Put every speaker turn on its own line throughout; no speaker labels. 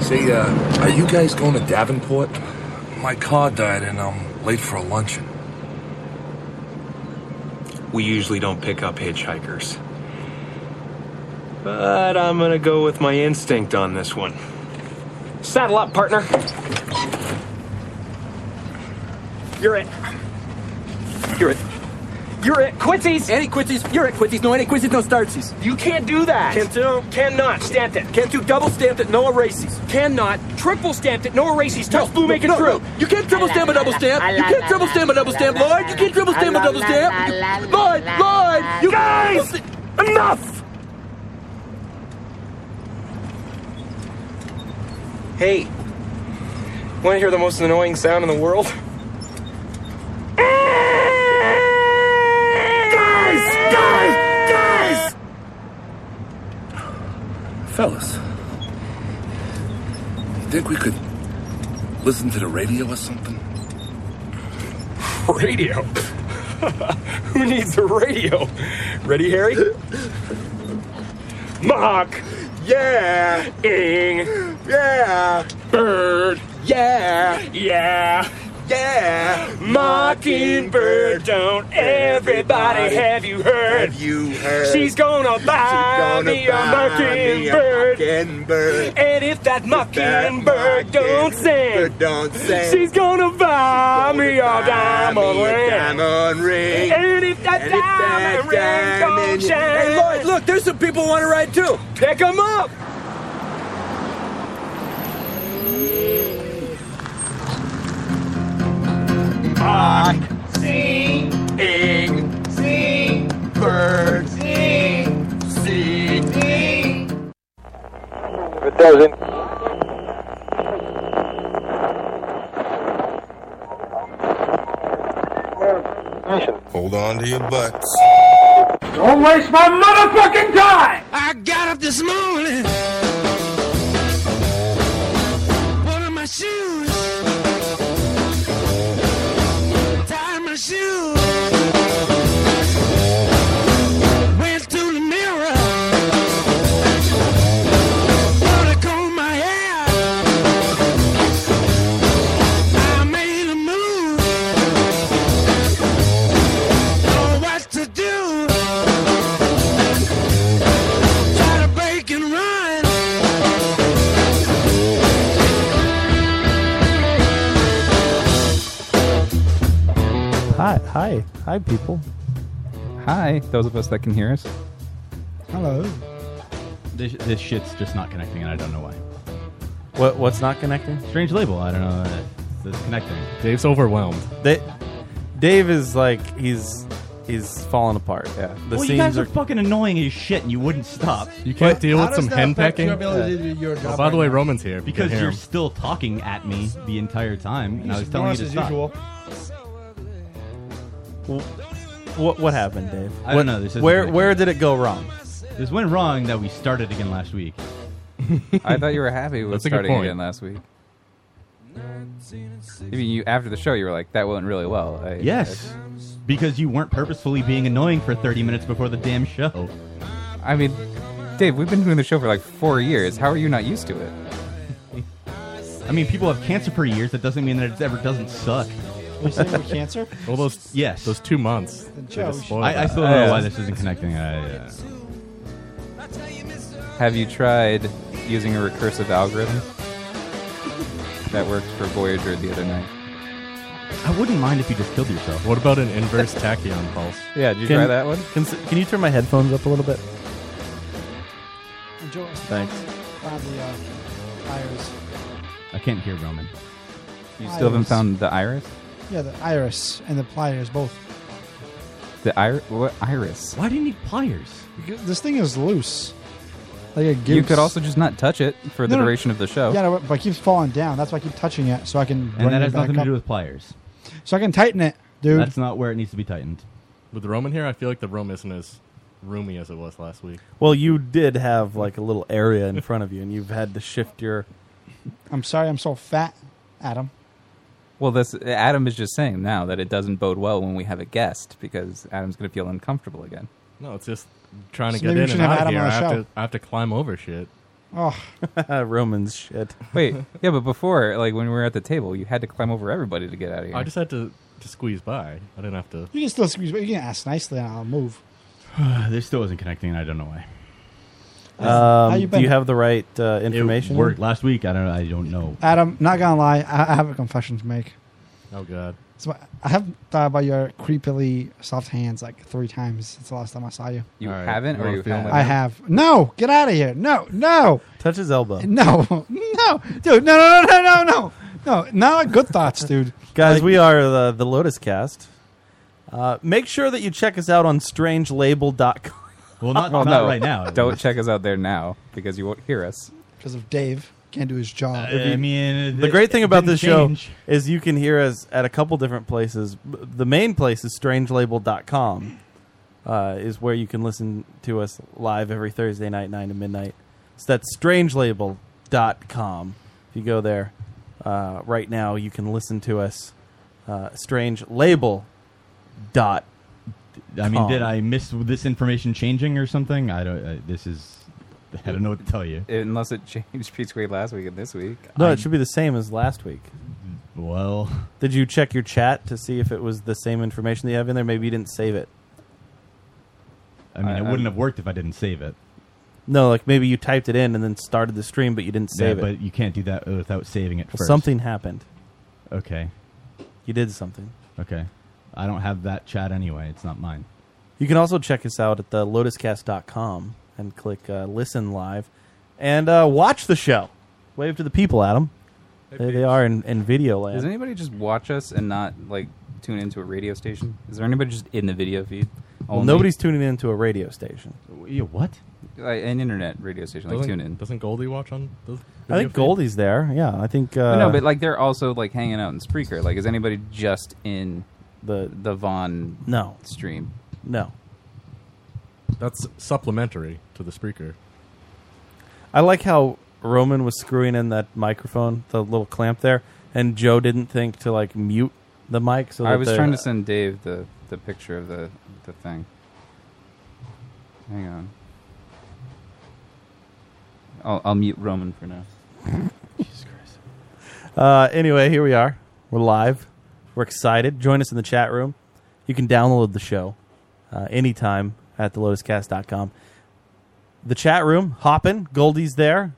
Say, uh, are you guys going to Davenport?
My car died and I'm late for a luncheon.
We usually don't pick up hitchhikers. But I'm gonna go with my instinct on this one. Saddle up, partner. You're it. You're it. You're it. Quincy's!
Any quizzes? You're at quizzes. No, any quizzes, no startsies.
You can't do that! Can't do? Cannot. Stamp it.
Can't do double stamped it, no erases.
Cannot. Triple stamped it. No erases. Touch blue, make it
no,
true.
No. You can't triple stamp a double stamp. You can't triple stamp a double stamp, Lloyd. You can't triple stamp a double stamp. You- Lloyd, Lloyd, you
Guys! Enough! Hey, want to hear the most annoying sound in the world? Guys! Guys! Guys!
Fellas, you think we could listen to the radio or something?
Radio. Who needs a radio? Ready, Harry? Mock. Yeah. Ing. Yeah. Bird. Yeah. Yeah. Yeah. Mockingbird. Don't everybody have you heard?
You heard.
She's gonna buy me a mockingbird.
Mockingbird.
And if that mockingbird don't sing,
But don't sing.
she's gonna buy me a diamond ring.
Diamond ring.
And if that
And if that
diamond ring
diamond-
don't shine,
Hey, Lloyd, look, there's some people who want to ride too.
pick 'em up.
Sing. Sing. Bird. Sing. Sing.
It doesn't.
Hold on to your butts.
Don't waste my motherfucking time!
I got up this morning. Put on my shoes. Tied my shoes. Went to the mirror. Put a comb in my hair. I made a move. Know what to do try to break and run.
Hi, hi, hi, people.
Hi, those of us that can hear us.
Hello.
This, this shit's just not connecting, and I don't know why.
What what's not connecting?
Strange label. I don't know uh, that that's connecting.
Dave's overwhelmed.
They, Dave is like he's he's falling apart. Yeah, the
well,
scenes
you guys are,
are.
fucking annoying as shit, and you wouldn't stop
You can't deal
How
with some
does that affect
henpecking.
your ability to do your
Oh,
job
by the way,
right
Roman's here. if you can
because
hear
you're
him.
still talking at me the entire time, and I was
now?
telling you
Business
to
as
stop.
usual.
what what happened, Dave?
I don't
What-
know, this isn't
where
working.
where did it go wrong?
This went wrong that we started again last week.
I
I thought you were happy with
That's a good
starting
point.
again last week. I mean, you after the show, you were like, "That went really well." I,
Yes, because you weren't purposefully being annoying for 30 minutes before the damn show.
I, I mean, Dave, we've been doing the show for like four years. How are you not used to it?
I mean, people have cancer for years. That doesn't mean that it ever doesn't suck.
You're saying with cancer?
Oh,
Well, those
Yes.
those two months. they just
Joe,
spoiled
I, I
that.
still don't know
Yeah.
why this isn't connecting. I, uh,
Have you tried using a recursive algorithm that worked for Voyager the other night?
I wouldn't mind if you just killed yourself.
what about an inverse tachyon pulse?
Yeah, did you
Can-
try that one?
Can, s- can you turn my headphones up a little bit?
Enjoy.
Thanks.
Probably, uh, iris.
I can't hear Roman.
You still haven't
Iris.
found the iris?
Yeah, the iris and the pliers both.
The iris? What iris?
Why do you need pliers?
This thing is loose, like a goose.
You could also just not touch it for the
No, no.
duration of the show.
Yeah, no, but it keeps falling down. That's why I keep touching it, so I can.
And
run
that
it
has
back
nothing to
up.
do with pliers.
So I can tighten it, dude.
That's not where it needs to be tightened.
With Roman here, I feel like the room isn't as roomy as it was last week.
Well, you did have like a little area in front of you, and you've had to shift your.
I'm sorry, I'm so fat, Adam.
Well, this Adam is just saying now that it doesn't bode well when we have a guest because Adam's going to feel uncomfortable again.
No, it's just trying to
So
get
maybe we
in
should
and
have
out of
Adam
here.
on
I
the
have
show.
to I have to climb over shit.
Oh.
uh,
Romans shit. Wait, yeah, but before, like when we were at the table, you had to climb over everybody to get out of here.
I just had to, to squeeze by. I didn't have to.
You can still squeeze, but you can ask nicely, and I'll move.
this still isn't connecting, and I don't know why. Um,
How you been?
do you have the right uh, information?
It worked last week. I don't. I don't know.
Adam, not gonna lie, I, I have a confession to make.
Oh god.
So I have thought about your creepily soft hands like three times since the last time I saw you.
You haven't, or you haven't.
I have. No, get out of here. No, no.
Touch his elbow.
No, no, dude, no, no, no, no, no, no, no, not good thoughts, dude.
Guys,
Like-
we are the, the Lotus Cast. Uh, make sure that you check us out on strangelabel.com.
Well,
Oh,
Well, Oh, no, Don't check us out there now because you won't hear us.
because of Dave can't do his job.
Uh,
the great thing about this show is you can hear us at a couple different places. B- The main place is strangelabel.com, uh, is where you can listen to us live every Thursday night, 9 to midnight. So that's strangelabel.com. If you go there uh, right now, you can listen to us. Uh, strangelabel dot.
I mean, did
com.
I miss this information changing or something? I don't. I, this is. I don't know what to tell you.
Unless it changed between last week and this week.
No, it should be the same as last week.
Well,
did you check your chat to see if it was the same information that you have in there? Maybe you didn't save it.
I mean, it wouldn't have worked if I didn't save it.
No, like maybe you typed it in and then started the stream, but you didn't save
Yeah,
it.
But you can't do that without saving it
Well,
first.
something happened.
Okay.
You did something.
Okay. I don't have that chat anyway. It's not mine.
You can also check us out at the lotuscast.com and click uh, listen live and uh, watch the show. Wave to the people, Adam. There they are in, in video land.
Does anybody just watch us and not like tune into a radio station? Is there anybody just in the video feed?
well,
only?
nobody's tuning into a radio station.
Yeah, what?
Like, an internet radio station, like
Doesn't-
tune in.
Doesn't Goldie watch on? the
I
video
think
feed?
Goldie's there. Yeah, I think. Uh,
no, but like they're also like hanging out in Spreaker. Like, is anybody just in
the
the Vaughn
no
stream?
no.
That's supplementary to the Spreaker.
I like how Roman was screwing in that microphone, the little clamp there, and Joe didn't think to like mute the mic. So
I
that
was
the-
trying to send Dave the, the picture of the, the thing. Hang on. I'll, I'll mute Roman for now.
Uh, anyway, here we are. We're live. We're excited. Join us in the chat room. You can download the show uh, anytime at thelotuscast.com. The chat room, hoppin'. Goldie's there.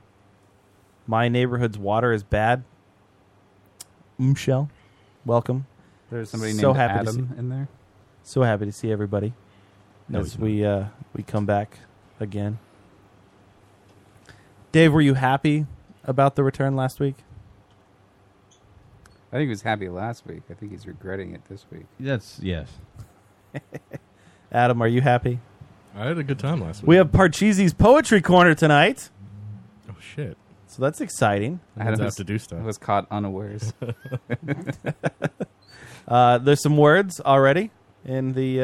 My neighborhood's water is bad. Michelle, welcome.
There's somebody
so
named
happy to
Adam
see-
in there?
So happy to see everybody
No,
as
he's
we uh, we come back again. Dave, were you happy about the return last week?
I think he was happy last week. I think he's regretting it this week.
That's yes.
Adam, are you happy?
I had a good time last week.
We have Parcheesi's poetry corner tonight.
Oh shit!
So that's exciting.
I Means I have to do stuff.
was caught unawares.
uh, there's some words already in the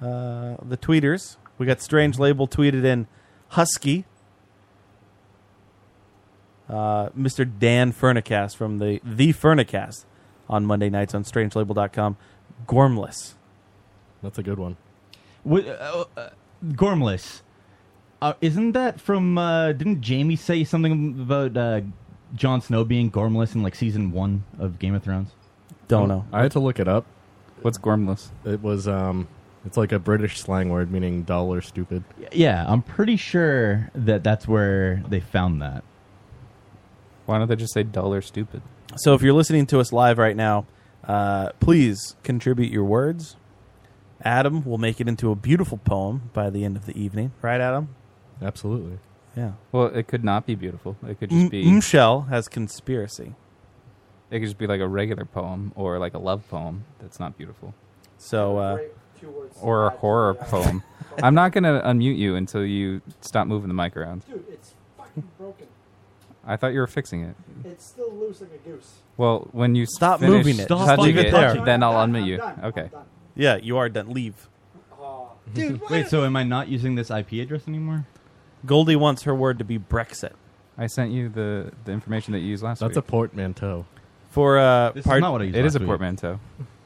uh, uh, the tweeters. We got strange label tweeted in husky. Uh, Mr. Dan Furnicast from the the Furnicast on Monday nights on strangelabel.com. Gormless.
That's a good one.
What, uh, uh, Gormless. Uh, isn't that from? Uh, didn't Jamie say something about uh, Jon Snow being Gormless in like season one of Game of Thrones?
Don't know.
I had to look it up.
What's gormless?
It was um, it's like a British slang word meaning dull or stupid.
Yeah, I'm pretty sure that that's where they found that.
Why don't they just say dull or stupid?
So if you're listening to us live right now, uh, please contribute your words. Adam will make it into a beautiful poem by the end of the evening. Right, Adam?
Absolutely.
Yeah.
Well, it could not be beautiful. It could just
M-
be.
Michelle has conspiracy.
It could just be like a regular poem or like a love poem that's not beautiful.
So, uh,
or a horror poem. I'm not gonna unmute you until you stop moving the mic around.
Dude, it's fucking broken.
I thought you were fixing it.
It's still loose like a goose.
Well, when you
Stop
finish
moving it.
touching
Stop leave it there.
then I'll
I'm
unmute you.
done. I'm
Okay.
Yeah, you are done. Leave.
Dude,
Wait, so am I not using this IP address anymore?
Goldie wants her word to be Brexit.
I sent you the, the information that you used last
That's
week.
a portmanteau.
For uh,
This is not what I used It is last a week. portmanteau.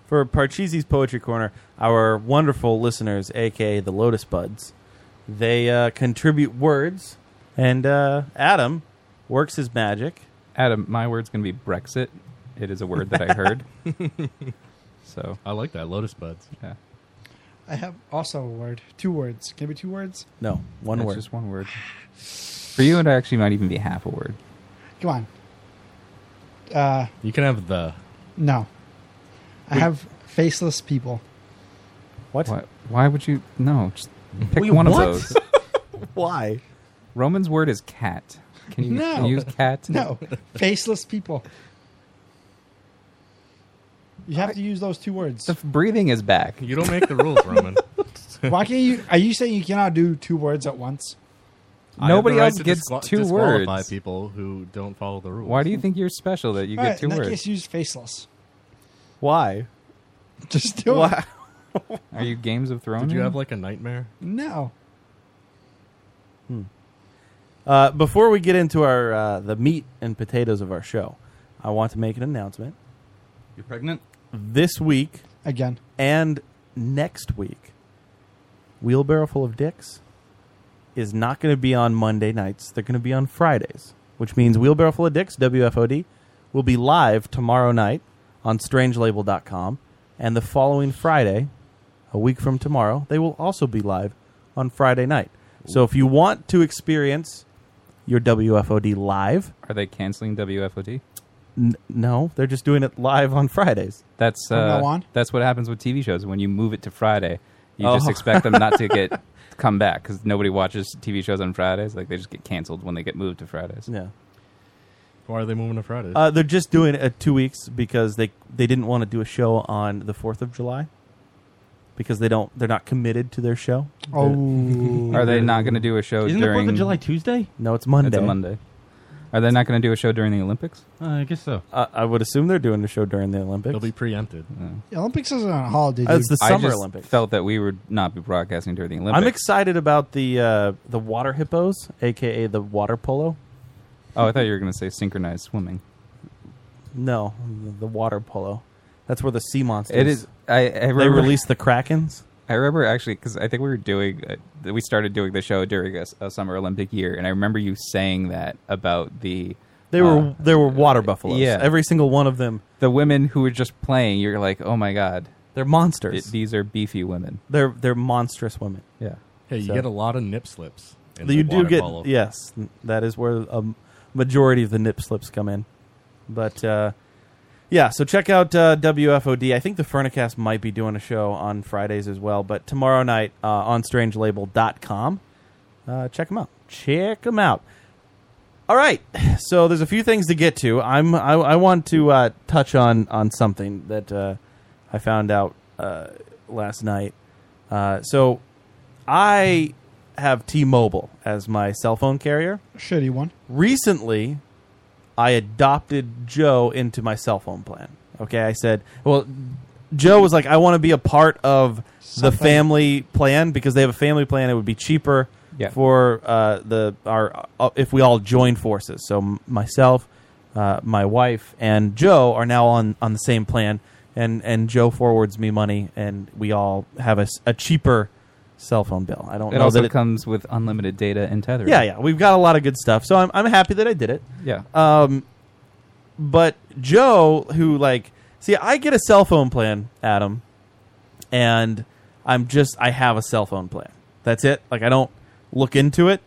For Parcheesi's Poetry Corner, our wonderful listeners, aka the Lotus Buds, they uh, contribute words, And uh, Adam works his magic.
Adam, my word's going to be Brexit. It is a word that I heard. so
I like that lotus buds.
Yeah.
I have also a word. Two words. Can it be two words?
No, one
That's
word.
Just one word. For you, it actually might even be half a word.
Come on. Uh,
You can have the.
no. I have faceless people.
What?
Why, why would you? No, just pick
Wait,
one
what?
of those.
Why?
Roman's word is cat. Can you
No.
use cat?
No. faceless people. You have to use those two words.
The f- breathing is back.
You don't make the rules, Roman.
Why can't you? Are you saying you cannot do two words at once?
I have
Nobody
the right
else
to
gets
disqual-
two
disqualify
words.
people who don't follow the rules.
Why do you think you're special that you
All
get
right,
two
in that
words?
case, use faceless.
Why?
Just do it.
Are you Games of Thrones?
Did you have like a nightmare?
No.
Uh, before we get into our uh, the meat and potatoes of our show, I want to make an announcement.
You're pregnant?
This week
again,
and next week, wheelbarrow full of dicks is not going to be on Monday nights. They're going to be on Fridays, which means wheelbarrow full of dicks WFOD will be live tomorrow night on strangelabel.com, and the following Friday, a week from tomorrow, they will also be live on Friday night. So if you want to experience your WFOD live,
Are they canceling WFOD?
n- no, they're just doing it live on Fridays.
That's
From
uh,
now on?
that's what happens with TV shows. When you move it to Friday, you
Oh.
just expect them not to get come back because nobody watches TV shows on Fridays. Like they just get canceled when they get moved to Fridays.
Yeah.
Why are they moving to Fridays?
Uh, they're just doing it uh, two weeks because they they didn't want to do a show on the Fourth of July because they don't they're not committed to their show.
Oh.
Are they not going to do a show
Isn't the 4th of
during
July Tuesday?
No, it's Monday.
It's a Monday. Are they not going to do a show during the Olympics?
Uh, I guess so.
Uh, I would assume they're doing a show during the Olympics.
They'll be preempted.
The Olympics isn't on a holiday.
Oh, it's
dude.
the Summer
I just
Olympics.
Felt that we would not be broadcasting during the Olympics.
I'm excited about the uh, the water hippos, aka the water polo.
oh, I thought you were going to say synchronized swimming.
No, the water polo. That's where the sea monsters.
It is. I, I
they
remember,
released the Krakens.
I remember actually because I think we were doing. Uh, th- we started doing the show during a, s- a summer Olympic year, and I remember you saying that about the.
They
uh,
were they were water buffaloes.
yeah.
every single one of them.
the women who were just playing. You're like, oh my god,
they're monsters.
these are beefy women.
They're they're monstrous women.
Yeah.
Hey, you
So-
get a lot of nip slips. in
you
the
do
water
get
polo.
yes n- that is where a m- majority of the nip slips come in but uh, yeah so check out uh, wfod i think the furnicast might be doing a show on fridays as well but tomorrow night uh, on strangelabel.com uh, check them out check them out all right so there's a few things to get to i'm i, I want to uh, touch on on something that uh, i found out uh, last night uh, so i have t-mobile as my cell phone carrier
shitty one.
recently I adopted Joe into my cell phone plan. Okay, I said, well, Joe was like, I want to be a part of the
Something.
family plan because they have a family plan. It would be cheaper
Yeah.
for uh, the our uh, if we all join forces. So m- myself, uh, my wife, and Joe are now on on the same plan, and and Joe forwards me money, and we all have a, s- a cheaper cell phone bill. I don't
It
know
also
that it,
comes with unlimited data and tethering.
yeah, yeah. We've got a lot of good stuff. So I'm I'm happy that I did it.
Yeah.
Um but Joe who like see I get a cell phone plan, Adam, and I'm just I have a cell phone plan. That's it. Like I don't look into it.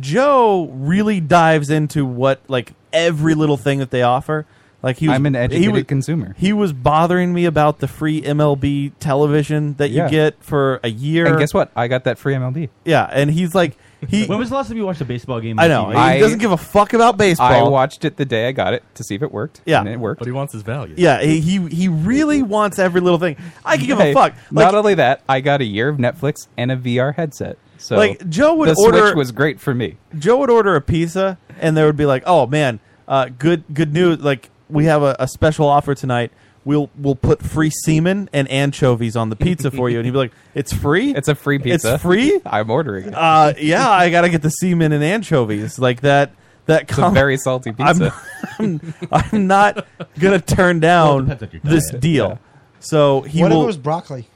Joe really dives into what like every little thing that they offer. Like he was,
I'm an
he
educated
was-
consumer.
He was bothering me about the free MLB television that
Yeah.
you get for a year.
And guess what? I got that free MLB.
Yeah, and he's like he
When was the last time you watched a baseball game?
I
on
know.
TV?
He doesn't give a fuck about baseball.
I watched it the day I got it to see if it worked.
Yeah.
and it worked.
But he wants his value.
yeah, he, he he really wants every little thing. I could give
Hey,
a fuck. Like,
not only that, I got a year of Netflix and a VR headset. So
Like, Joe would
the
order-
Switch was great for me.
Joe would order a pizza, and there would be like, "Oh man, uh, good good news! Like we have a, a special offer tonight. We'll we'll put free semen and anchovies on the pizza for you." And he'd be like, "It's free?
It's a free pizza.
It's free?
I'm ordering it.
Uh, yeah, I gotta get the semen and anchovies like that." That
It's a very salty
Um, I'm,
pizza.
I'm, I'm not gonna turn down
Oh, depends on your
this
diet.
deal. So he
what if
will.
it was broccoli?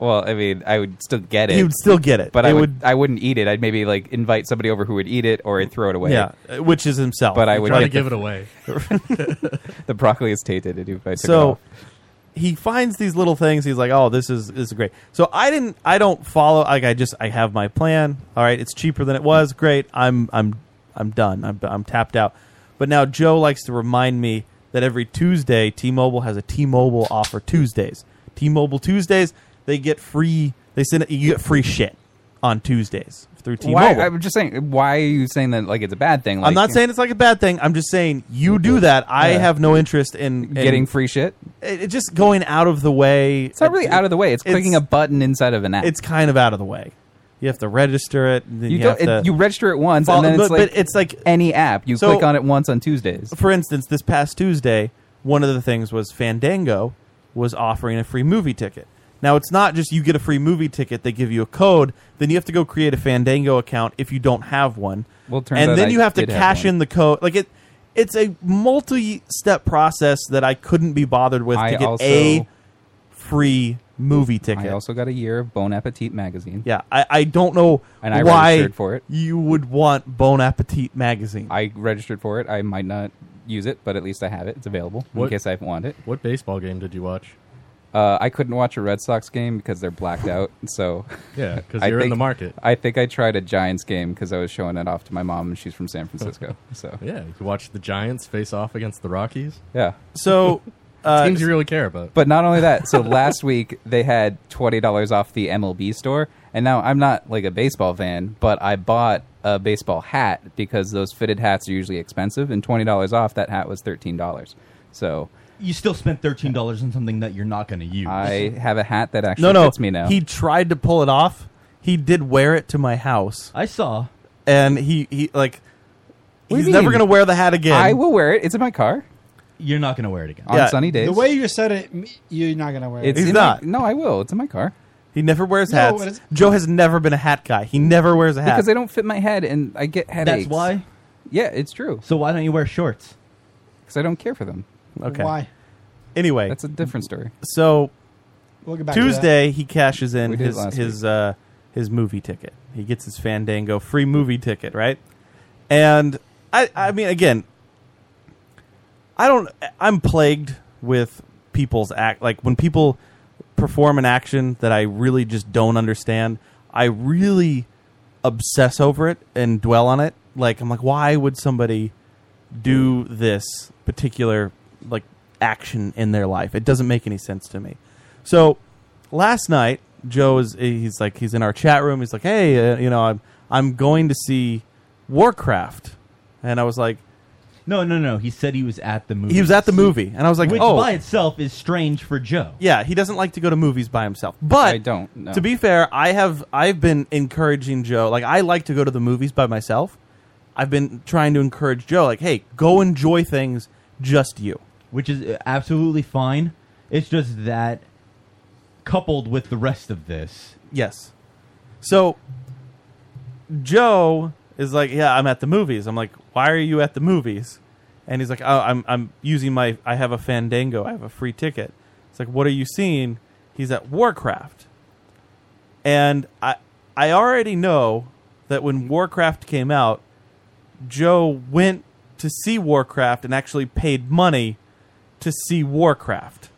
Well, I mean, I would still get it.
You'd still get it.
but I
It
would, I wouldn't eat it. I'd maybe like invite somebody over who would eat it, or I'd throw it away.
Yeah, uh, which is himself.
But I
He'd
would
try to
get the-
give it away.
the broccoli is tainted if I took it
so
off.
he finds these little things. He's like, "Oh, this is this is great." So I didn't. I don't follow. Like I just I have my plan. All right, it's cheaper than it was. Great. I'm I'm I'm done. I'm I'm tapped out. But now Joe likes to remind me that every Tuesday T-Mobile has a T-Mobile offer Tuesdays. T-Mobile Tuesdays they get free. They send you get free shit on Tuesdays through
Why,
T-Mobile.
I'm just saying, why are you saying that like it's a bad thing? Like,
I'm not saying it's like a bad thing. I'm just saying you do that. I
Yeah.
have no interest in, in-
Getting free shit?
It, it just going out of the way. It's
not really out of the way. It's clicking a button inside of an app.
It's kind of out of the way. You have to register it. and then
You
you,
don't-
have to
it- you register it once, and
Follow-
then it's
but-
like
but it's like any app.
You click on it once on Tuesdays.
For instance, this past Tuesday, one of the things was Fandango was offering a free movie ticket. Now it's not just you get a free movie ticket; they give you a code. Then you have to go create a Fandango account if you don't have one.
Well, it turns out
and then
I
you have to
did have
cash
one.
in the code. Like it, it's a multi-step process that I couldn't be bothered with
I
to get
also-
a free movie ticket.
I also got a year of Bon Appetit magazine.
Yeah, I, I don't know
And I
why
registered for it.
you would want Bon Appetit magazine.
I registered for it. I might not use it, but at least I have it. It's available in
What-
case I want it.
What baseball game did you watch?
Uh, I couldn't watch a Red Sox game because they're blacked out. So
Yeah, 'cause
I
you're in
think-
the market.
I think I tried a Giants game because I was showing it off to my mom, and she's from San Francisco. So
Yeah, you watched the Giants face off against the Rockies.
yeah.
So
uh,
teams you really care about.
But not only that, so last week they had twenty dollars off the MLB store, and now I'm not like a baseball fan, but I bought a baseball hat because those fitted hats are usually expensive, and twenty dollars off that hat was thirteen dollars. So
You still spent thirteen dollars on something that you're not going to use.
I have a hat that actually
no, no,
fits me now.
He tried to pull it off. He did wear it to my house.
I saw,
and he he like
What do
he's
you
never
mean?
gonna wear the hat again.
I
will wear it. It's in my car.
You're not going to wear it again
On sunny days.
The way you said it, m- you're not gonna wear
It's
it.
in my- no, I will. It's in my car.
He never wears
No,
hats.
it is-
Joe has never been a hat guy. He never wears a hat
because they don't fit my head, and I get headaches.
why?
Yeah, it's true.
So why don't you wear shorts?
Because I don't care for them.
Okay. Why? Anyway,
that's a different story.
So
We'll get back to
Tuesday,
that.
he cashes in
We did
his
last
his uh, his movie ticket. He gets his Fandango free movie ticket, right? And I I mean again, I don't. I'm plagued with people's act. Like when people perform an action that I really just don't understand, I really obsess over it and dwell on it. Like I'm like, why would somebody do this particular like action in their life? It doesn't make any sense to me. So last night, Joe is he's like he's in our chat room. He's like, hey, uh, you know, I'm I'm going to see Warcraft, and I was like.
No, no, no. He said he was at the movie.
He was at the movie, and I was like,
which
"Oh."
by itself is strange for Joe.
Yeah, he doesn't like to go to movies by himself. But
I don't, no.
To be fair, I have I've been encouraging Joe. Like I like to go to the movies by myself. I've been trying to encourage Joe. Like, hey, go enjoy things just you.
Which is uh, absolutely fine. It's just that coupled with the rest of this.
uh, Yes. So Joe is like, "Yeah, I'm at the movies." I'm like, "Why are you at the movies?" And he's like, "Oh, I'm I'm using my I have a Fandango. I have a free ticket." It's like, "What are you seeing?" He's at Warcraft. And I I already know that when Warcraft came out, Joe went to see Warcraft and actually paid money to see Warcraft.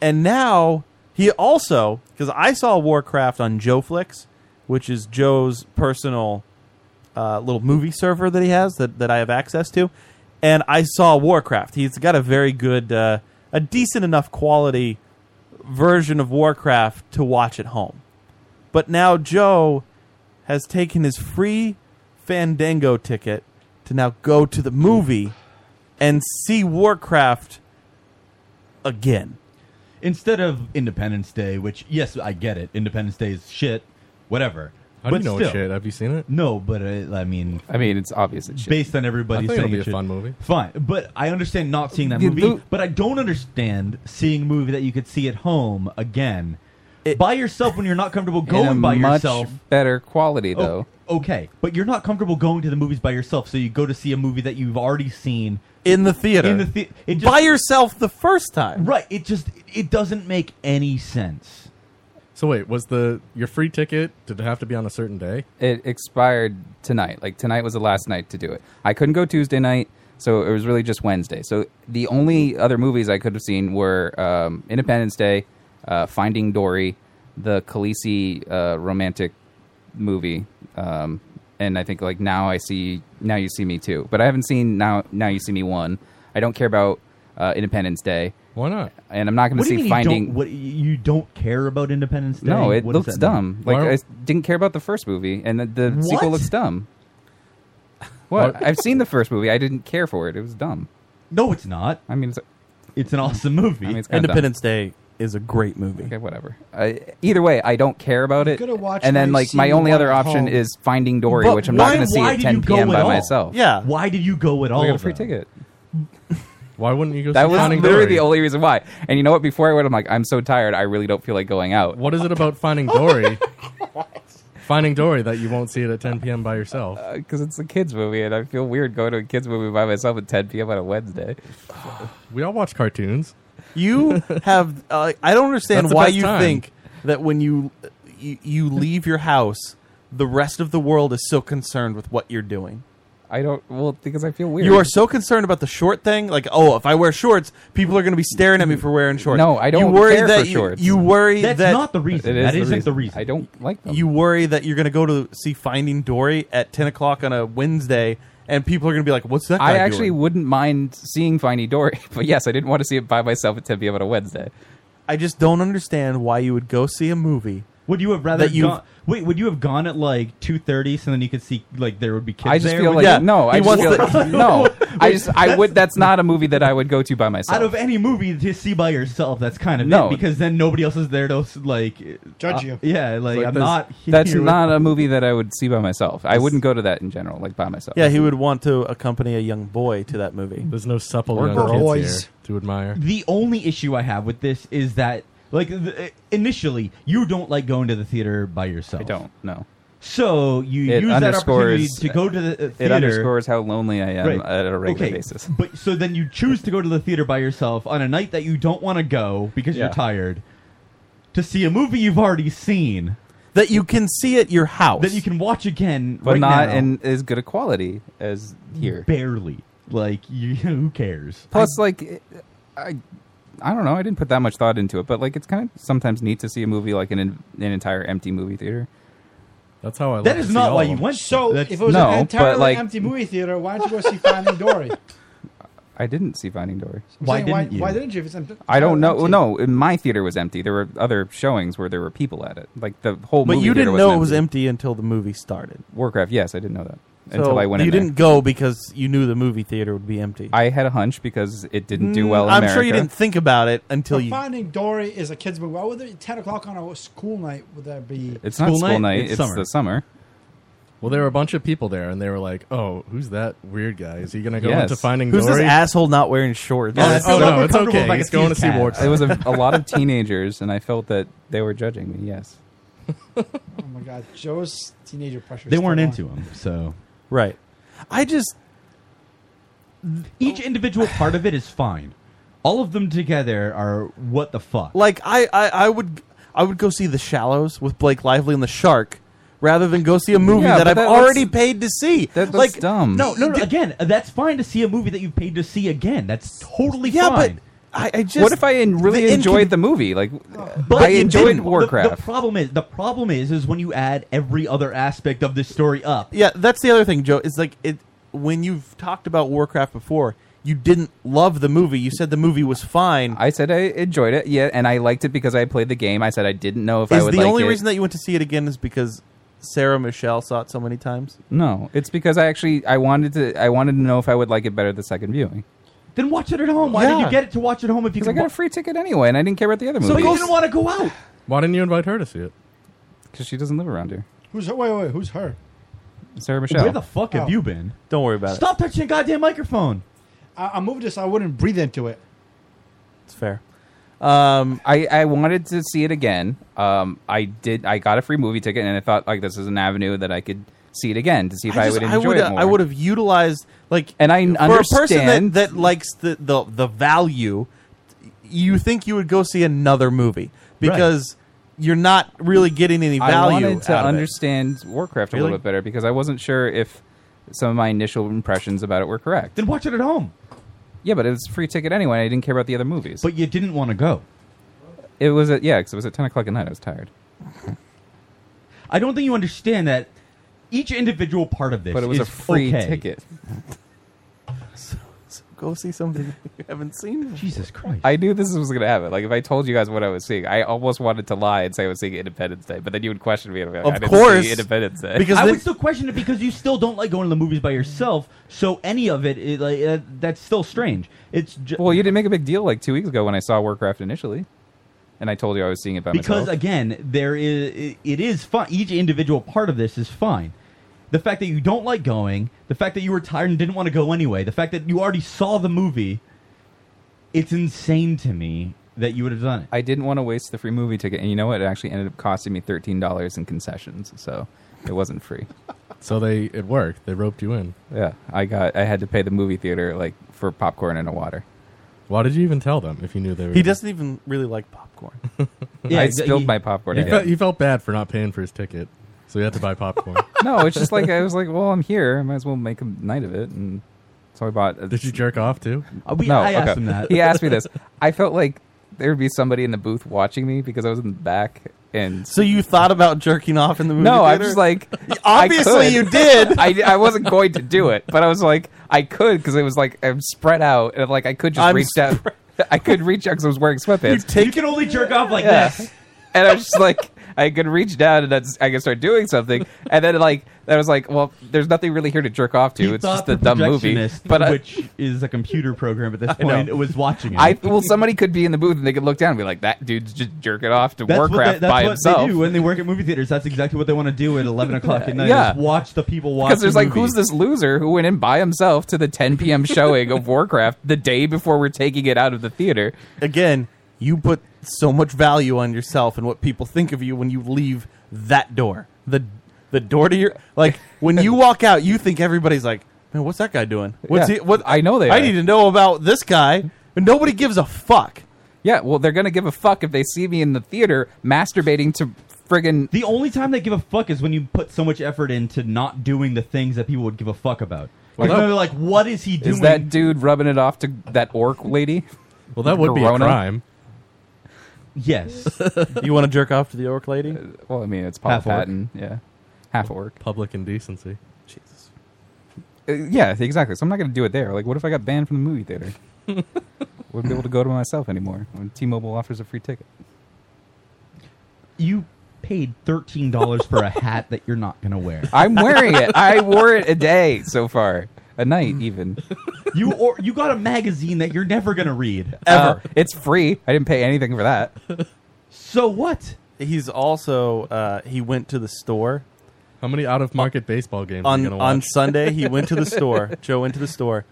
And now he also because I saw Warcraft on JoeFlix, which is Joe's personal uh, little movie server that he has that, that I have access to, and I saw Warcraft. He's got a very good, uh, a decent enough quality version of Warcraft to watch at home. But now Joe has taken his free Fandango ticket to now go to the movie and see Warcraft again.
Instead of Independence Day, which yes, I get it. Independence Day is shit. Whatever.
How do
but
you know it's
still,
shit? Have you seen it?
No, but uh, I mean,
I mean, it's obvious it's shit.
based on everybody
I think
saying
it'll be
it's
a
shit.
fun movie.
Fine, but I understand not seeing that
You
movie,
do-
but I don't understand seeing a movie that you could see at home again by yourself when you're not comfortable
In a
going by
much
yourself.
better quality
Oh,
O-
though.
okay, but you're not comfortable going to the movies by yourself, so you go to see a movie that you've already seen
in the theater.
In the thea- it just,
by yourself the first time.
Right. It just it doesn't make any sense.
So wait, was the your free ticket? Did it have to be on a certain day?
It expired tonight. Like tonight was the last night to do it. I couldn't go Tuesday night, so it was really just Wednesday. So the only other movies I could have seen were um, Independence Day, uh, Finding Dory, the Khaleesi uh, romantic movie, um, and I think like now I see now you see me too. But I haven't seen now now you see me one. I don't care about uh, Independence Day.
Why not?
And I'm not going to
What do you
see
mean you
Finding.
don't- what- you don't care about Independence Day?
No, it
What does
looks
that mean?
dumb. Like I s- didn't care about the first movie, and the, the sequel
What?
looks dumb. What? I've seen the first movie. I didn't care for it. It was dumb.
No, it's not.
I mean, it's,
it's an awesome movie.
I mean, it's kinda
Independence Day is a great movie.
Okay, whatever. I, either way, I don't care about it.
coulda watched
And then,
my
like, my
scene
only other
while at
option
home.
is Finding Dory,
But
which I'm not
why-
going to see
why
at
did
10
you go
p.m. by
at all?
myself.
Yeah. Why did you go at all?
I got a
of
Oh, free
that?
ticket.
Why wouldn't you go?
That
see
was
Finding
literally
Dory?
the only reason why. And you know what? Before I went, I'm like, I'm so tired. I really don't feel like going out.
What is it about Finding Dory? Finding Dory that you won't see it at 10 p.m. by yourself.
Because Uh, it's a kids movie, and I feel weird going to a kids movie by myself at 10 p.m. on a Wednesday.
we all watch cartoons.
You have. Uh, I don't understand
That's the
why
best
you
time.
think that when you, you you leave your house, the rest of the world is so concerned with what you're doing.
I don't. Well, because I feel weird.
You are so concerned about the short thing. Like, oh, if I wear shorts, people are going to be staring at me for wearing shorts.
No, I don't
You worry
care
that
for
you,
shorts.
You worry
That's
that
not the reason. It is That the isn't reason. the reason. I don't like them.
You worry that you're going to go to see Finding Dory at ten o'clock on a Wednesday, and people are going to be like, "What's that?" Guy
I actually
doing?
wouldn't mind seeing Finding Dory, but yes, I didn't want to see it by myself at 10 p.m. on a Wednesday.
I just don't understand why you would go see a movie.
Would you have rather
that you've-
gone? Wait, would you have gone at like two thirty, so then you could see like there would be kids
I just
there?
feel
Would
like
you-
no, I
He
just
wants
feel
to-
like, no. I
Wait,
just I
that's-
would. That's not a movie that I would go to by myself.
Out of any movie to see by yourself, that's kind of
No.
it because then nobody else is there to like
Judge
uh,
you.
Yeah, like,
Like
I'm
this-
not. Here
That's
with-
not a movie that I would see by myself. I wouldn't go to that in general, like by myself.
Yeah, he would want to accompany a young boy to that movie.
Mm-hmm. There's no supple
Or young girl. kids Boys.
here to admire.
The only issue I have with this is that, like, th- uh, initially, you don't like going to the theater by yourself. I don't,
no.
So you
It
use that opportunity
underscores-
to go to the uh,
it
theater.
underscores how lonely I am at a regular
Okay,
basis.
But so then you choose to go to the theater by yourself on a night that you don't want to go because
Yeah.
you're tired to see a movie you've already seen
that you can see at your house
that you can watch again,
but
right
not
now.
in as good a quality as here.
barely. Like you, who cares?
Plus, like, it- I, I don't know. I didn't put that much thought into it, but like, it's kind of sometimes neat to see a movie like in an, an entire empty movie theater.
That's how I.
That like is to see not all why of you them. went to-
So
That's-
if it was
no,
an
but,
entirely
like-
empty movie theater, why don't you go see Finding Dory?
I didn't see Finding Dory.
I'm saying, why, Why didn't you? If it's empty,
I don't know.
empty.
No, my theater was empty. There were other showings where there were people at it. Like the whole.
But
movie
you
theater
didn't know
wasn't
it was empty until the movie started.
Warcraft. Yes, I didn't know that
So
until I went
You
in
didn't go because you knew the movie theater would be empty.
I had a hunch because it didn't do
Mm,
well. In
I'm sure you
America.
didn't think about it until
But
you.
Finding Dory is a kids' movie. Why would it, ten o'clock on a school night would that be?
It's not school night. It's,
summer.
the summer.
Well, there were a bunch of people there, and they were like, "Oh, who's that weird guy? Is he going to go
Yes.
into Finding
Who's
Dory?"
this asshole not wearing shorts?
Yeah, it's- oh, no, it's okay. He's going to see War.
It was a, a lot of teenagers, and I felt that they were judging me. Yes.
Oh my god, Joe's teenager pressure.
They weren't into him, so
right. I just
each individual part of it is fine. All of them together are what the fuck.
Like I, I, I would, I would go see The Shallows with Blake Lively and the Shark, rather than go see a movie
Yeah,
that
but
I've
that looks-
already paid to see.
That
like
No, no, no. Again, that's fine to see a movie that you paid to see again. That's totally
Yeah, but
fine.
I,
what if I en- really enjoyed the movie? Like, I
you
enjoyed
didn't. The-
Warcraft.
The, problem is, the problem is, is when you add every other aspect of this story up.
Yeah, that's the other thing, Joe. Is like it when you've talked about Warcraft before. You didn't love the movie. You said the movie was fine.
I said I enjoyed it, yeah, and I liked it because I played the game. I said I didn't know if I
is
would
the
like
only
it.
reason that you went to see it again is because Sarah Michelle saw it so many times?
no, it's because I actually I wanted to I wanted to know if I would like it better the second viewing.
Then watch it at home. Why did
Yeah.
you get it to watch at home if you?
Because I got a free ticket anyway, and I didn't care about the other
So
movie.
you didn't want to go out.
Why didn't you invite her to see it?
Because she doesn't live around here.
Who's her? Wait, wait, who's her?
Sarah Michelle.
Where the fuck have
Oh.
you been?
Don't worry about
Stop touching the goddamn microphone.
I, I moved this. I wouldn't breathe into it.
It's fair.
Um, I, I wanted to see it again. Um, I did. I got a free movie ticket, and I thought like this is an avenue that I could see it again to see if I,
just-
would enjoy
would've-
it more.
I would have utilized like
and I
for a person that,
understand-
that likes the, the the value. You think you would go see another movie because you're not really getting any value.
I wanted to
out of it.
understand Warcraft a
Really?
little bit better because I wasn't sure if some of my initial impressions about it were correct.
Then watch it at home.
Yeah, but it was a free ticket anyway. I didn't care about the other movies.
But you didn't want to go.
It was at yeah, because it was at ten o'clock at night. I was tired.
I don't think you understand that each individual part of this.
But it was a
is
free
okay.
ticket.
So, so go see something you haven't seen.
Jesus Christ!
I knew this was going to happen. Like if I told you guys what I was seeing, I almost wanted to lie and say I was seeing Independence Day, but then you would question me. And I'd be like,
Of
I didn't
course,
see Independence Day.
I would still question it because you still don't like going to the movies by yourself. So any of it, it like, uh, that's still strange. It's ju-
well, you didn't make a big deal like two weeks ago when I saw Warcraft initially, and I told you I was seeing it by
because
myself.
again, there is i- it is fun. Each individual part of this is fine. The fact that you don't like going, the fact that you were tired and didn't want to go anyway, the fact that you already saw the movie, it's insane to me that you would have done it.
I didn't want to waste the free movie ticket, and you know what? It actually ended up costing me thirteen dollars in concessions, so it wasn't free.
so they it worked. They roped you in.
Yeah, I got. I had to pay the movie theater like for popcorn and a water.
Why did you even tell them if you knew they were?
He doesn't even really like popcorn.
I
uh,
spilled my popcorn.
You
I
felt,
had.
you felt bad for not paying for his ticket, so you had to buy popcorn.
no, it's just like I was like, well, I'm here. I might as well make a night of it. And so I bought.
Did you jerk off too?
Uh,
we-
no,
I asked
okay.
him that.
He asked me this. I felt like there would be somebody in the booth watching me because I was in the back. And
So you thought about jerking off in the movie?
no, I'm
theater?
just like, I
obviously
could.
you did.
I, I wasn't going to do it, but I was like, I could because it was like I'm spread out and like I could just
I'm
reach down. I could reach out because I was wearing sweatpants.
you can only jerk off like
Yeah.
this.
and I was just like, I could reach down and that's, I could start doing something. And then like, I was like, well, there's nothing really here to jerk off to.
He
it's
thought
just a
the
dumb movie.
projectionist,
But I,
which is a computer program at this
I know.
point, was watching it.
I well, somebody could be in the booth and they could look down and be like, that dude's just jerking off to
that's what they,
Warcraft
that's
by
what
himself.
they do when they work at movie theaters. That's exactly what they want to do at eleven o'clock at night.
Yeah.
is watch the people watch.
Because there's
the
like,
movie.
who's this loser who went in by himself to the 10 p.m. showing of Warcraft the day before we're taking it out of the theater?
Again, you put so much value on yourself and what people think of you when you leave that door. The the door to your like when you walk out, you think everybody's like, "Man, what's that guy doing? What's
Yeah.
he what
I know they
I
are."
need to know about this guy." And nobody gives a fuck.
Yeah, well, they're gonna give a fuck if they see me in the theater masturbating to friggin'
The only time they give a fuck is when you put so much effort into not doing the things that people would give a fuck about. Like,
Well, that-
they're like, what is he doing?
Is that dude rubbing it off to that orc lady?
Well, that would be a crime.
Yes.
you want to jerk off to the orc lady?
Well, I mean, it's Paul
Half orc.
Patton. Yeah, half orc. Uh,
Public indecency.
Jesus.
yeah, exactly. So I'm not gonna do it there. Like, what if I got banned from the movie theater? Wouldn't be able to go to myself anymore when T-Mobile offers a free ticket.
you paid thirteen dollars for a hat that you're not gonna wear.
I'm wearing it. I wore it a day so far, a night even.
You or you got a magazine that you're never gonna read
Uh,
ever.
it's free. I didn't pay anything for that.
so what?
He's also uh, he went to the store.
How many out of market baseball games are
on
you gonna
on
watch?
Sunday he went to the store. Joe went to the store.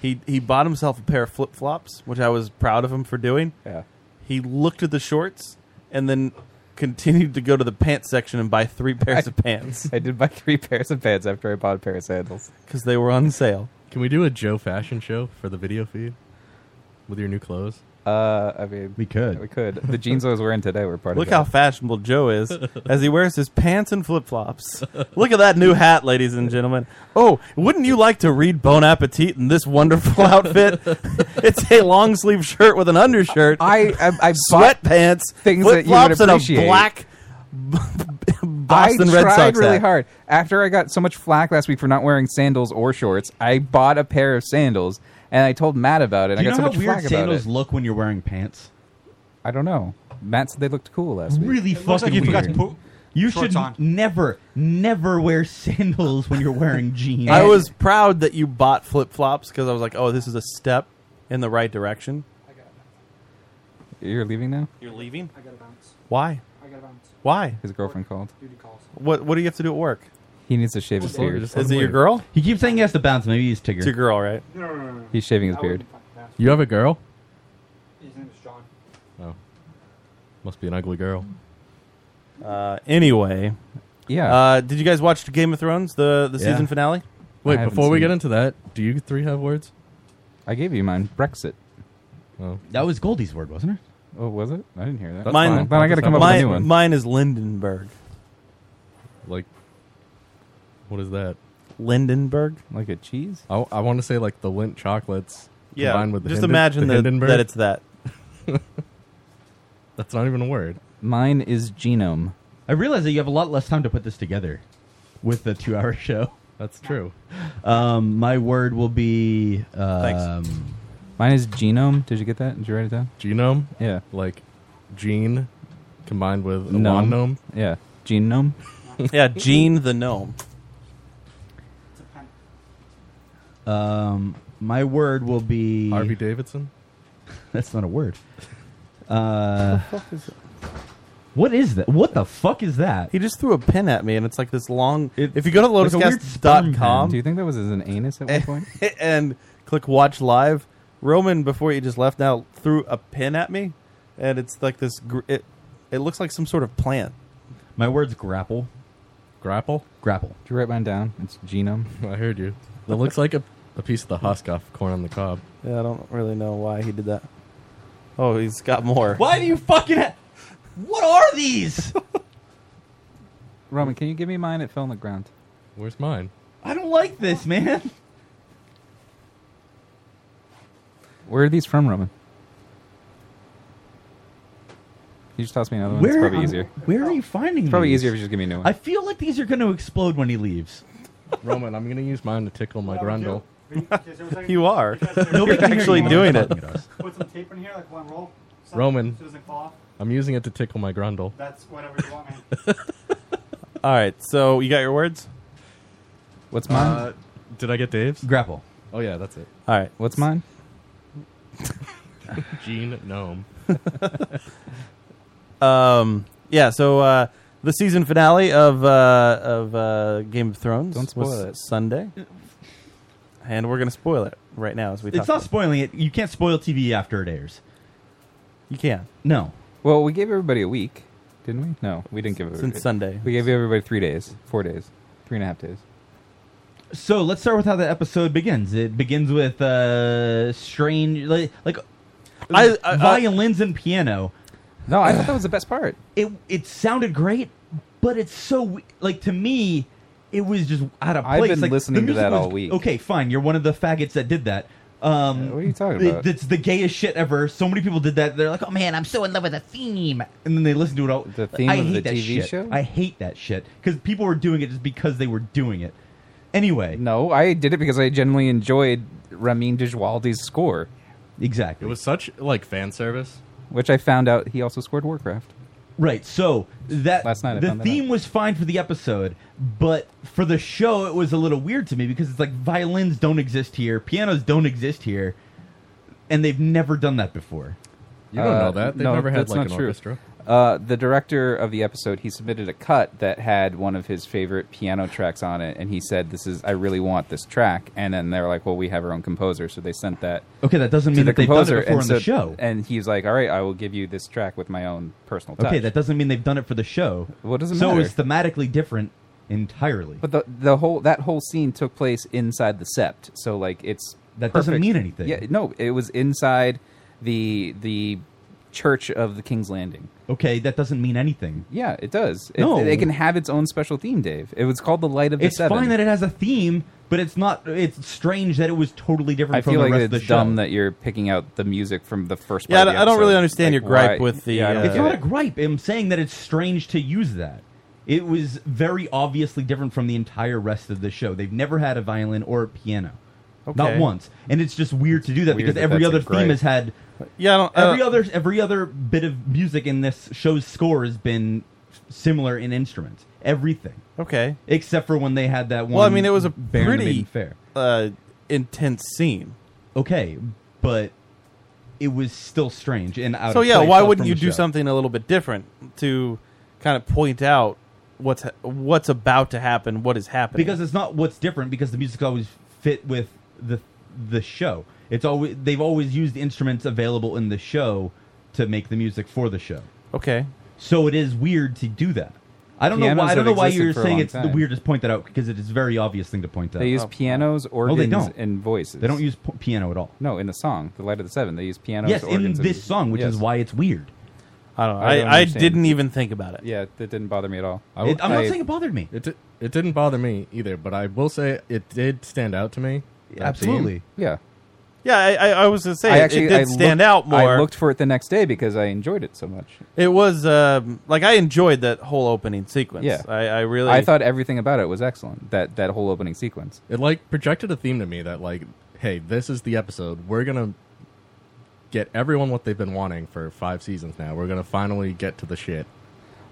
He he bought himself a pair of flip flops, which I was proud of him for doing.
Yeah.
He looked at the shorts and then continued to go to the pants section and buy three pairs of pants
I did buy three pairs of pants after I bought a pair of sandals.
because they were on sale.
Can we do a Joe fashion show for the video feed with your new clothes?
Uh, I mean,
we could.
We could. The jeans I was wearing today were part
Look
of that.
how fashionable Joe is as he wears his pants and flip flops. Look at that new hat, ladies and gentlemen. Oh, wouldn't you like to read Bon Appetit in this wonderful outfit? it's a long sleeve shirt with an undershirt.
I I, I
sweatpants,
things
flip
that you would
flops, and a
appreciate.
black Boston
I
Red
tried
Sox
really
hat.
hard. After I got so much flack last week for not wearing sandals or shorts, I bought a pair of sandals and I told Matt about it.
Do you
I got
know
so
how
much
weird
flack about
sandals
it.
look when you're wearing pants?
I don't know. Matt said they looked cool last week.
Really fucking weird. you should never, never wear sandals when you're wearing jeans.
I was proud that you bought flip flops because I was like, oh, this is a step in the right direction.
You're leaving now.
You're leaving.
I gotta bounce.
Why?
I gotta bounce.
Why?
His girlfriend called.
Duty calls.
What What do you have to do at work?
He needs to shave
Is
his
it
beard.
your girl?
He keeps saying he has to bounce. Maybe he's Tigger.
It's your girl, right?
No, no, no, no.
He's shaving his beard.
You have a girl?
His name is John.
Oh, must be an ugly girl.
Uh, anyway,
yeah.
Uh, did you guys watch Game of Thrones the the
Yeah.
season finale?
Wait, before we get into that, do you three have words?
I gave you mine. Brexit.
Oh,
That was Goldie's word, wasn't it?
Oh, was it? I didn't hear that.
mine,
Fine. Then I got to come up with
mine,
a new one.
Mine is Lindenberg.
Like, what is that?
Lindenberg,
like a cheese.
I, I want to say like the Lindt chocolates.
Yeah,
combined with the
just
Hinden-
imagine
the
that-
Hindenburg.
that it's that.
That's not even a word.
Mine is genome.
I realize that you have a lot less time to put this together with the two-hour show.
That's true.
Um, my word will be. Um,
Thanks.
Mine is genome. Did you get that? Did you write it down?
Genome.
Yeah.
Like gene combined with a
Gnome.
gnome.
Yeah. Genome.
yeah, Gene the gnome.
Um, my word will be
Harvey Davidson.
That's not a word. Uh,
What the fuck is it?
what is that? What the fuck is that?
He just threw a pin at me, and it's like this long. if you go to lotuscast.com,
Do you think that was as an anus
Eh.
at one point?
and click watch live, Roman before you just left now threw a pin at me, and it's like this. Gr- it it looks like some sort of plant.
My word's grapple.
Grapple.
Grapple.
Did you write mine down? It's genome.
I heard you. It looks like a, a piece of the husk off corn on the cob.
Yeah, I don't really know why he did that. Oh, he's got more.
Why do you fucking? Ha- what are these?
Roman, can you give me mine? It fell on the ground.
Where's mine?
I don't like this, man.
Where are these from, Roman? You just toss me another one. it's probably
on-
easier.
Where are you finding?
It's probably
these?
easier if you just give me a new one.
I feel like these are going to explode when he leaves.
Roman, I'm gonna use mine to tickle my grundle.
You are.
Nobody
You're
can hear
actually
you.
doing it.
Talking to us.
Put some tape in here, like one roll. Some-
Roman,
So it doesn't fall off.
I'm using it to tickle my grundle.
That's whatever you want, man.
All right, so you got your words.
What's
mine? Uh, did I get Dave's?
Grapple.
Oh yeah, that's it.
All right,
what's mine?
Gene gnome.
Um, yeah, so uh, the season finale of uh, of uh, Game of Thrones
Don't spoil
was
it.
Sunday, and we're gonna spoil it right now as we talk.
It's not spoiling it. You can't spoil TV after it airs.
You can't.
No.
Well, we gave everybody a week, didn't we? No, we didn't give
Since
everybody.
Sunday.
We gave everybody three days, four days, three and a half days.
So let's start with how the episode begins. It begins with uh, strange, like, like
I- I-
violins and piano.
No, I thought that was the best part.
It it sounded great, but it's so we- like to me, it was just out of
I've
place.
been
Like, the
listening to
music
that
was-
all week.
Okay, fine. You're one of the faggots that did that. Um, what are you
talking about?
It's the gayest shit ever. So many people did that. They're like, oh man, I'm so in love with the theme, and then they listen to it all. The
theme
I
of
hate
the
that
TV
shit.
show?
I hate that shit because people were doing it just because they were doing it. Anyway,
no, I did it because I genuinely enjoyed Ramin Djawadi's score.
Exactly.
It was such like fan service.
Which I found out he also scored Warcraft.
Right. So that
Last night I
the
found that
theme was fine for the episode, but for the show it was a little weird to me because it's like violins don't exist here, pianos don't exist here, and they've never done that before.
You don't know that. They've
Uh, no,
never had,
that's
like,
not
an
true.
orchestra.
Uh, the director of the episode, he submitted a cut that had one of his favorite piano tracks on it, and he said, "This is I really want this track." And then they're like, "Well, we have our own composer," so they sent that.
Okay, that doesn't
to
mean
the
that they've done it
composer,
before
and
on the
so-
show.
And he's like, "All right, I will give you this track with my own personal touch."
Okay, that doesn't mean they've done it for the show.
What does it
so
matter?
it's thematically different entirely.
But the the whole that whole scene took place inside the sept, so like it's
That doesn't mean anything.
Yeah, no, it was inside the the church of the King's Landing.
Okay, that doesn't mean anything.
Yeah, it does. It,
No.
it can have its own special theme, Dave. It was called the Light of the
It's
Seven.
fine that it has a theme, but it's not. It's strange that it was totally different
I
from
feel
the
like
rest
it's
of the show.
dumb that you're picking out the music from the first.
Yeah,
part of
I
the
don't- I don't really
episode.
understand
Like,
your gripe
why-
with the, uh,
Yeah, I don't
it's
get
Uh,
not a
it.
gripe. I'm saying that it's strange to use that. It was very obviously different from the entire rest of the show. They've never had a violin or a piano, not
Okay.
once, and it's just weird to do
Weird
that because
that
every
that's a
other theme
gripe.
has had.
Yeah, I don't- uh, I
every
don't-
other every other bit of music in this show's score has been similar in instruments. Everything
Okay.
except for when they had that one.
Well, I mean, it was a
Baron and
pretty
Maiden fair.
Uh, intense scene.
Okay, but it was still strange and out.
So
of
yeah,
place
why
out
wouldn't
from
you
the
do
show.
something a little bit different to kind of point out what's ha- what's about to happen, what is happening?
because it's not what's different because the music's always fit with the the show. It's always they've always used instruments available in the show to make the music for the show.
Okay.
So it is weird to do that. I don't know
Pianos
why. I don't
have
know why
existed
you're
for a
saying
long
it's the
time.
weirdest. Point that out because it is a very obvious thing to point out.
They use
Oh.
pianos,
No,
organs,
they don't.
and voices.
They don't use p- piano at all.
No, in the song, "The Light of the Seven, they use pianos.
yes, in
organs, and-
this song, which
Yes.
is why it's weird.
I don't.
I don't I- I understand. didn't
even think about it.
Yeah, that didn't bother me at all.
I w-
I'm not
I-
saying it bothered me.
It di- it didn't bother me either, but I will say it did stand out to me. that
absolutely.
theme.
Yeah.
Yeah, I, I, I was gonna say
I
it-
actually
it did
I
stand
looked-
out more.
I looked for it the next day because I enjoyed it so much.
It was um, like I enjoyed that whole opening sequence.
Yeah,
I, I really.
I thought everything about it was excellent. That that whole opening sequence.
It like projected a theme to me that like, hey, this is the episode. We're gonna get everyone what they've been wanting for five seasons now. We're gonna finally get to the shit.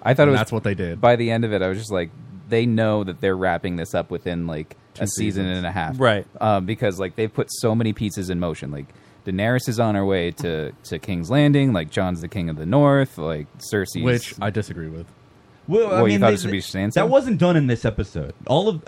I thought
And
it was
that's what they did.
By the end of it, I was just like, they know that they're wrapping this up within like
Two
a season
seasons.
and a half,
Right.
Um, because like they've put so many pieces in motion. Like Daenerys is on her way to to King's Landing. Like John's the king of the North. Like Cersei,
Which I disagree with.
Well, I
Well, you
mean,
thought
they-
it should be Sansa?
That wasn't done in this episode. All of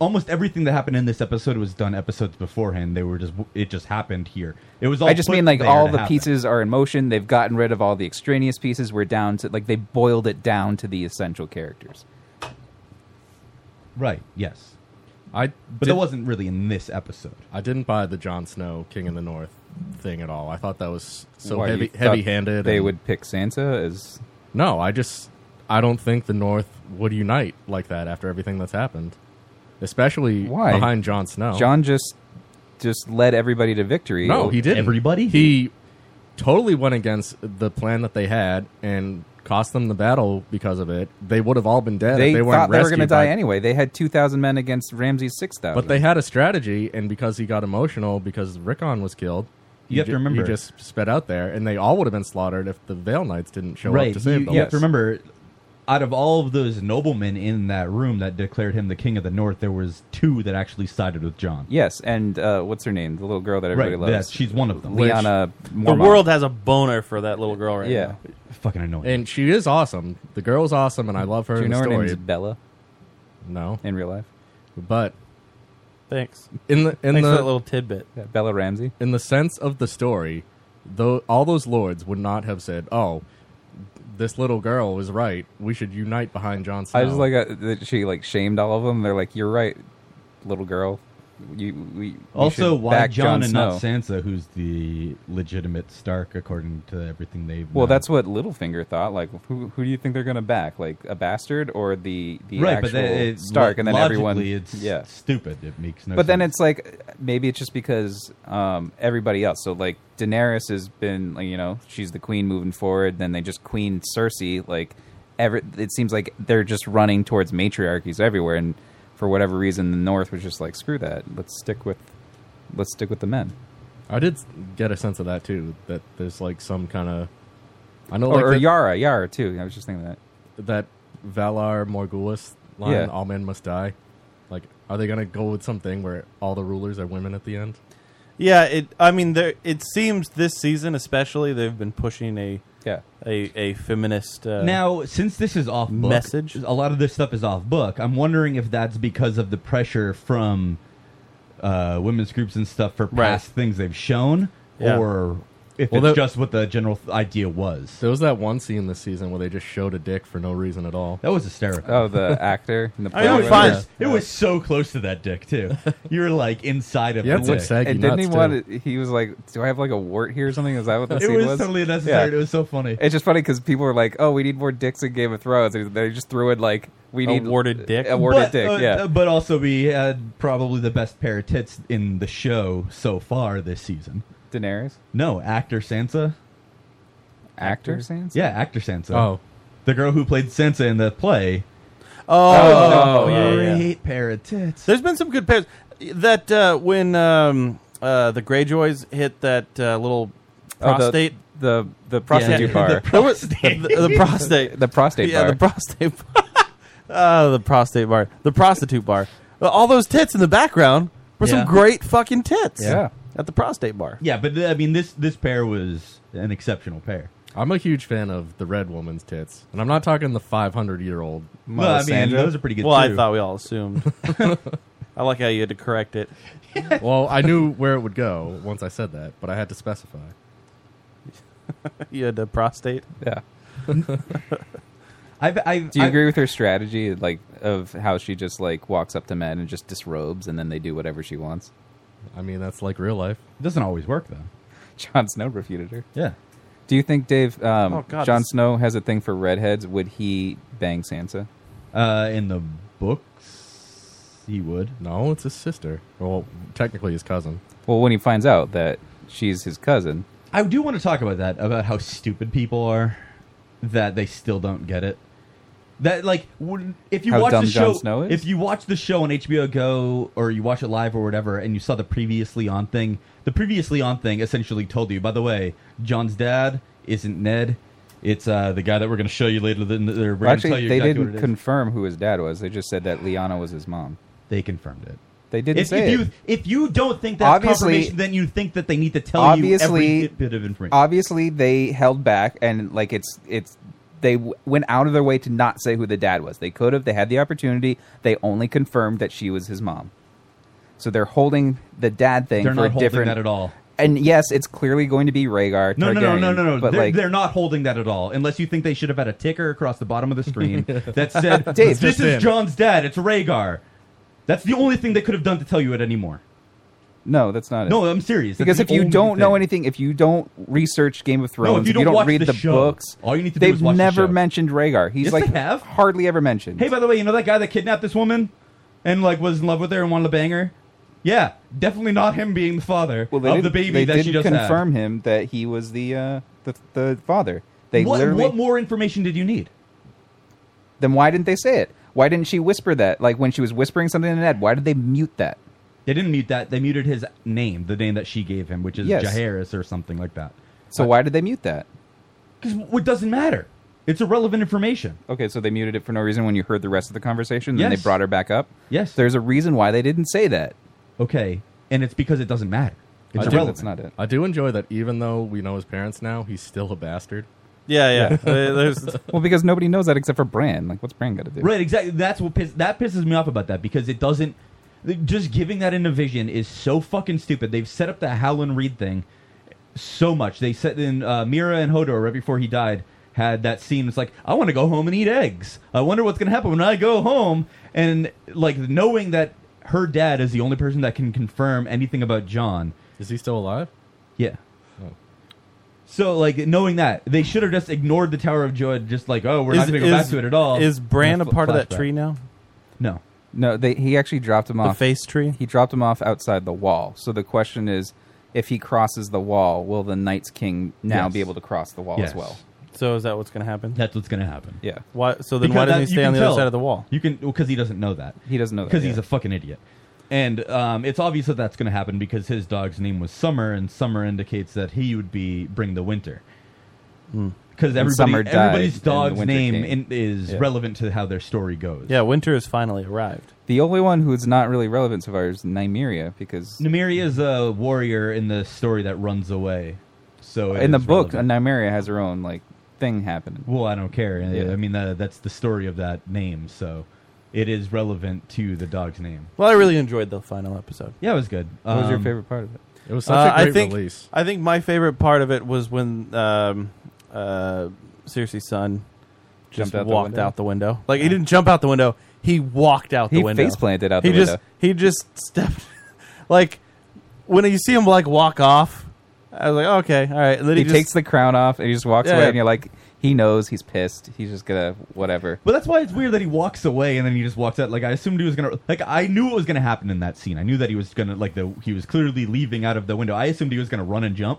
almost everything that happened in this episode was done episodes beforehand. They were just it just happened here. It was. All
I just
put
mean like
there
all
to
the
happen.
pieces are in motion. They've gotten rid of all the extraneous pieces. We're down to like they boiled it down to the essential characters.
Right. Yes.
I
But that wasn't really in this episode.
I didn't buy the Jon Snow King in the North thing at all. I thought that was so
Why, you
heavy
thought
heavy handed.
They would pick Sansa as
No, I just I don't think the North would unite like that after everything that's happened. Especially
why
behind Jon Snow.
John just just led everybody to victory.
No, he didn't.
Everybody?
He totally went against the plan that they had and cost them the battle because of it. They would have all been dead
They,
if they weren't
thought they were going to
rescued
die
by-
anyway. They had two thousand men against Ramsey's six thousand.
But they had a strategy, and because he got emotional because Rickon was killed,
You
he
have to remember-
he just sped out there, and they all would have been slaughtered if the Vale Knights didn't show up
right.
to
you,
save them.
you have to remember, out of all of those noblemen in that room that declared him the king of the north, there was two that actually sided with John.
yes, and uh, what's her name? The little girl that everybody
Right,
loves.
yes, she's one of them.
Liana.
the world has a boner for that little girl right
Yeah.
now.
Fucking annoying.
And she is awesome. The girl's awesome, and I love her.
Do you
in
know
the
her
story.
name's Bella?
No,
in real life.
But
Thanks.
in the in
Thanks
the
for that little tidbit.
Yeah, Bella Ramsey.
In the sense of the story, though, all those lords would not have said, "Oh, this little girl is right. We should unite behind Jon Snow."
I just like uh, that she like shamed all of them. They're like, "You're right, little girl. You we we
Also,
should
why
back
John
Jon
and
Snow."
not Sansa, who's the legitimate Stark according to everything they've.
Well,
known?
that's what Littlefinger thought. Like, who who do you think they're going to back? Like a bastard or the the
Right, but
actual
that- it-
Stark? And then
logically,
everyone,
it's
yeah,
stupid. It makes no
But then
sense.
it's like maybe it's just because um, everybody else. So like Daenerys has been, like, you know, she's the queen moving forward. Then they just queen Cersei. Like, ever it seems like they're just running towards matriarchies everywhere. And for whatever reason, the North was just like, screw that. Let's stick with let's stick with the men.
I did get a sense of that too. That there's like some kind of, I know,
or,
like
or
the-
Yara, Yara too. I was just thinking that.
that Valar Morghulis line,
Yeah.
"All men must die." Like, are they gonna go with something where all the rulers are women at the end?
Yeah, it. I mean, there. It seems this season, especially, they've been pushing a
yeah
a, a feminist. Uh,
now, since this is off book,
message?
a lot of this stuff is off book. I'm wondering if that's because of the pressure from uh, women's groups and stuff for
Right.
past things they've shown,
Yeah.
or if
Well,
it's
that-
just what the general th- idea was.
There was that one scene this season where they just showed a dick for no reason at all.
That was hysterical.
Oh, the actor in the
I know, it, was, it was so close to that dick too. You're like inside of
Yeah,
the
it's like
dick.
saggy
And didn't he want? To, he was like, "Do I have like a wart here or something?" Is that what the
It
scene
was
was?
totally unnecessary.
Yeah.
It was so funny.
It's just funny because people were like, "Oh, we need more dicks in Game of Thrones." And they just threw in like, "We
A
need
warded
dick." A warded
but,
dick.
uh,
yeah.
uh, But also, we had probably the best pair of tits in the show so far this season.
Daenerys?
No, actor Sansa.
Actor Sansa?
Yeah, actor Sansa.
Oh.
The girl who played Sansa in the play.
Oh, yeah, yeah.
great pair of tits.
There's been some good pairs. That uh, when um, uh, the Greyjoys hit that uh, little
Oh, the-
prostate,
the the prostitute
Yeah,
bar.
there was- the, the, prostate,
The prostate
yeah,
bar.
the prostate bar. uh, the prostate bar, the prostitute bar. Uh, All those tits in the background were
Yeah.
some great fucking tits.
Yeah.
at the prostate bar.
Yeah, but th- I mean, this this pair was an exceptional pair.
I'm a huge fan of the red woman's tits, and I'm not talking the 500 year old.
Well, I mean, those are pretty good,
Well, I
too.
thought we all assumed. I like how you had to correct it.
well, I knew where it would go once I said that, but I had to specify.
you had the prostate.
Yeah.
I've, I've,
Do you
I've-
agree with her strategy, like of how she just like walks up to men and just disrobes, and then they do whatever she wants?
I mean, that's like real life.
It doesn't always work though.
Jon Snow refuted her.
Yeah.
Do you think Dave? Um,
Oh, God,
Jon
this-
Snow has a thing for redheads. Would he bang Sansa?
Uh, in the books, he would.
No, it's his sister. Well, technically his cousin.
Well, when he finds out that she's his cousin,
I do want to talk about that about how stupid people are that they still don't get it. That like when- if you
How
watch
dumb
the show,
Jon Snow is?
if you watch the show on HBO Go or you watch it live or whatever, and you saw the previously on thing, the previously on thing essentially told you. By the way, John's dad isn't Ned; it's uh, the guy that we're going to show you later. Than they're
Well,
tell
actually,
you
they
exactly what
didn't
it is.
confirm who his dad was. They just said that Liana was his mom.
They confirmed it.
They didn't
if, if
say it.
you if you don't think that's
Obviously-
confirmation, then you think that they need to tell
obviously,
you every bit of information.
obviously they held back, and like it's it's they w- went out of their way to not say who the dad was. They could have. They had the opportunity. They only confirmed that she was his mom. So they're holding the dad thing.
They're
for
not
a
holding
different,
that at all.
And yes, it's clearly going to be Rhaegar.
No, no, no, no,
Targaryen,
no, no.
But
they're,
like,
they're not holding that at all. Unless you think they should have had a ticker across the bottom of the screen that said,
Dave.
"This
Just
is
in.
John's dad. It's Rhaegar." That's the only thing they could have done to tell you it anymore.
no, that's not it.
No, I'm serious. That's
Because
the
if you
only
don't know
thing.
anything, if you don't research Game of Thrones,
you
if you
don't
don't,
watch
read
the
the,
show,
books,
all you need to do
they've
is watch the
never
show.
mentioned Rhaegar. He's
Yes,
like
they have.
hardly ever mentioned.
Hey, by the way, you know that guy that kidnapped this woman and like was in love with her and wanted to bang her? Yeah, definitely not him being the father
Well, they
of the
didn't-
baby
they
that
didn't
she just had.
confirm him that he was the uh, the, the father. They
what,
literally.
what more information did you need?
Then why didn't they say it? Why didn't she whisper that? Like when she was whispering something to Ned, why did they mute that?
They didn't mute that. They muted his name, the name that she gave him, which is
Yes.
Jaharis or something like that.
So why did they mute that?
Because it doesn't matter. It's irrelevant information.
Okay, so they muted it for no reason when you heard the rest of the conversation. Then
Yes.
they brought her back up.
Yes,
there's a reason why they didn't say that.
Okay, and it's because it doesn't matter.
I do- I do enjoy that even though we know his parents now, he's still a bastard.
well, because nobody knows that except for Bran. Like, what's Bran got to do?
Right, exactly. That's what piss, that pisses me off about that because it doesn't. Just giving that in a vision is so fucking stupid. They've set up the Howland Reed thing so much. They set in uh, Mira and Hodor right before he died had that scene. It's like I want to go home and eat eggs. I wonder what's gonna happen when I go home. And like knowing that her dad is the only person that can confirm anything about John.
Is he still alive?
Yeah.
Oh.
So like knowing that they should have just ignored the Tower of Joy, just like oh we're not going to go back to it at all. And fl- flashback. No.
No, they, he actually dropped him
The
off.
face tree?
He dropped him off outside the wall. So the question is if he crosses the wall, will the Knights King now
Yes.
be able to cross the wall
Yes.
as well?
So is that what's going to happen?
That's what's going to happen.
Yeah.
Why? So then why doesn't he
Because that- you
stay on
can
the
tell.
other side of the wall?
You can because he doesn't know that.
He doesn't know that,
because he's
yeah.
a fucking idiot. And um, it's obvious that that's going to happen because his dog's name was Summer, and Summer indicates that he would be bring the winter. Because
Hmm. And
everybody,
Summer died,
everybody's
and the
dog's
winter
name
came.
in, is
Yeah.
relevant to how their story goes.
Yeah, winter has finally arrived.
The only one who's not really relevant so far is Nymeria because
Nymeria is a warrior in the story that runs away. So it
in the
is
book,
relevant.
Nymeria has her own like thing happening.
Well, I don't care.
Yeah.
I mean, that, that's the story of that name, so it is relevant to the dog's name.
Well, I really enjoyed the final episode.
Yeah, it was good. Um,
What was your
Um,
favorite part of it?
It was such a
Uh, I
great
think,
release.
I think my favorite part of it was when um, uh, Cersei's son just
Jumped out the
walked
window?
out the window. Like he didn't jump out the window. He walked out the
He
window.
face-planted out the
he just,
window.
He just stepped. like when you see him like walk off, I was like, okay, all right. And then
he
he, just-
takes the crown off and he just walks
Yeah,
away,
yeah.
and you're like, he knows he's pissed. He's just gonna whatever.
But that's why it's weird that he walks away and then he just walks out. Like I assumed he was gonna. Like I knew what was gonna happen in that scene. I knew that he was gonna like the he was clearly leaving out of the window. I assumed he was gonna run and jump,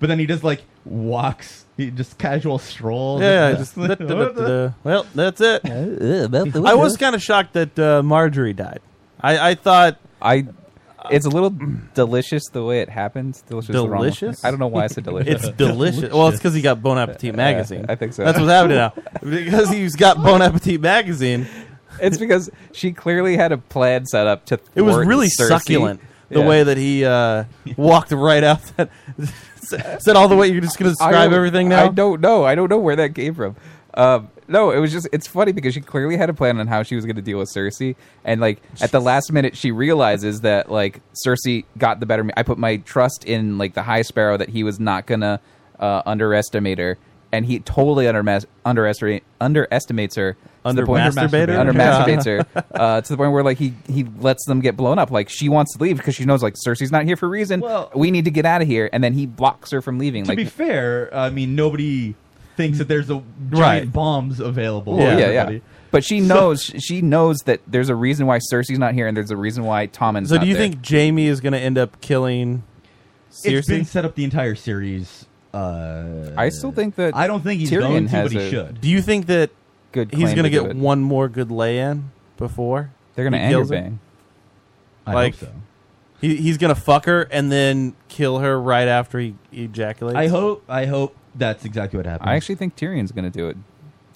but then he just like walks. He just casual strolls.
Yeah, yeah, just da-da-da-da-da. well, that's it.
the
I was kind of shocked that uh, Marjorie died. I, I thought
I. It's a little delicious the way it happens. Delicious. is the wrong word.
Delicious?
I don't know why I said delicious.
It's delicious. Well, it's because he got Bon Appetit
Uh,
magazine.
I think so.
That's what's happening now. Because he's got Bon Appetit magazine.
It's because she clearly had a plan set up to.
It was
thwart
really
Cersei.
succulent the
Yeah.
way that he uh, walked right out. That said all the way. You're just going to
I
describe
don't-
everything now.
I don't know. I don't know where that came from. Um, no, it was just it's funny because she clearly had a plan on how she was going to deal with Cersei, and like at the last minute she realizes that like Cersei got the better. of me. I put my trust in like the High Sparrow that he was not gonna uh, underestimate her, and he totally undermas- underestimate, underestimates her to the point
Undermasturbator?
under masturbates
Yeah.
her uh, to the point where like he he lets them get blown up. Like she wants to leave because she knows like Cersei's not here for a reason. we need to get out of here, and then he blocks her from leaving.
To
like
be fair, I mean, nobody thinks that there's a giant
Right.
bombs available.
Well,
for
yeah, yeah.
everybody.
But she knows she knows that there's a reason why Cersei's not here, and there's a reason why Tommen's.
So
not
do you
there.
think Jamie is going to end up killing?
It's
Cersei?
been set up the entire series. Uh,
I still think that
I don't think he's
Tyrion
going to,
has
but he
a
should.
Do you think that
good?
He's
claim
going to
to do
get
it.
one more good lay in before
They're gonna
he
anger
kills him?
bang.
I hope
like,
so.
He, he's going to fuck her and then kill her right after he ejaculates.
I hope. I hope that's exactly what happens.
I actually think Tyrion's going to do it.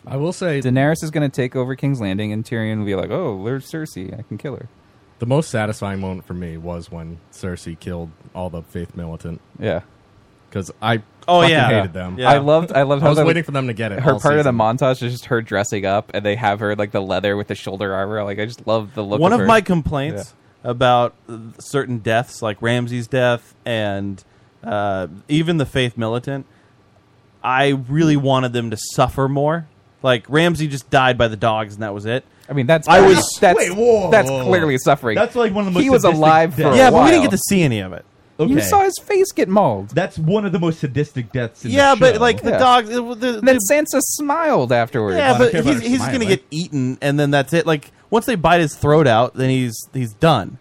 I will say
Daenerys is going to take over King's Landing, and Tyrion will be like, "Oh, there's Cersei. I can kill her."
The most satisfying moment for me was when Cersei killed all the faith militant.
Yeah.
Because I
Oh,
fucking
yeah.
hated them.
I loved. I loved.
I
how
was
the-
waiting for them to get it.
Her
all
part of the
season.
montage is just her dressing up, and they have her like the leather with the shoulder armor. Like I just love the look.
One of
her.
my complaints about uh, certain deaths, like Ramsey's death and uh, even the Faith Militant, I really wanted them to suffer more. Like Ramsey just died by the dogs, and that was it.
I mean, that's
I was
that's that's clearly suffering. He was alive for a
yeah, but we
while.
didn't get to see any of it.
You saw his face get mauled.
That's one of the most sadistic deaths. in
Yeah,
the
but
show.
like the
Yeah.
dogs. The, the,
then Sansa smiled afterwards.
Yeah, but he's, he's going to get eaten, and then that's it. Like once they bite his throat out, then he's he's done.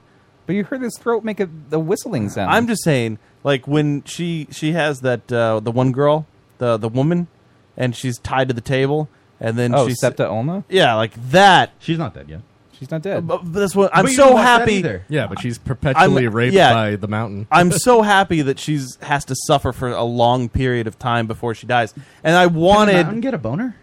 But you heard his throat make a the whistling sound.
I'm just saying, like when she she has that uh, the one girl, the the woman, and she's tied to the table, and then
Oh,
she's
Septa Olna?
Yeah, like that.
She's not dead yet.
She's not dead.
But, but that's what I'm
But you
so
didn't watch that
happy.
either. Yeah, but she's perpetually raped by the mountain.
I'm so happy that she's has to suffer for a long period of time before she dies, and I wanted.
mountain get a boner?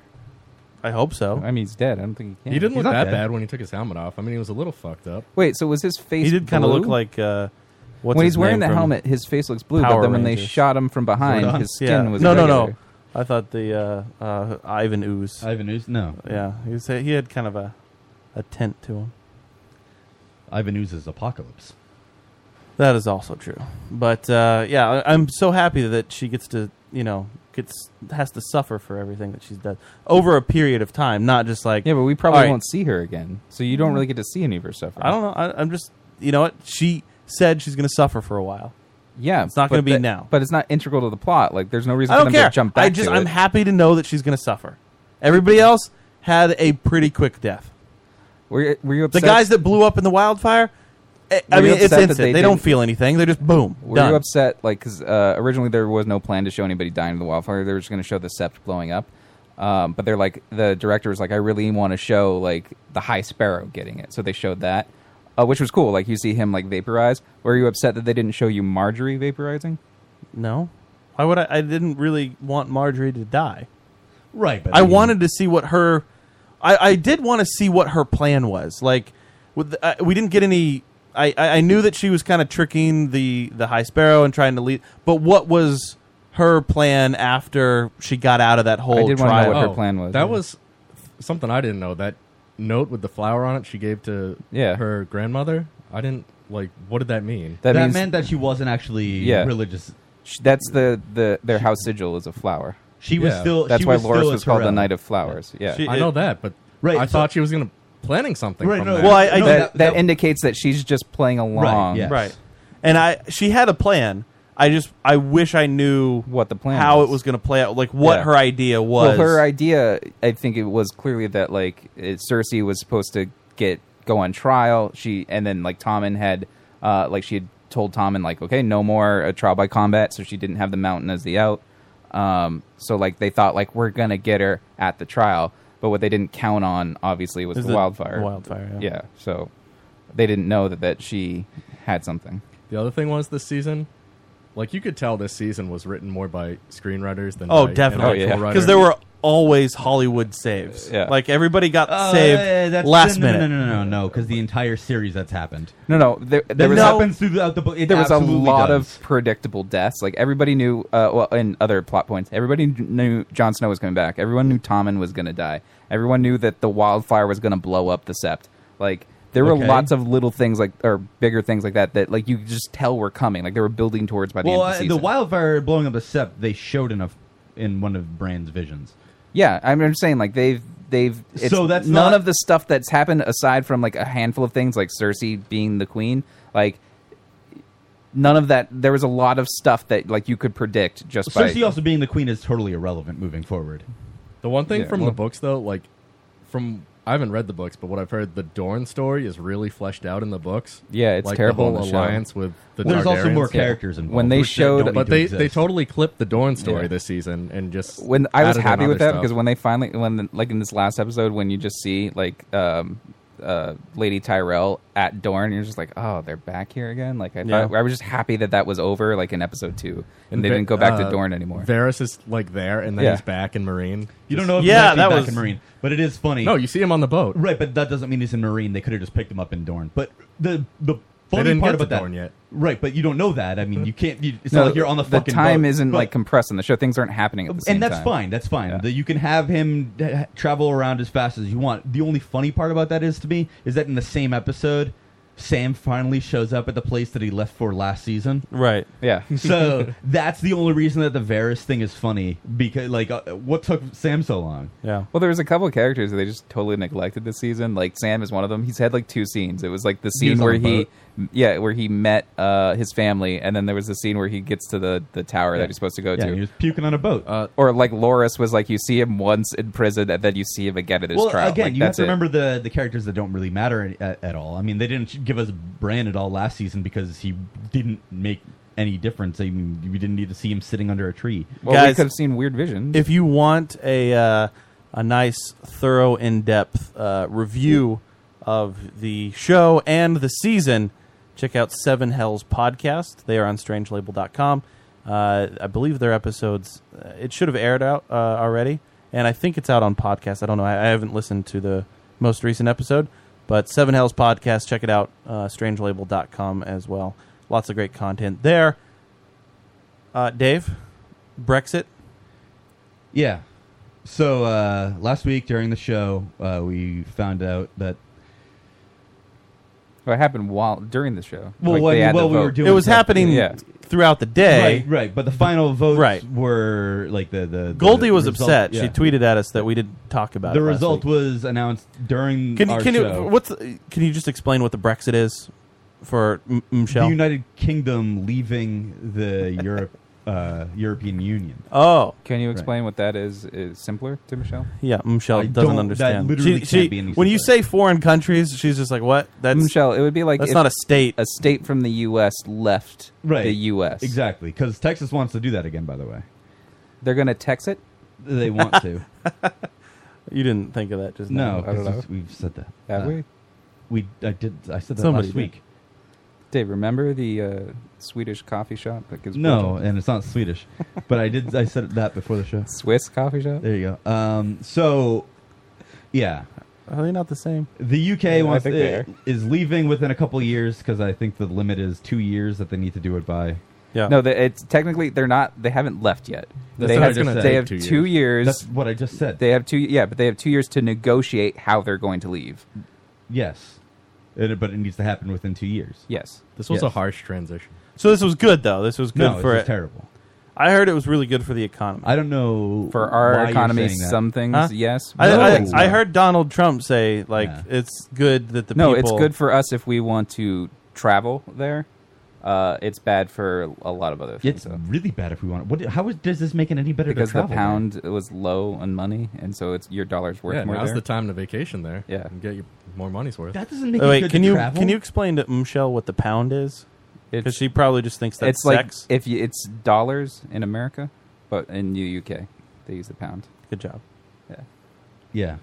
I hope so.
I mean, he's dead. I don't think
He didn't look that bad when he took his helmet off. I mean, he was a little fucked up.
Wait, so was his face?
He did kinda
blue?
look like,
uh,
when he's wearing the helmet, his face looks blue. but
Power
then when they
Rangers.
shot him from behind,
Zordon?
his skin
Yeah.
was
no, no,
regular.
no. I thought the uh, uh, Ivan Ooze.
Ivan Ooze, no.
Yeah, he was, he had kind of a a tint to him.
Ivan Ooze's apocalypse.
That is also true. But uh, yeah, I, I'm so happy that she gets to you know gets has to suffer for everything that she's done over a period of time, not just like
Yeah, but we probably
all right.
won't see her again, so you don't really get to see any of her suffering.
I don't know. I, I'm just you know what she said she's going to suffer for a while.
Yeah,
it's not
but
going to be
that-
now.
But it's not integral to the plot. Like, there's no reason
I
Oh,
for
don't
them
care.
to jump back
I just
to
I'm
it.
happy to know that she's going to suffer. Everybody else had a pretty quick death.
Were you, were you
the
upset?
guys that blew up in the wildfire? eh, I
Were you
mean, it's
upset that
instant. They, don't
didn't-
feel anything. They're just boom.
Were
done.
you upset? Like, because uh, originally there was no plan to show anybody dying in the wildfire. They were just going to show the sept blowing up. Um, but they're like, the director was like, I really want to show like the High Sparrow getting it. So they showed that, uh, which was cool. Like you see him like vaporize. Were you upset that they didn't show you Marjorie vaporizing?
No. Why would I? I didn't really want Marjorie to die.
Right.
I, wanted to see what her. I, I did want to see what her plan was. Like, with the, uh, we didn't get any. I, I I knew that she was kind of tricking the the High Sparrow and trying to lead. But what was her plan after she got out of that whole? trial?
Oh, That was something I didn't know. That note with the flower on it she gave to
Yeah.
her grandmother. I didn't like. What did that mean?
That, meant that she wasn't actually
Yeah.
religious.
Sh- That's the, the their house sigil is a flower.
She was Yeah. still-
That's
she
why
was
Loris
still a
was called the
Tyrell.
Knight of Flowers. Yeah,
I know that, but
Right,
I
so-
thought she was gonna planning something.
Right,
from
no,
that.
Well, I- I-
that,
No,
that,
that- that-
indicates that she's just playing along.
Right. And I she had a plan. I just I wish I knew
what the plan
how
was.
it was going to play out, like what
Yeah.
her idea was.
Well, her idea, I think it was clearly that like it, Cersei was supposed to get go on trial. She and then like Tommen had, uh, like she had told Tommen like, okay, no more a trial by combat, so she didn't have the mountain as the out. Um, so like they thought like we're gonna get her at the trial, but what they didn't count on obviously was
Is
the,
the
wildfire.
wildfire, yeah.
yeah. So they didn't know that that she had something.
The other thing was this season, like you could tell this season was written more by screenwriters than
oh,
by
definitely,
intellectual
because
writers.
there were always Hollywood saves.
Yeah.
Like everybody got
Uh,
Oh,
saved
eh, that's-
last
no, no,
minute.
No, no, no, no, because the entire series that's happened.
No, no. There,
That
there was
happens throughout the book. It
there was a
absolutely
lot
does.
of predictable deaths. Like everybody knew. Uh, well, and other plot points. Everybody knew Jon Snow was coming back. Everyone knew Tommen was going to die. Everyone knew that the wildfire was going to blow up the Sept. Like there were
Okay.
lots of little things like or bigger things like that that like you could just tell were coming. Like they were building towards by the
well,
end of
uh,
the
the
season.
wildfire blowing up the sept, they showed enough in one of Brand's visions.
Yeah, I'm I'm saying like they've they've it's
So that's
none
not-
of the stuff that's happened aside from like a handful of things like Cersei being the queen, like none of that there was a lot of stuff that like you could predict just by
Cersei also being the queen is totally irrelevant moving forward.
The one thing
Yeah,
from
well-
the books, though, like from I haven't read the books, but what I've heard, the Dorne story is really fleshed out in the books.
Oh.
Yeah, it's
like
terrible in
The whole
the show.
alliance with the
Well, there's also more
Targaryens.
characters involved,
When they
which
showed-
don't
don't
but
need
they
to
they
exist.
totally clipped the Dorne story
Yeah.
this season and just
when I was
added in
happy with
other
that
stuff.
because when they finally when like in this last episode when you just see like um uh Lady Tyrell at Dorne you're just like oh they're back here again like I
Yeah.
thought I was just happy that that was over like in episode 2 and, they
Ve-
didn't go back
uh,
to Dorne anymore.
Varys is like there, and then
Yeah.
he's back in Marine.
You don't
Just-
know if yeah, that back in Marine, but it is funny.
No, you see him on the boat,
right? But that doesn't mean he's in Marine. They could have just picked him up in Dorne. But the the funny
didn't
part
get to
about that,
Dorne yet.
right? But you don't know that. I mean, you can't. You, it's
No,
not like you're on the, fucking
time
boat.
isn't
But-
like compressed on the show things aren't happening at the same
and that's
time.
fine. That's fine. That you can have him d- travel around as fast as you want. The only funny part about that is to me is that in the same episode, Sam finally shows up at the place that he left for last season.
Right.
Yeah.
so that's the only reason that the Varys thing is funny because like uh, what took Sam so long?
Yeah.
Well, there was a couple of characters that they just totally neglected this season. Like Sam is one of them. He's had like two scenes. It was like the
He was
scene
on
where
the
he,
boat.
yeah, where he met uh, his family, and then there was the scene where he gets to the, the tower that he's supposed to go
Yeah,
to.
he was puking on a boat.
uh,
or like Loris was like, you see him once in prison, and then you see him again at his
well,
trial.
again,
Like,
you have
that's
to
it.
remember the the characters that don't really matter at, at all. I mean, they didn't give us Bran at all last season because he didn't make any difference. I mean, we didn't need to see him sitting under a tree.
If you want a uh, a nice, thorough, in depth uh, review of the show and the season, check out Seven Hells podcast. They are on strangelabel.com. Uh, I believe their episodes uh, it should have aired out uh, already, and I think it's out on podcast. I don't know. I, I haven't listened to the most recent episode, but Seven Hells podcast. Check it out. Uh, strangelabel.com as well. Lots of great content there. Uh, Dave, Brexit.
Yeah. So uh, last week during the show, uh, we found out that
Well, it happened while during the show.
well,
Like,
well,
they
I mean,
had the
well, we
vote.
were doing
It was
stuff-
happening throughout the day.
Right, right. But the final votes
Right.
were like the the, the
Goldie was
result-
upset.
yeah.
She tweeted at us that we didn't talk about
The
it. last
result
week.
was announced during
Can,
our
can
show.
you what's can you just explain what the Brexit is for M- Michelle?
The United Kingdom leaving the Europe uh, European Union.
oh,
can you explain what that is? Is simpler to Michelle?
yeah, Michelle
I
doesn't
don't-
understand.
that literally
She-
can't
she-
be any
when you say foreign countries, she's just like, "What? That's
Michelle, it would be like
that's
if
not a state.
A state from the U.S. left
Right.
the U.S.
Exactly, because Texas wants to do that again. By the way,
They're gonna text it.
they want to.
You didn't think of that just
no,
now.
'cause we've- we've said that.
Have
Uh,
we?
We I did. I said that
Somebody
last
did.
week.
Dave, remember the uh, Swedish coffee shop that gives
No,
blowjobs?
and it's not Swedish, but I did. I said that before the show.
Swiss coffee shop.
There you go. Um, so, yeah,
Are they not the same?
the UK
I
wants uh,
think they are.
is leaving within a couple of years because I think the limit is two years that they need to do it by.
Yeah.
No, they, it's technically they're not. They haven't left yet.
That's
they
what I
have,
just said.
they have
Two
two
years.
years.
That's what I just said.
They have two. Yeah, but they have two years to negotiate how they're going to leave.
Yes, It- but it needs to happen within two years.
Yes.
This was
Yes.
a harsh transition.
So this was good though. This was good
No, this
for
is
it.
terrible.
I heard it was really good for the economy.
I don't know
For our
why you're
economy,
saying that.
some things,
Huh?
yes.
I,
some
I,
things
I
no.
heard Donald Trump say like it's good that the
no,
people
it's good for us if we want to travel there. Uh, it's bad for a lot of other things.
It's really bad if we want. What? How is, does this make it any better?
because
to
the
travel there?
pound was low on money, and so it's your dollar's worth
Yeah,
more.
now's
there.
the time to vacation there.
Yeah,
and get your more money's worth.
That
Oh, wait, can you can you explain to Michelle what the pound is? Because
It's-
she probably just thinks that's
it's like
sex.
if you, it's dollars in America, but in the UK they use the pound.
Good job.
Yeah.
Yeah.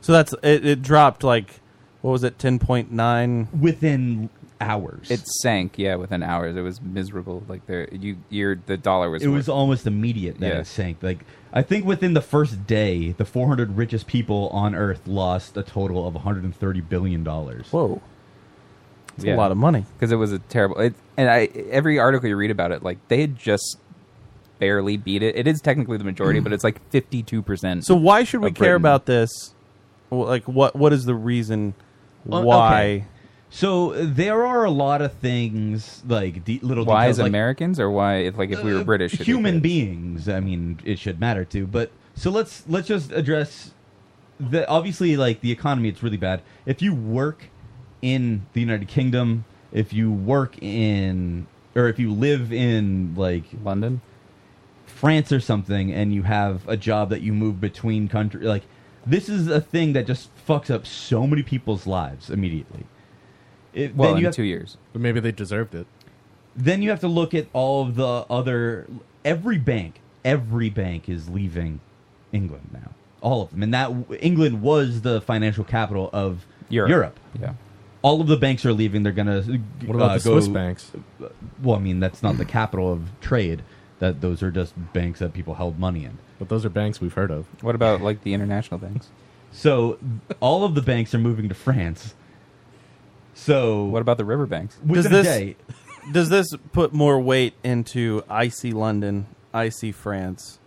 So that's it, it dropped like what was it ten point nine
within hours.
It sank, yeah, within hours. It was miserable. Like there, you, your the dollar was.
it
worth-
was almost immediate that
Yeah.
it sank. Like I think within the first day, the 400 richest people on Earth lost a total of 130 billion dollars.
Whoa, It's a lot of money.
because it was a terrible. It, and I every article you read about it, like they had just barely beat it. It is technically the majority, but it's like fifty two percent.
So why should we care about this? Well, Like what what is the reason
Well,
why?
okay. So there are a lot of things like de- little.
Why
details,
as
like,
Americans or why if like if we were
uh,
British? it'd be
human beings. I mean, it should matter too. But so let's let's just address the obviously like the economy. It's really bad. If you work in the United Kingdom, if you work in or if you live in like
London,
France or something, and you have a job that you move between country, like this is a thing that just fucks up so many people's lives immediately. It,
Well,
then
in
you have,
two years.
But maybe they deserved it.
Then you have to look at all of the other. Every bank, every bank is leaving England now. All of them, and that England was the financial capital of
Europe. Yeah.
All of the banks are leaving. They're gonna.
What about
uh,
the
go-
Swiss banks?
Well, I mean that's not the capital of trade. That those are just banks that people held money in.
But those are banks we've heard of.
What about like the international banks?
So all of the banks are moving to France. So
what about the river banks?
Does
Within a
this
day,
does this put more weight into icy London, icy France,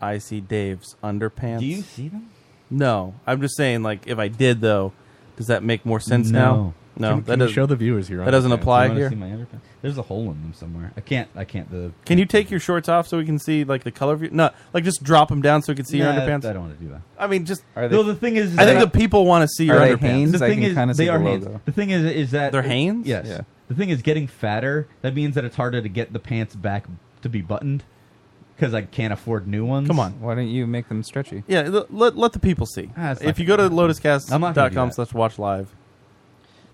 icy Dave's underpants? Do you
see them?
No, I'm just saying. Like, if I did though, does that make more sense now? No,
Can-
that
can you
doesn't
show the viewers your
That doesn't
underpants?
apply
I wanna
here.
see my underpants. There's a hole in them somewhere. I can't. I can't. The
Can you take your shorts off so we can see like the color of your? No, like just drop them down so we can see your
Nah,
underpants.
I don't wanna do that.
I mean, just
Are they- No, the thing is
I think
that-
the people want to see your
Are they
underpants.
Hanes?
The
I
thing
can
is,
kinda
they
see
are
the
Hanes.
logo. The thing is, is that
They're Hanes?
Yes.
Yeah.
The thing is, getting fatter. That means that it's harder to get the pants back to be buttoned because I can't afford new ones. Come on,
why don't you make them stretchy?
Yeah, l- let, let the people see.
it's
if
not
you go to
gonna happen. I'm
lotuscast.com
not
slash watch live,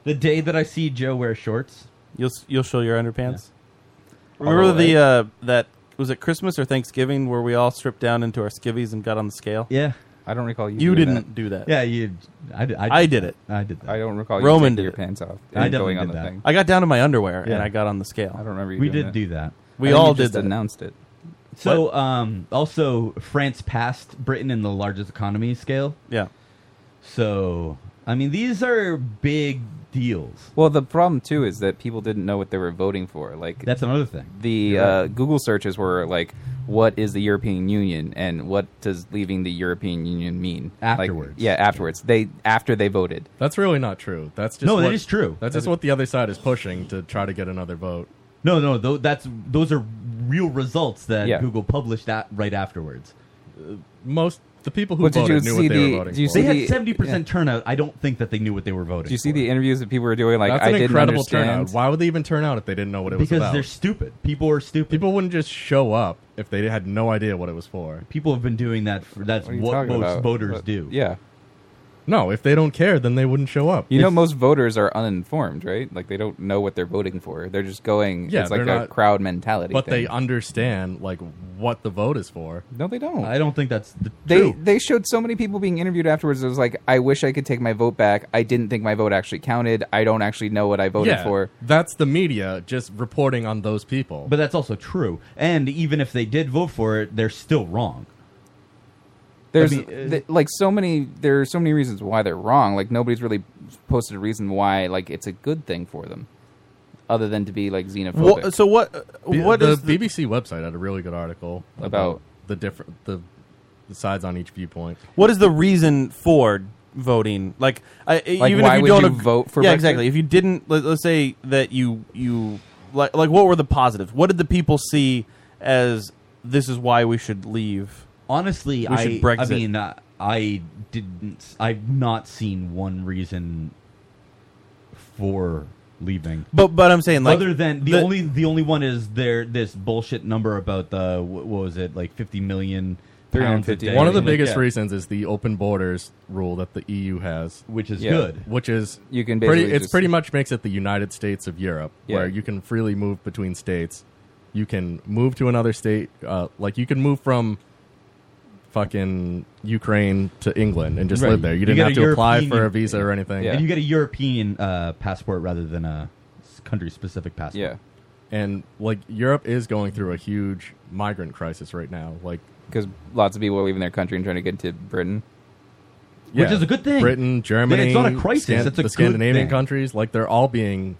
The day that I see Joe wear shorts,
you'll s- you'll show your underpants. Remember
Although,
the
I-
uh, that was it Christmas or Thanksgiving where we all stripped down into our skivvies and got on the scale?
Yeah,
I don't recall you.
You
doing
didn't
that.
do that.
Yeah, you. I did, I
I did it.
I did. That.
I don't recall.
Roman did
you taking your
it.
pants off.
I
and
definitely
going on
did
the
that.
thing.
I got down to my underwear
Yeah. Uh,
and I got on the scale. I
don't remember. You
we
doing
did do that.
We all did
Just
that.
announced it.
So, um, also France passed Britain in the largest economy scale.
Yeah.
So, I mean, these are big deals.
Well, the problem too is that people didn't know what they were voting for. Like
That's another thing.
The uh, Google searches were like, "What is the European Union?" and "What does leaving the European Union mean?" Like,
Afterwards.
yeah, afterwards. They after they voted.
That's really not true. That's just
No,
what,
that is true.
That's
That
just
is-
what the other side is pushing to try to get another vote.
No, no, tho- that's those are real results that
Yeah.
Google published that right afterwards.
Most the people who voted knew what they were voting for.
they had seventy percent turnout. I don't think that they knew what they were voting.
Do you see the interviews that people were doing? Like,
That's
I
an
didn't
incredible
understand.
turnout. Why would they even turn out if they didn't know what it was
Because
about?
they're stupid. People are stupid.
People wouldn't just show up if they had no idea what it was for.
People have been doing that. For, that's
What are you
what,
talking
most
about?
voters
But-
do.
Yeah.
No, if they don't care, then they wouldn't show up.
You know, most voters are uninformed, right? Like they don't know what they're voting for. They're just going.
Yeah,
it's like a
they're not-
crowd mentality.
but
thing.
they understand like what the vote is for.
No, they don't.
I don't think that's the
They they showed so many people being interviewed afterwards. It was like, I wish I could take my vote back. I didn't think my vote actually counted. I don't actually know what I voted
yeah,
for.
That's the media just reporting on those people.
But that's also true. And even if they did vote for it, they're still wrong.
There's
I mean, uh,
th- like so many. There are so many reasons why they're wrong. Like nobody's really posted a reason why like it's a good thing for them, other than to be like xenophobic.
so what? uh,
B-
what
the
is the-
BBC website had a really good article about,
About-
the different the, the sides on each viewpoint.
What is the reason for voting? Like, I,
Like,
even
why
if you
would
don't
you
ag-
vote for
yeah,
Brexit?
exactly. If you didn't, let, us say that you you like like what were the positives? What did the people see as this is why we should leave?
Honestly,
we
I,
should Brexit.
I mean, uh, I didn't. I've not seen one reason for leaving.
But but I'm saying like
other than the, only the only one is there this bullshit number about the wh- what was it like fifty million pounds a day.
One of the
Like, yeah.
biggest reasons is the open borders rule that the EU has,
which is Yeah. good.
Which is
You can
pretty.
basically
It's
just-
pretty much makes it the United States of Europe, where
Yeah.
you can freely move between states. You can move to another state, uh, like you can move from fucking Ukraine to England and just
Right.
live there. You didn't
get
have to
a
apply
European-
for a visa or anything.
And you get a European uh, passport rather than a country specific passport.
And like Europe is going through a huge migrant crisis right now. Like
because lots of people are leaving their country and trying to get to Britain.
Which is a good thing.
Britain, Germany,
It's not a crisis.
Scan-
It's a
the
good
Scandinavian
thing.
countries, like they're all being.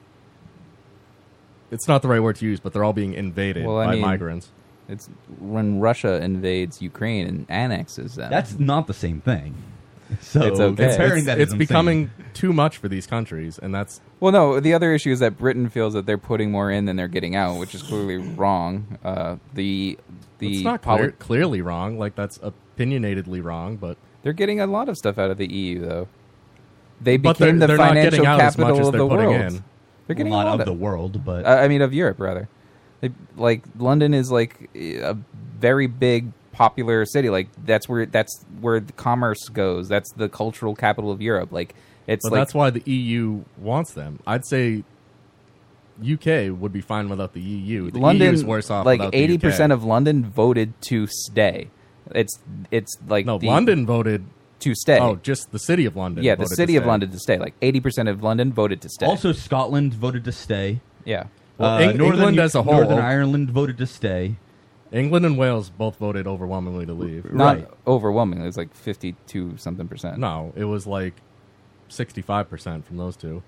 It's not the right word to use, but they're all being invaded
Well, I
by
mean,
migrants.
It's when Russia invades Ukraine and annexes them.
That's not the same thing. So
it's okay.
comparing that is
it's
insane.
becoming too much for these countries, and that's
Well, no. The other issue is that Britain feels that they're putting more in than they're getting out, which is clearly wrong. Uh, the the
it's not clear,
poli-
clearly wrong. Like that's opinionatedly wrong, but
they're getting a lot of stuff out of the EU though. They
But
became
they're-
the
they're not
financial
getting out as much
capital
as
of
they're
the
putting
world.
in.
They're getting
Well,
a
not
lot Uh,
of the world, but-
I I mean of Europe rather. They, like London is like a very big popular city. Like that's where that's where the commerce goes. That's the cultural capital of Europe. Like it's
but
like
that's why the EU wants them. I'd say UK would be fine without the EU. The EU is worse off.
Like
without the
eighty percent
UK.
of London voted to stay. It's it's like no
London voted
to stay.
Oh, just the city of London.
yeah, the
voted to
city of
stay.
London to stay. Like eighty percent of London voted to stay.
Also, Scotland voted to stay.
Yeah.
Well, Eng- England
U-
as a whole-
Northern Ireland voted to stay.
England and Wales both voted overwhelmingly to leave.
not overwhelmingly. It was like fifty-two something percent.
No, it was like sixty-five percent from those two.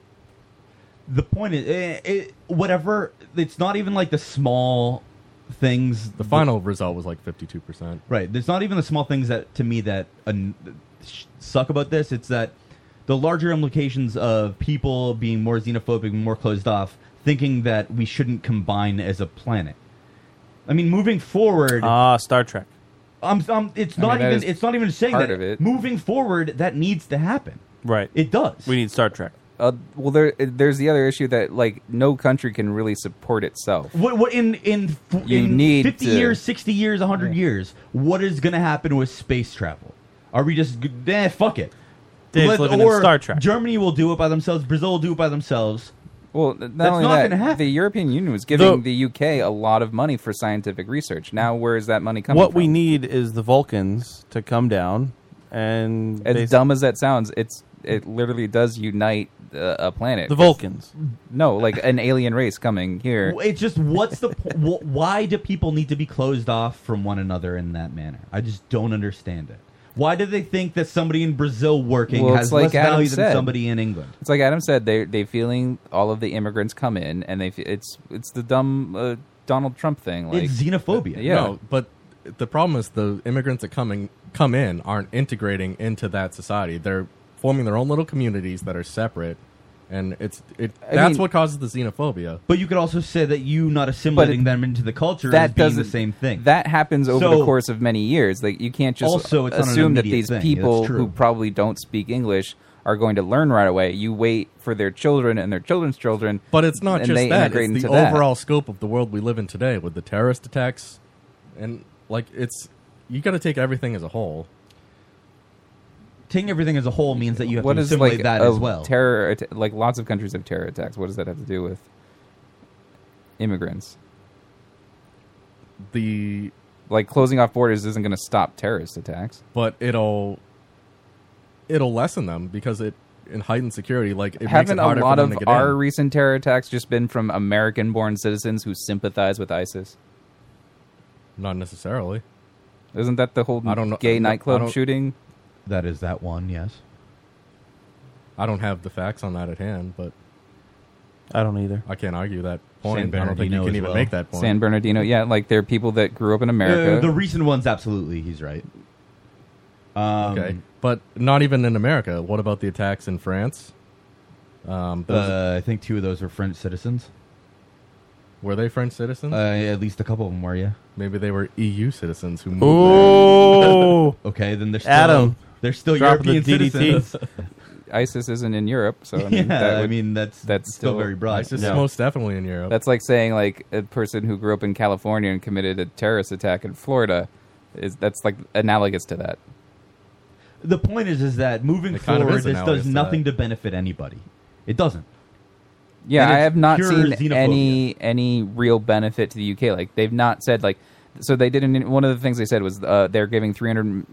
The point is, eh, it, whatever. It's not even like the small things.
The final result was like fifty-two percent.
Right. There's not even the small things that to me that an- sh- suck about this. It's that the larger implications of people being more xenophobic, more closed off, thinking that we shouldn't combine as a planet. I mean, moving forward.
Ah, Star Trek.
I'm, I'm, it's
I
not
mean, that
even.
is
It's not even saying
part
that.
of it.
Moving forward, that needs to happen.
Right.
It does.
We need Star Trek.
Uh, well, there there's the other issue that like no country can really support itself.
What, what in in, f-
You
in
need
50
to-
years, 60 years, 100 years, what is going to happen with space travel? Are we just, g- eh, fuck it.
Dave's living in Star Trek.
Germany will do it by themselves. Brazil will do it by themselves.
Well, Not
That's
only
not
that,
going to happen.
The European Union was giving the, UK a lot of money for scientific research. Now, where is that money coming
What
from?
we need is the Vulcans to come down and
as
basi-
dumb as that sounds, it's it literally does unite uh, a planet.
The Vulcans.
No, like an alien race coming here.
It's just, what's the, po- wh- why do people need to be closed off from one another in that manner? I just don't understand it. Why do they think that somebody in Brazil working
Well,
has
it's like
less
Adam
value
said.
than somebody in England?
It's like Adam said, they they feeling all of the immigrants come in, and they fe- it's it's the dumb uh, Donald Trump thing. Like uh, Yeah,
No, but the problem is the immigrants that coming come in aren't integrating into that society. They're forming their own little communities that are separate, and it's it.
I
that's
mean-
what causes the xenophobia.
But you could also say that you not assimilating them into the culture
that
is being the
doesn't-
same thing.
That happens over
So-
the course of many years. Like you can't just
Also, it's not an
assume that
immediate
these
thing. That's
people
true.
who probably don't speak English are going to learn right away. You wait for their children and their children's children.
But it's not
and
just
they
that.
integrate
It's the
into that.
overall scope of the world we live in today with the terrorist attacks, and like it's you got to take everything as a whole.
Taking everything as a whole means that you have
What
to
is
assimilate
like
that
a
as well.
Terror, att- like lots of countries have terror attacks. What does that have to do with immigrants?
The
like closing off borders isn't going to stop terrorist attacks.
But it'll it'll lessen them because it and heightened security. Like it makes
Haven't
it
a
harder
lot
for them
of
to get
our
in.
recent terror attacks just been from American-born citizens who sympathize with ISIS?
Not necessarily.
Isn't that the whole
I don't know- I
gay
don't- I
nightclub
don't-
shooting?
That is that one, yes.
I don't have the facts on that at hand, but
I don't either.
I can't argue that
San
point. I don't think you
Bernardino
can
as
even
well.
make that point.
San Bernardino, yeah, like they're people that grew up in America.
Uh, the recent ones, absolutely, he's right. Um,
okay, but not even in America. What about the attacks in France? Um, those-
Uh, I think two of those were French citizens.
were they French citizens?
Uh, at least a couple of them were, yeah.
Maybe they were EU citizens who moved.
Oh.
okay, then they're still,
Adam,
They're still
drop the
European
DDT.
citizens.
ISIS isn't in Europe, so I mean,
Yeah,
that
I
would-
mean, that's
that's
still very broad. ISIS is
most definitely in Europe.
That's like saying like a person who grew up in California and committed a terrorist attack in Florida is that's like analogous to that.
the point is, is that moving
It kind of
forward,
is
this
analogous
does
to
nothing to benefit anybody. It doesn't.
Yeah,
And
I
it's
have not
pure
seen
xenophobia.
any any real benefit to the UK. Like they've not said like so they didn't. One of the things they said was uh, they're giving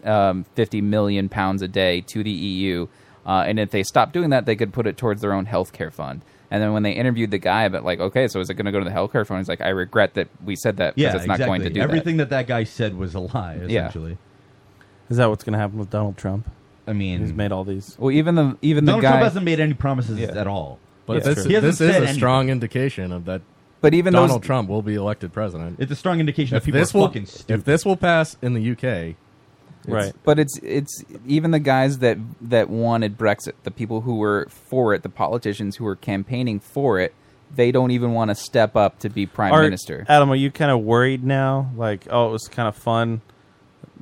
350 million pounds a day to the EU, uh, and if they stop doing that, they could put it towards their own healthcare fund. And then when they interviewed the guy about like, okay, so is it going to go to the healthcare fund? He's like, I regret that we said that because
Yeah,
it's not
exactly.
going to do
Everything that. that guy said was a lie,
Yeah.
essentially.
Is that what's going to happen with Donald Trump?
I mean,
Mm.
he's made all these.
Well, even the even
Donald Trump hasn't made any promises at all.
But this,
He hasn't
this is
said
a
anything.
strong indication of that.
But even
Donald
those-
Trump will be elected president.
It's a strong indication that people
this
are
will,
fucking
If this will pass in the UK,
It's-
Right.
But it's it's even the guys that that wanted Brexit, the people who were for it, the politicians who were campaigning for it, they don't even want to step up to be prime
Are-
minister.
uh,
Adam, are you kind of worried now? Like, oh, it was kind of fun,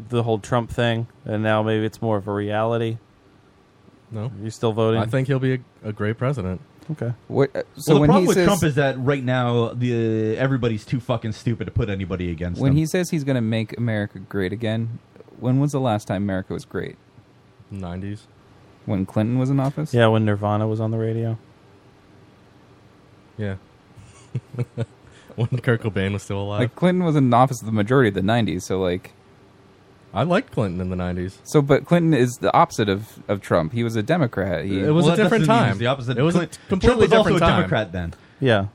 the whole Trump thing, and now maybe it's more of a reality.
No,
you still voting?
I think he'll be a, a great president.
Okay.
What, uh,
well, the problem with Trump is that right now the everybody's too fucking stupid to put anybody against
when
him.
he says he's going to make America great again, when was the last time America was great?
Nineties.
When Clinton was in office.
Yeah, when Nirvana was on the radio.
Yeah. when Kirk Cobain was still
uh,
alive.
Like Clinton was in office the majority of the '90s, so like,
I liked Clinton in the '90s.
So, but Clinton is the opposite of, of Trump. He was a Democrat. He,
It was Well, a that different doesn't mean he was time. the opposite. It was a Clint- completely Trump was also different a time. Democrat then.
Yeah.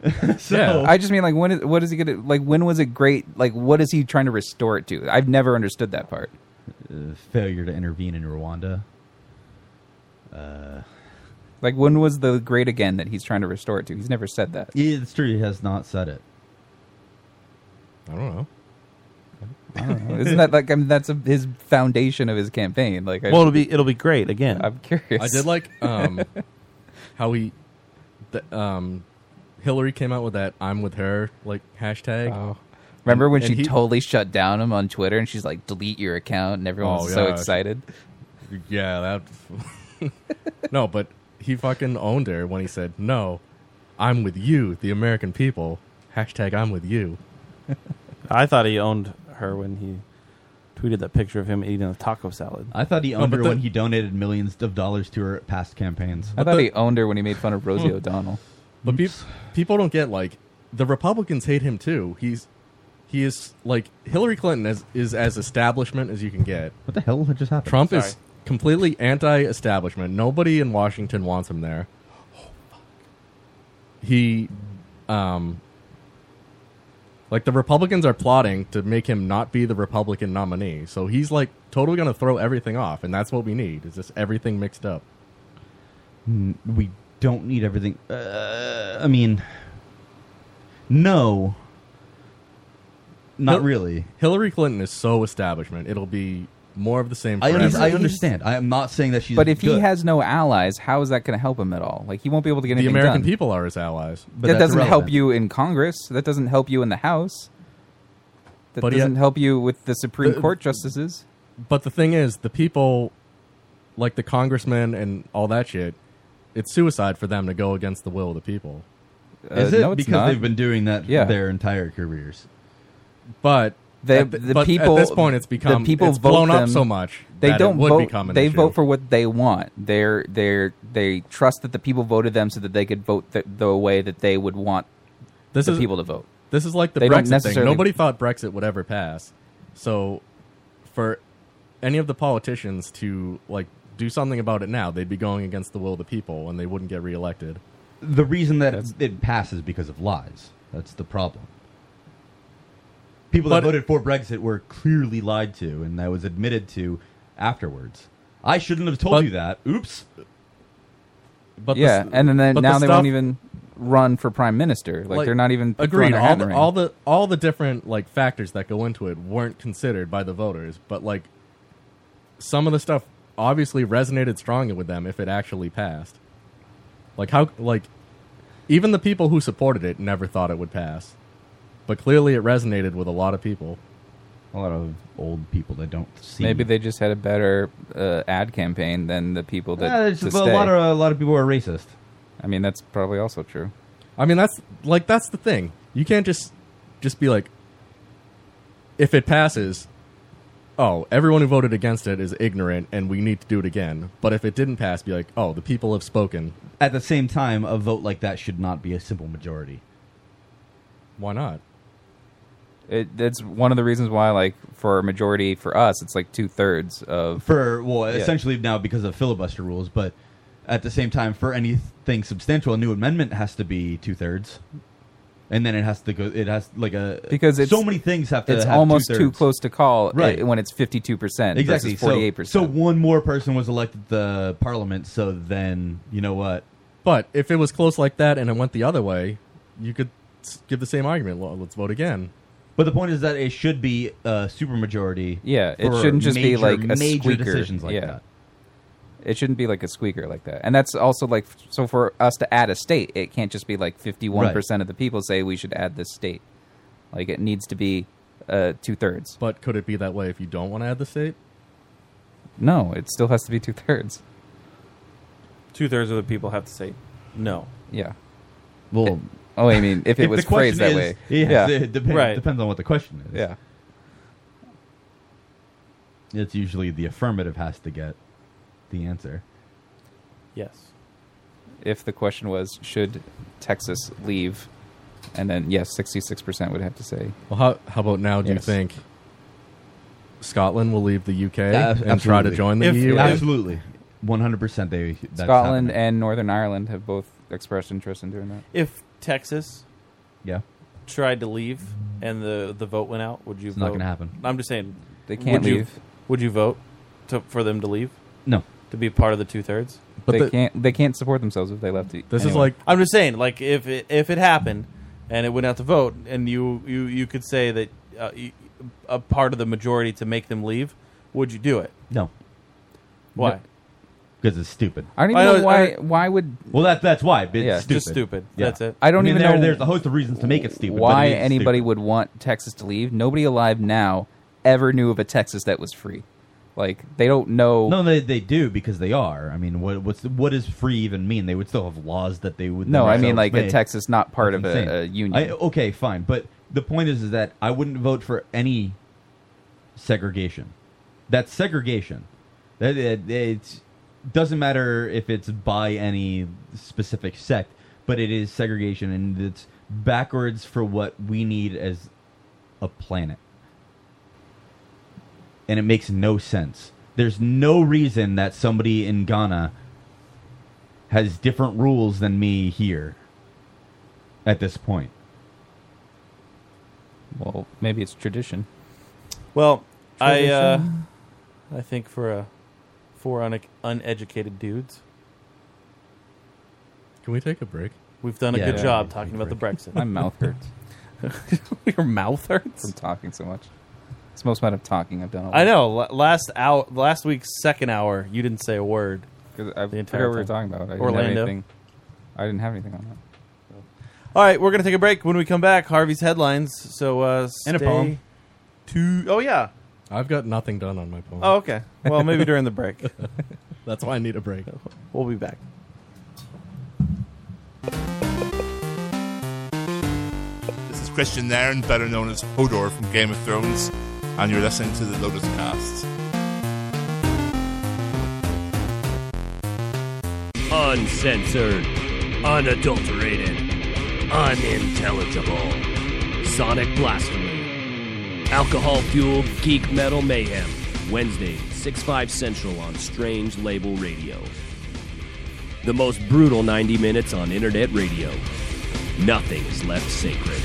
yeah. I just mean like when is what is he gonna like when was it great? Like what is he trying to restore it to? I've never understood that part.
Uh, failure to intervene in Rwanda. Uh,
Like when was the great again that he's trying to restore it to? He's never said that.
yeah, it's true. He has not said it.
I don't know.
I don't know. Isn't that like I mean, that's a, his foundation of his campaign? Like, I,
Well, it'll be it'll be great again.
I'm curious.
I did like um, how he, the, um, Hillary came out with that "I'm with her" like hashtag.
Remember when
And-
she
and he-
totally shut down him on Twitter and she's like, "Delete your account," and everyone was
Oh,
so
yeah.
excited.
Yeah, that. no, but he fucking owned her when he said, "No, I'm with you, the American people." Hashtag I'm with you.
I thought he owned her when he tweeted that picture of him eating a taco salad.
I thought he
No,
owned
but
her
the-
when he donated millions of dollars to her past campaigns.
I thought he owned her when he made fun of Rosie O'Donnell.
But peop people don't get like the Republicans hate him too. He's he is like Hillary Clinton is, is as establishment as you can get.
What the hell just happened?
Trump
Sorry.
is completely anti-establishment. Nobody in Washington wants him there. He, um, like the Republicans are plotting to make him not be the Republican nominee. So he's like totally going to throw everything off, and that's what we need is just everything mixed up.
N- we don't need everything. Uh, I mean, no, not
Hil-
really.
Hillary Clinton is so establishment; it'll be more of the same.
I,
forever.
under- I understand. I am not saying that she's.
But if he
good.
has no allies, how is that going to help him at all? Like he won't be able to get
The
anything
American
done.
people are his allies.
But that doesn't help you in Congress. That doesn't help you in the House. That
But yet-
doesn't help you with the Supreme
The-
Court justices.
But the thing is, the people, like the congressmen and all that shit, it's suicide for them to go against the will of the people.
Uh,
Is it because they've been doing that their entire careers?
But
They,
at
the,
the- but at
people
this point, it's become-
the people
it's
vote
blown up
them-
so much
They
that it
don't
would
vote.
become an
they
issue.
vote for what they want. They're they're they trust that the people voted them so that they could vote the, the way that they would want
This
the
is-
people to vote.
This is like the
They don't
Brexit thing.
necessarily-
Nobody thought Brexit would ever pass. So, for any of the politicians to like do something about it now, they'd be going against the will of the people, and they wouldn't get reelected.
The reason that it passes because of lies. That's the problem. People that
But-
voted for Brexit were clearly lied to, and that was admitted to afterwards. I shouldn't have told
But-
you that. Oops.
But
yeah, and then, then
but the
now they
stuff-
won't even run for prime minister. Like, they're not even throwing
agreed.
their
All
hat in
the,
ring.
all the all the different like factors that go into it weren't considered by the voters, but like some of the stuff obviously resonated strongly with them if it actually passed. Like how like even the people who supported it never thought it would pass, but clearly it resonated with a lot of people.
A lot of old people that don't see.
Maybe they just had a better uh, ad campaign than the people that.
Ah, it's
to
a lot
stay.
of a lot of people are racist.
I mean, that's probably also true.
I mean, that's like that's the thing. You can't just just be like, if it passes, oh, everyone who voted against it is ignorant, and we need to do it again. But if it didn't pass, be like, oh, the people have spoken.
At the same time, a vote like that should not be a simple majority.
Why not?
It, that's one of the reasons why, like, for a majority for us, it's like two thirds of
for well
Yeah.
essentially now because of filibuster rules but at the same time for anything substantial a new amendment has to be two-thirds and then it has to go it has like a
because it's,
so many things have to
It's
have
almost too
two-thirds.
close to call,
Right.
eh, When it's fifty two percent,
exactly
forty eight
so, so
percent.
one more person was elected to parliament so then you know what
But if it was close like that and it went the other way, you could s- give the same argument. Well, let's vote again.
But the point is that it should be a supermajority.
Yeah, it
for
shouldn't just be
major-
like a
major
squeaker.
decisions like
yeah.
that.
It shouldn't be like a squeaker like that. And that's also like so for us to add a state, it can't just be like 51% of the people say we should add this state. Like it needs to be uh, two thirds.
But could it be that way if you don't want to add the state?
No, it still has to be two thirds.
Two thirds of the people have to say no.
Yeah.
Well,
oh, I mean, if it
if
was
the question
phrased that
is-
way,
yes, it depends-
Right.
depends on what the question is.
Yeah.
It's usually the affirmative has to get the answer.
Yes.
If the question was should Texas leave, and then yes, sixty-six percent would have to say.
Well, how, how about now? Do
Yes.
you think Scotland will leave the UK
Uh,
and try to
absolutely.
join the
E
E
If-
EU?
if-
Absolutely, one hundred percent. They that's
Scotland and Northern Ireland have both expressed interest in doing that.
If Texas,
Yeah.
tried to leave and the the vote went out, would you?
It's
vote?
not gonna happen.
I'm just saying
They can't
would you-
leave.
would you vote to, for them to leave?
No.
to be part of the two thirds.
they can't. They can't support themselves if they left.
This is like-
I'm just saying, like if it, if it happened and it went out to vote, and you you you could say that uh, you, a part of the majority to make them leave, would you do it?
No.
Why?
because it's stupid.
I don't even know why. why would?
Well, that that's why. It's
Yeah.
stupid.
Just stupid.
Yeah.
That's it. I don't
mean,
even
there-
know
There's a host of reasons to make it stupid. but
why
it is
anybody would want Texas to leave. Nobody alive now ever knew of a Texas that was free. Like they don't know.
No, they, they do because they are. I mean, what what's what does free even mean? They would still have laws that they would.
No, I
themselves
mean, like, a
make.
Texas not part
That's
of a-
insane.
a
I-
union.
okay, fine, but the point is, is that I wouldn't vote for any segregation. That's segregation. That it, it's- doesn't matter if it's by any specific sect, but it is segregation, and it's backwards for what we need as a planet and it makes no sense. There's no reason that somebody in Ghana has different rules than me here at this point.
Well, maybe it's tradition.
Well, I uh,
Tradition.
I think for a for un- uneducated dudes,
Can we take a break?
we've done a
Yeah,
good
yeah,
job
we
talking
can
about the
break.
Brexit.
My mouth hurts.
Your mouth hurts
from talking so much. It's the most amount of talking I've done. All
I know. la- Last hour, last week's second hour, you didn't say a word.
I
the
forgot what we were
time.
talking about. I didn't have
Orlando.
anything- I didn't have anything on that.
All right, we're gonna take a break. When we come back, Harvey's headlines. So uh, stay
And a poem.
To oh yeah,
I've got nothing done on my poem.
Oh, okay. Well, maybe during the break.
That's why I need a break.
We'll be back.
This is Christian Nairn, better known as Hodor from Game of Thrones, and you're listening to the Lotus Cast.
Uncensored, unadulterated, unintelligible. Sonic blasphemy. Alcohol fueled geek metal mayhem. Wednesday, 6 5 Central on Strange Label Radio. The most brutal 90 minutes on internet radio. Nothing is left sacred.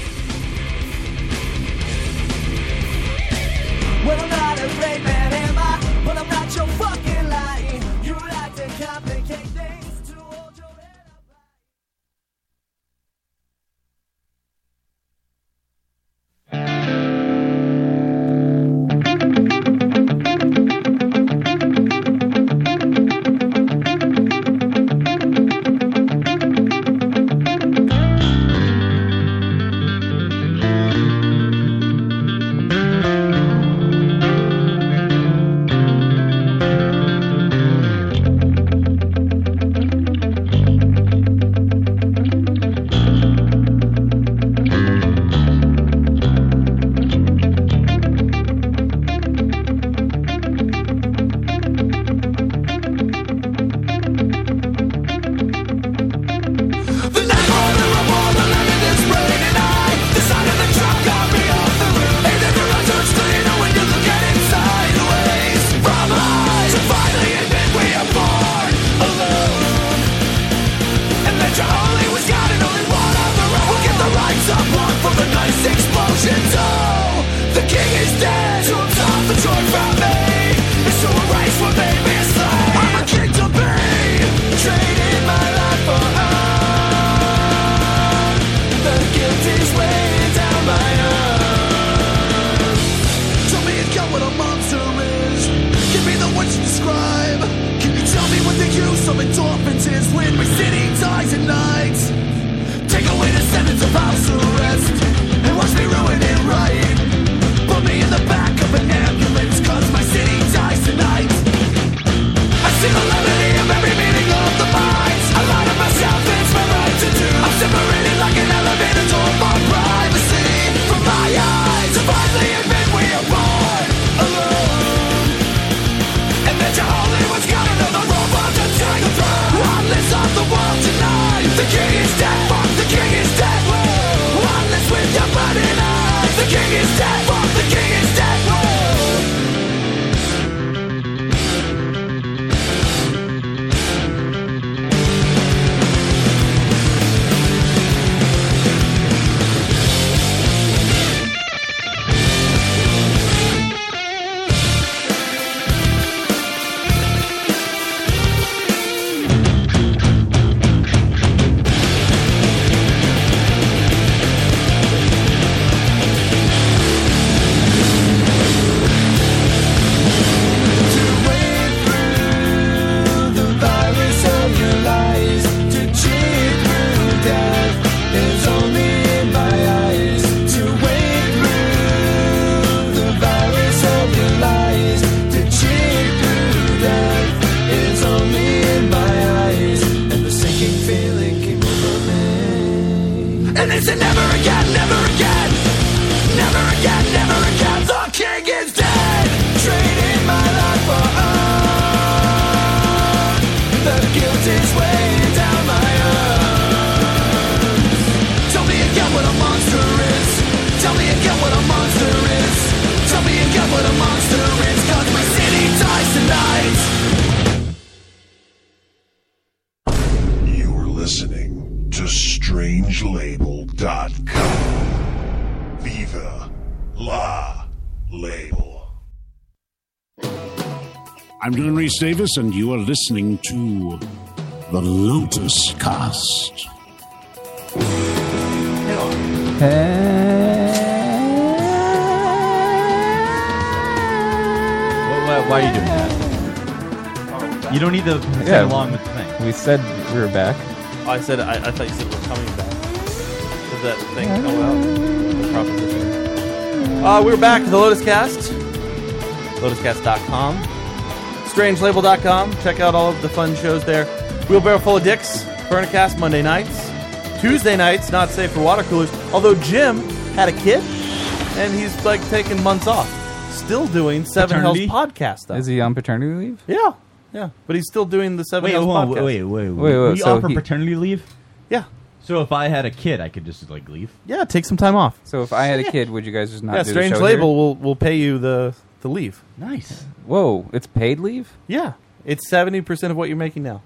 Well, I'm not a great man, am I? But I'm not your fucking lying. You like to complicate things. To hold your head up. The guilt is weighing down my own
La Label.
I'm Dylan Reese Davis, and you are listening to the Lotus Cast.
Why, why are you doing that? You don't need to sing
Yeah.
along with the thing.
We said we were back.
I said I, I thought you said we're coming back. Did that thing come out? The proposition. Uh, we're back to the Lotus Cast. LotusCast.com. Strangelabel.com. Check out all of the fun shows there. Wheelbarrow Full of Dicks, Furnicast Monday nights. Tuesday nights, not safe for water coolers. Although Jim had a kid and he's like taking months off. Still doing Seven Hells
Paternity?
podcast though.
Is he on paternity leave?
Yeah. Yeah. But he's still doing the Seven
Wait,
Hells
hold on,
podcast.
wait, wait, wait,
Wait, wait,
we
so
offer
he-
paternity leave.
Yeah.
So if I had a kid, I could just like leave.
Yeah, take some time off.
So if I had a
Sick.
kid, would you guys just not
yeah,
do
Strange
the show
Label will will pay you the the leave.
Nice.
Whoa, it's paid leave?
Yeah. It's seventy percent of what you're making now.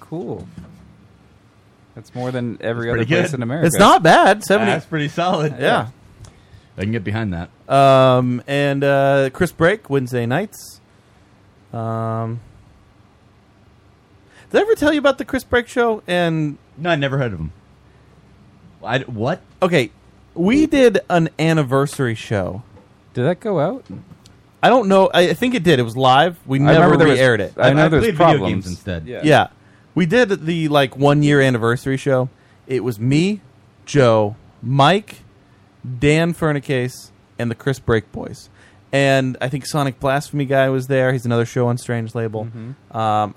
Cool. That's more than every
That's
other
pretty
place
good.
in America.
It's not bad. 70.
That's pretty solid.
Yeah.
I can get behind that.
Um and uh Chris Break Wednesday nights. Um Did I ever tell you about the Chris Break show and
No, I never heard of him. I, what?
Okay, we did an anniversary show.
Did that go out?
I don't know. I, I think it did. It was live. We never
remember there was-
re-aired it.
I know I there's
played video problems. games instead.
Yeah.
Yeah.
we did the like one year anniversary show. It was me, Joe, Mike, Dan Furnicase, and the Chris Break Boys. And I think Sonic Blasphemy guy was there. He's another show on Strange Label. Um,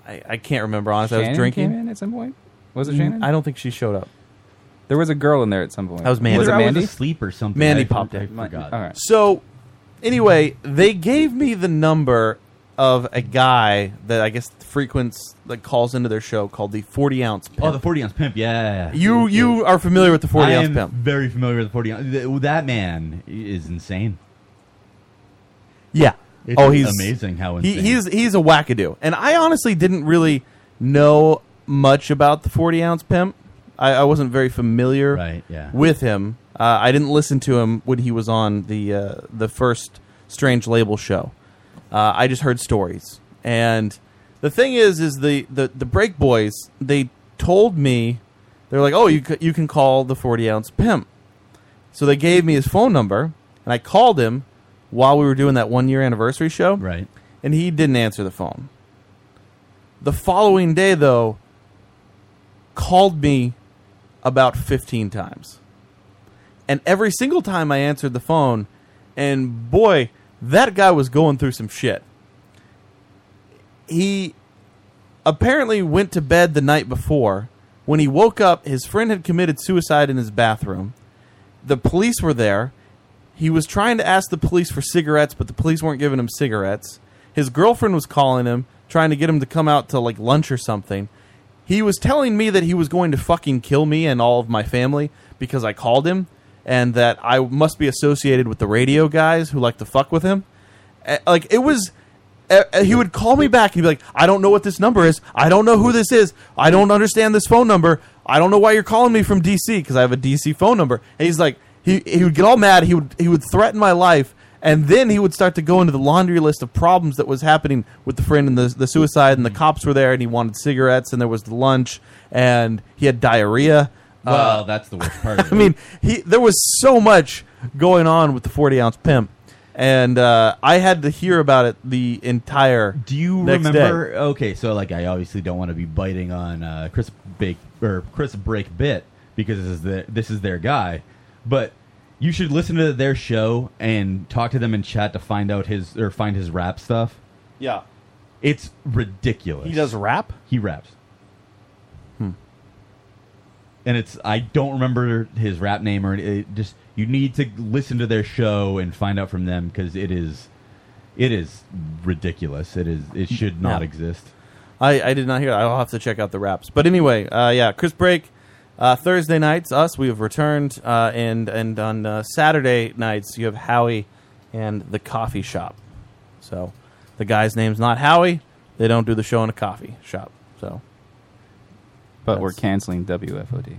I, I can't remember honestly. I
Mm-hmm. Shannon
was drinking.
came in at some point? Was it
Mm,
Shannon?
I don't think she showed up.
There was a girl in there at some point.
That was Mandy.
Was it
Either I was
Mandy?
asleep or something.
Mandy
I-
popped
I
in.
forgot.
All right.
So, anyway, they gave me the number of a guy that I guess frequents like calls into their show called the forty ounce. Pimp.
Oh, the forty ounce pimp. Yeah.
You- you are familiar with the 40
I
ounce
am
pimp.
Very familiar with the forty ounce. th- That man is insane.
Yeah.
It's
oh, he's
amazing how
he,
insane.
he's he's a wackadoo, and I honestly didn't really know much about the forty ounce pimp. I, I wasn't very familiar
yeah.
with him. Uh, I didn't listen to him when he was on the uh, the first Strange Label show. Uh, I just heard stories, and the thing is, is the the the Break Boys they told me they're like, oh, you c- you can call the forty ounce pimp. So they gave me his phone number, and I called him while we were doing that one year anniversary show.
Right.
And he didn't answer the phone. The following day, though, called me about 15 times. And every single time I answered the phone, and boy, that guy was going through some shit. He apparently went to bed the night before. When he woke up, his friend had committed suicide in his bathroom. The police were there. He was trying to ask the police for cigarettes, but the police weren't giving him cigarettes. His girlfriend was calling him, trying to get him to come out to like lunch or something. He was telling me that he was going to fucking kill me and all of my family because I called him and that I must be associated with the radio guys who like to fuck with him. Eh, Like it was eh, eh, he would call me back and he'd be like, "I don't know what this number is. I don't know who this is. I don't understand this phone number. I don't know why you're calling me from DC because I have a DC phone number." And he's like, he he would get all mad. He would he would threaten my life, and then he would start to go into the laundry list of problems that was happening with the friend and the the suicide, and the cops were there, and he wanted cigarettes, and there was the lunch, and he had diarrhea.
Well,
Uh,
that's the worst part. Of it.
I mean, he there was so much going on with the forty ounce pimp, and uh, I had to hear about it the entire. Do
you remember? Okay, so like I obviously don't want to be biting on uh, Chris Bake or Chris Break bit because this is the this is their guy, but you should listen to their show and talk to them in chat to find out his or find his rap stuff.
Yeah.
It's ridiculous.
He does rap.
He raps. Hmm. And it's I don't remember his rap name or it just you need to listen to their show and find out from them because it is it is ridiculous. It is it should not
Yeah.
exist.
I, I did not hear. that. I'll have to check out the raps. But anyway, uh, yeah, Chris Break. Uh, Thursday nights, us we have returned, uh, and and on uh, Saturday nights you have Howie and the coffee shop. So the guy's name's not Howie. They don't do the show in a coffee shop. So
But we're canceling WFOD.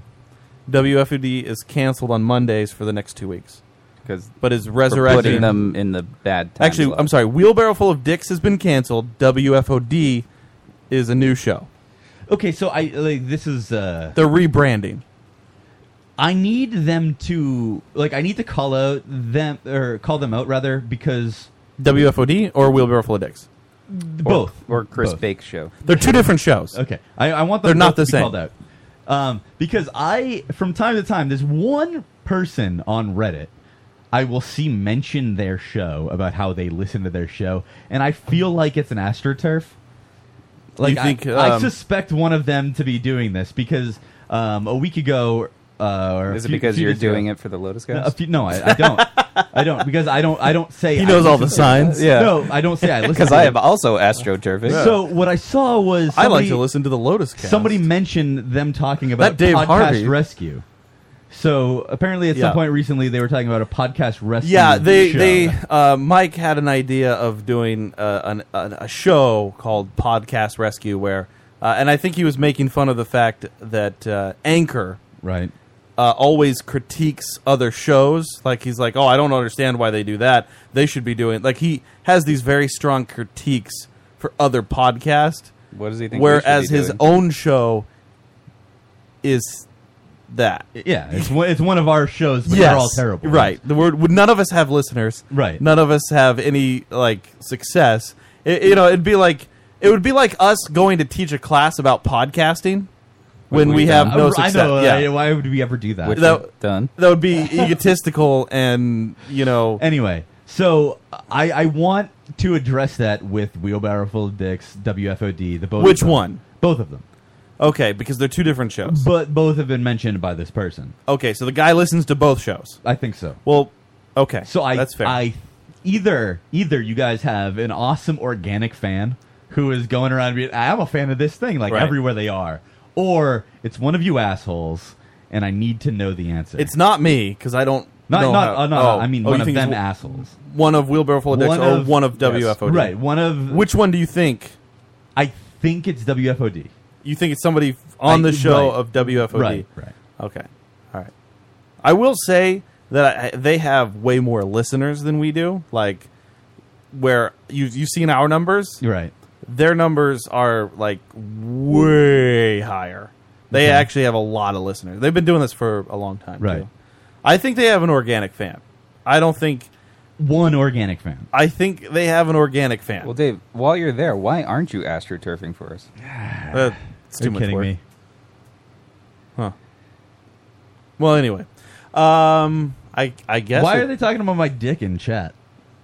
WFUD is canceled on Mondays for the next two weeks.
because
but is
resurrecting
resurrecting
putting them in the bad. Time
Actually,
slot.
I'm sorry. Wheelbarrow full of dicks has been canceled. WFOD is a new show.
Okay, so I like, this is uh
They're rebranding.
I need them to like I need to call out them or call them out rather because
WFOD or Wheelbarrow full of dicks.
both
or Chris
Both.
Bake's show.
They're two different shows.
Okay, I, I want them
They're not the
both to be
same.
Called out. Um, because I, from time to time, there's one person on Reddit I will see mention their show about how they listen to their show, and I feel like it's an astroturf. Like
You think,
I, I
um,
suspect one of them to be doing this because um, a week ago. Uh, or a
Is it
few-
because
few
you're
days ago-
doing it for the Lotus
No, a
Cast?
few- no, I, I don't. I don't because I don't. I don't say
He
I
knows all
listen
the
to-
signs. Yeah.
No, I don't say I listen
'Cause
to
I
it.
am also astroturfing. Yeah.
So what I saw was
I like
somebody-
to listen to the Lotus Cast.
Somebody mentioned them talking about
That Dave
podcast
Harvey.
rescue. So apparently, at
Yeah.
some point recently, they were talking about a podcast rescue.
Yeah, they
show.
they uh, Mike had an idea of doing uh, an, an, a show called Podcast Rescue, where uh, and I think he was making fun of the fact that uh, Anchor
right
uh, always critiques other shows. Like he's like, oh, I don't understand why they do that. They should be doing like he has these very strong critiques for other podcasts.
What does he think we should
Whereas
be
his
doing?
own show is that.
Yeah, it's one, it's one of our shows, but
Yes,
they're all terrible.
Right. The word would none of us have listeners. Right. None of us have any like success. It, you know, it'd be like it would be like us going to teach a class about podcasting when, we have no
I
success.
know.
yeah.
I- why would we ever do that?
that,
done.
That would be egotistical and you know.
Anyway, so I I want to address that with wheelbarrow full of dicks, WFOD, the both.
Which
of them.
one?
Both of them.
Okay, because they're two different shows.
But both have been mentioned by this person.
Okay, so the guy listens to both shows.
I think so.
Well, okay.
So I
that's fair.
I either either you guys have an awesome organic fan who is going around being I'm a fan of this thing like
Right.
everywhere they are, or it's one of you assholes, and I need to know the answer.
It's not me because I don't.
Not-
know
not-
how- Oh.
uh, not- I mean one
you
of
think it's
them
w-
assholes.
One of wheelbarrow full of dicks,
One
or
of-
one of
yes.
WFOD.
Right, one of-
Which one do you think?
I think it's WFOD.
You think it's somebody f- on
I-
the show
right.
of WFOD?
Right, right.
Okay. All right. I will say that I, they have way more listeners than we do. Like, where you you've seen our numbers,
right?
Their numbers are like way higher. They
Okay.
actually have a lot of listeners. They've been doing this for a long time,
Right.
too. I think they have an organic fan. I don't think
one organic fan.
I think they have an organic fan.
Well, Dave, while you're there, why aren't you astroturfing for us?
Uh, it's too You're much kidding work. me. Huh. Well, anyway, um, I I guess.
Why
it-
are they talking about my dick in chat?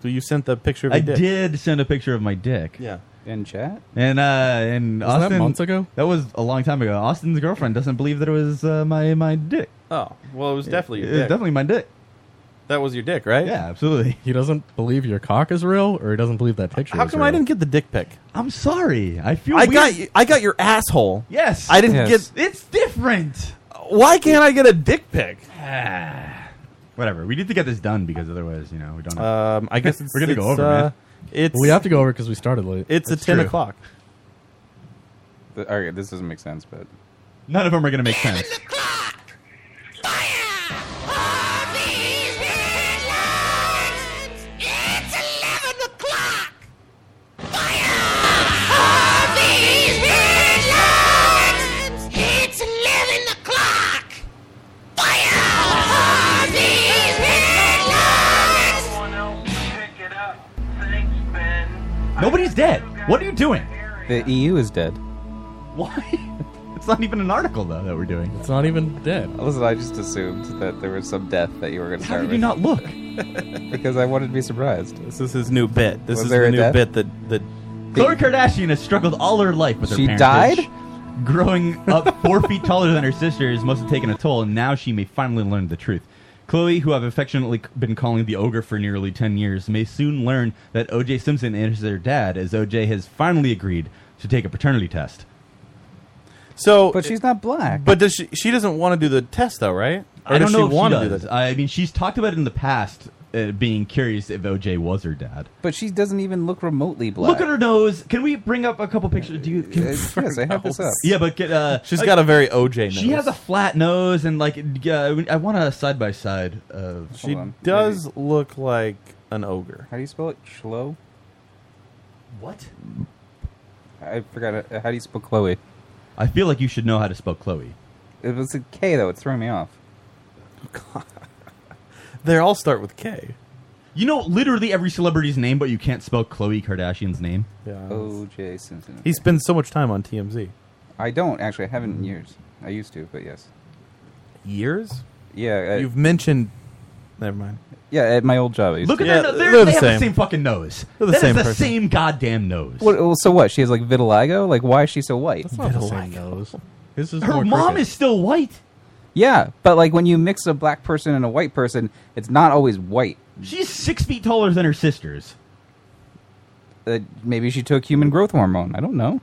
So you sent the picture of
I
your dick.
did send a picture of my dick.
Yeah.
In chat?
And uh,
Wasn't
and
that
Austin
months
ago. That was a long time ago. Austin's girlfriend doesn't believe that it was uh, my my dick.
Oh well, it was definitely your
It was
dick.
definitely my dick.
that was your dick, right?
Yeah, absolutely.
He doesn't believe your cock is real, or he doesn't believe that picture.
How
is
come I
real?
didn't get the dick pic?
I'm sorry. I feel.
I
weird.
got I got your asshole.
Yes.
I didn't
Yes.
get.
It's different. Ah.
Why can't I get a dick pic?
Whatever. We need to get this done because otherwise, you know, we don't. Know.
Um, I guess it's,
we're gonna
it's,
go over,
uh,
man.
It's
we have to go over because we started late.
It's a
That's
ten
true.
o'clock.
Th- All right, this doesn't make sense, but
None of them are gonna make sense.
It's 11 o'clock! Fire! These headlights!
Nobody's dead. What are you doing?
the EU is dead.
Why? It's not even an article though that we're doing.
It's not even dead.
Listen, I just assumed that there was some death that you were going to
How
start
did you
with.
not look?
because I wanted to be surprised.
This is his new bit. This
Was
is
there
the
a
new
death?
bit that that
Khloe Kardashian has struggled all her life with her
She
parentage. Growing up four feet taller than her sisters must have taken a toll, and now she may finally learn the truth. Chloe, who I've affectionately c- been calling the ogre for nearly 10 years, may soon learn that OJ Simpson is her dad, as OJ has finally agreed to take a paternity test.
So,
but she's not black.
But does she? She doesn't want to do the test, though, right? Or
I don't
does
know
she
if
wanna
she does. I mean, she's talked about it in the past uh, being curious if OJ was her dad.
But she doesn't even look remotely black. Uh,
Look at her nose. Can we bring up a couple pictures? Do you?
Uh,
Can
yes, I have this up.
Yeah, but get, uh,
She's
like-
got a very OJ nose.
She has a flat nose and like uh, I want a side by side of.
She does look like an ogre.
How do you spell it? Chlo?
What?
I forgot. uh, How do you spell Chloe?
I feel like you should know how to spell Chloe.
It was a K, though. It's throwing me off.
They all start with K. You know literally every celebrity's name, but you can't spell Chloe Kardashian's name.
Yeah.
Oh,
O.J. Simpson.
He spends so much time on TMZ.
I don't, actually. I haven't in years. I used to, but yes.
Years?
Yeah. I,
You've mentioned. Never mind.
Yeah, at my old job. I used
Look
to.
at their no- they're- they have the same fucking nose.
They're the
That is
same
the
person.
same goddamn nose.
What, well, so what? She has like vitiligo? Like, why is she so white? That's
not the same nose. This is
Her
more
mom
crooked.
is still white.
Yeah, but like when you mix a black person and a white person, it's not always white.
She's six feet taller than her sisters.
Uh, maybe she took human growth hormone. I don't know.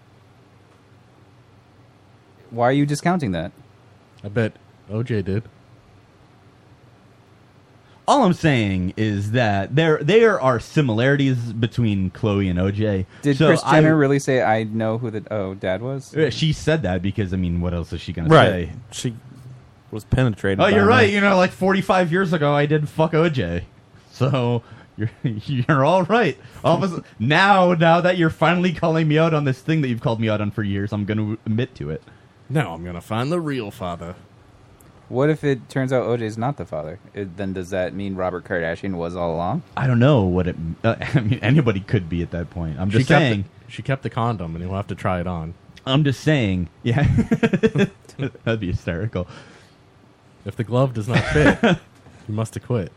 Why are you discounting that?
I bet OJ did.
All I'm saying is that there there are similarities between Chloe and OJ.
Did
so
Chris
I-
Jenner really say I know who the oh dad was?
Yeah, She said that because I mean, what else is she gonna
Right.
say?
She was penetrated.
Oh,
by
you're
him.
right. You know, like 45 years ago, I did fuck OJ. So you're you're all right. All of a sudden- now, now that you're finally calling me out on this thing that you've called me out on for years, I'm going to admit to it.
Now I'm gonna find the real father.
What if it turns out OJ's not the father? It, then does that mean Robert Kardashian was all along?
I don't know what it. Uh, I mean, anybody could be at that point. I'm just
kept
saying.
the- she kept the condom, and he'll have to try it on.
I'm just saying. Yeah, that'd be hysterical.
If the glove does not fit, you must have quit.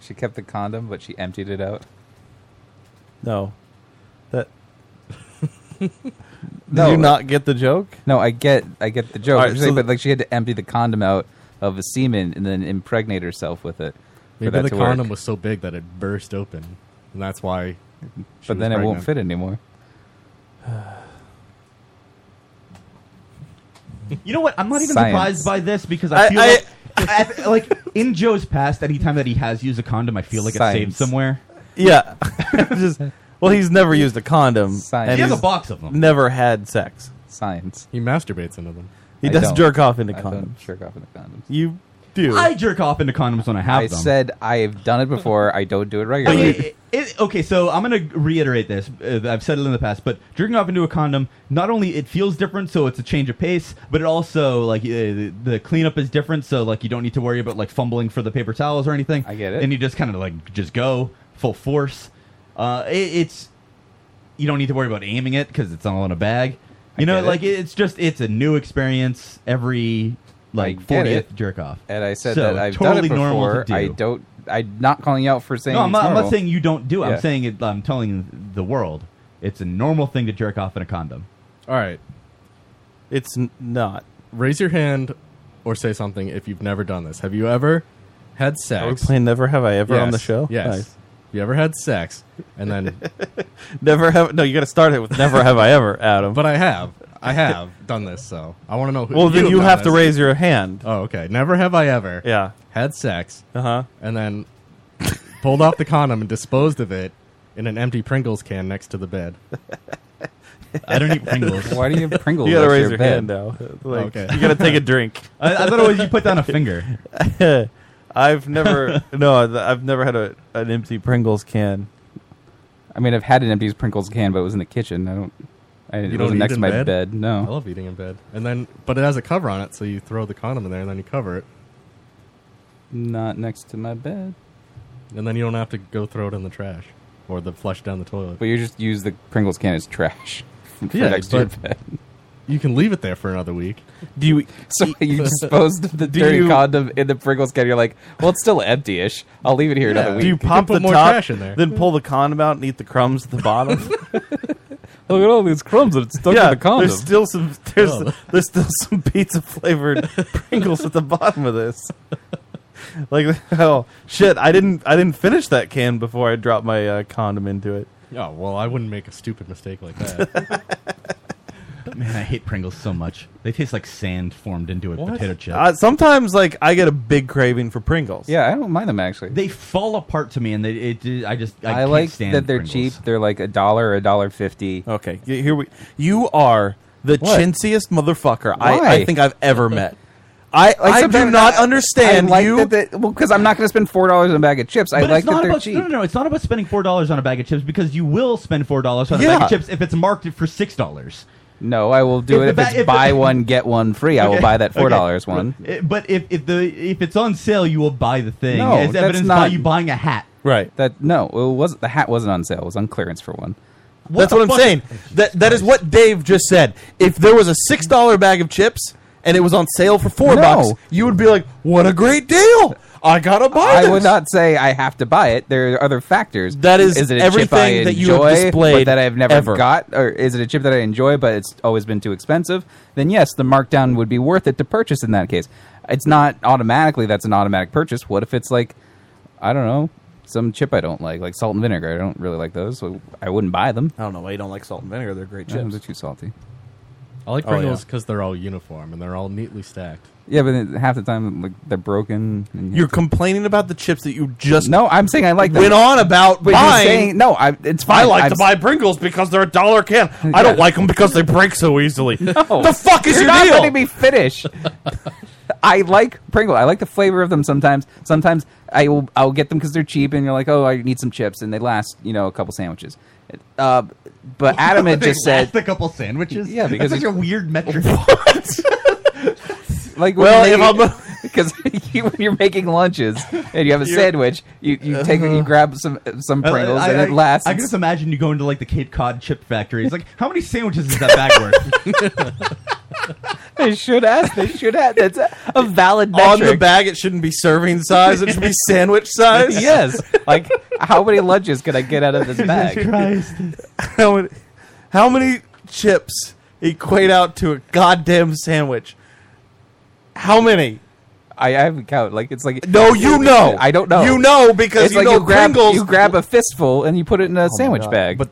She kept the condom, but she emptied it out.
No. That.
No,
you
uh,
not get the joke?
No, I get, I get the joke.
All right,
I'm just saying,
so-
but like she had to empty the condom out of a semen and then impregnate herself with it. for
Maybe
that
the
to work.
condom was so big that it burst open, and that's why. she
but
was
then it won't
pregnant.
fit anymore.
You know what? I'm not even
Science.
surprised by this because I
I-
feel
I-
like, I feel like in Joe's past, anytime that he has used a condom, I feel like
Science.
it's saved somewhere.
Yeah. Just- well, he's never used a condom.
Science. He has
he's
a box of them.
Never had sex.
Science.
He masturbates into them.
He
I
does
don't.
jerk off into
I
condoms.
don't
Jerk off into condoms.
You do.
I jerk off into condoms when I have
I
them.
said I've done it before. I don't do it
Oh, yeah,
regularly.
it- it- okay, so I'm going to reiterate this. Uh, I've said it in the past, but jerking off into a condom, not only it feels different, so it's a change of pace, but it also like uh, the the cleanup is different, so like you don't need to worry about like fumbling for the paper towels or anything. I get
it.
And you just kind of like just go full force. Uh, it, it's you don't need to worry about aiming it because it's all in a bag. You know,
get it.
like it's just it's a new experience every like
get it.
40th jerk off.
And I said
So,
that I've
totally
done it
normal
before.
to do.
I don't. I'm not calling you out for saying.
No, I'm
it's
not, I'm not
normal.
saying you don't do it.
Yeah.
I'm saying it, I'm telling the world it's a normal thing to jerk off in a condom.
All right.
It's n- not.
Raise your hand or say something if you've never done this. Have you ever had sex?
Are we playing Never Have I Ever on the
Yes,
show?
Yes.
Nice.
You ever had sex? And then
Never have. No, you got to start it with Never Have I Ever, Adam.
But I have. I have done this, so I want to know. Who,
Well, then you
done
have to
this.
raise your hand.
Oh, okay. Never have I ever.
Yeah.
Had sex.
Uh huh.
And then pulled off the condom and disposed of it in an empty Pringles can next to the bed.
I don't eat Pringles.
Why do you have Pringles?
You gotta
next to
raise
your
your
bed?
hand now. Like, You gotta take a drink.
I, I thought it was you put down a finger.
I've never. no, th- I've never had a, an empty Pringles can.
I mean, I've had an empty Pringles can, but it was in the kitchen. I don't. I, it wasn't next to my bed.
I
No.
love eating in bed. And then, but it has a cover on it, so you throw the condom in there and then you cover it,
Not next to my bed.
and then you don't have to go throw it in the trash or the flush down the toilet.
But you just use the Pringles can as trash. for
Yeah,
next to your
but-
bed.
You can leave it there for another week.
Do you?
So you disposed of the
Do
dirty
you-
condom in the Pringles can. You're like, well, it's still empty-ish. I'll leave it here another week.
Do you pop the top, then pull the condom out and eat the crumbs at the bottom?
Look at all these crumbs that's stuck
yeah,
to the condom.
There's still some. There's,
Oh.
there's still some pizza flavored Pringles at the bottom of this. like oh shit! I didn't I didn't finish that can before I dropped my uh, condom into it.
Yeah, well, I wouldn't make a stupid mistake like that.
Man, I hate Pringles so much. They taste like sand formed into a potato chip.
Uh, sometimes, like, I get a big craving for Pringles.
Yeah, I don't mind them actually.
They fall apart to me, and they, it, it- I just I,
I,
can't
like
stand
that they're
Pringles.
cheap. They're like a dollar or a dollar fifty.
Okay, y- here we. You are the
What?
chintziest motherfucker
Why?
I, I think I've ever met. I I do
sometimes
not
I-
understand
I like
you.
that they- well, because I'm not going to spend four dollars on a bag of chips. I
But
like
it's not
that they're
about,
cheap.
No, no, no. It's not about spending four dollars on a bag of chips because you will spend four dollars on a bag
Yeah.
of chips if it's marked for six dollars.
No, I will
If
do it
the
if
ba-
it's
if the-
buy one get one free. I will buy that four dollars one.
But if, if the if it's on sale, you will buy the thing.
No,
as
that's
evidenced by
not-
you buying a hat.
Right.
That no, it was the hat wasn't on sale. It was on clearance for one.
That's what I'm saying. That that is what Dave just said. If there was a six dollar bag of chips and it was on sale for four
No.
bucks, you would be like, "What a great deal! I gotta buy."
I
this.
would not say I have to buy it. There are other factors.
That is
is it a chip I
everything that you have
enjoy,
displayed
but that I've never
ever.
got, or is it a chip that I enjoy but it's always been too expensive? Then yes, the markdown would be worth it to purchase in that case. It's not automatically that's an automatic purchase. What if it's like, I don't know, some chip I don't like, like salt and vinegar. I don't really like those, so I wouldn't buy them.
I don't know why you don't like salt and vinegar. They're great
They're
chips.
too salty.
I like
Oh, yeah.
Pringles because they're all uniform and they're all neatly stacked.
Yeah, but then half the time like they're broken. And you
You're complaining about the chips that you just
no. I'm saying I like them.
went on about
But you're
buying.
saying- no, I, it's fine.
I like
I've
to buy Pringles because they're a dollar can. I don't
Yeah.
like them because they break so easily. The fuck is
You're
your
not
deal?
letting me finish. I like Pringle. I like the flavor of them sometimes. Sometimes I will I'll get them because they're cheap, and you're like, oh, I need some chips, and they last you know a couple sandwiches. Uh, but Adam had
They
just said
last a couple sandwiches.
Yeah, because
that's such
it-
a weird metric.
like
Well,
because you, when you're making lunches and you have a
You're-
sandwich, you, you
Uh-huh.
take you grab some some
Uh,
Pringles
I, I,
and it lasts.
I, can just imagine you going to like the Cape Cod chip factory. It's like, how many sandwiches is that bag worth?
they should ask. They should ask. That's a, a valid
On the
metric.
bag, it shouldn't be serving size. It should be sandwich size.
yes. Like, how many lunches can I get out of this bag?
how, many, how many chips equate out to a goddamn sandwich? How many?
I, I haven't counted. Like it's like
No, you know.
I don't know.
You know
Oh,
because
It's
you
like
know
you grab,
Pringles-
You grab a fistful and you put it in a sandwich
God.
bag. But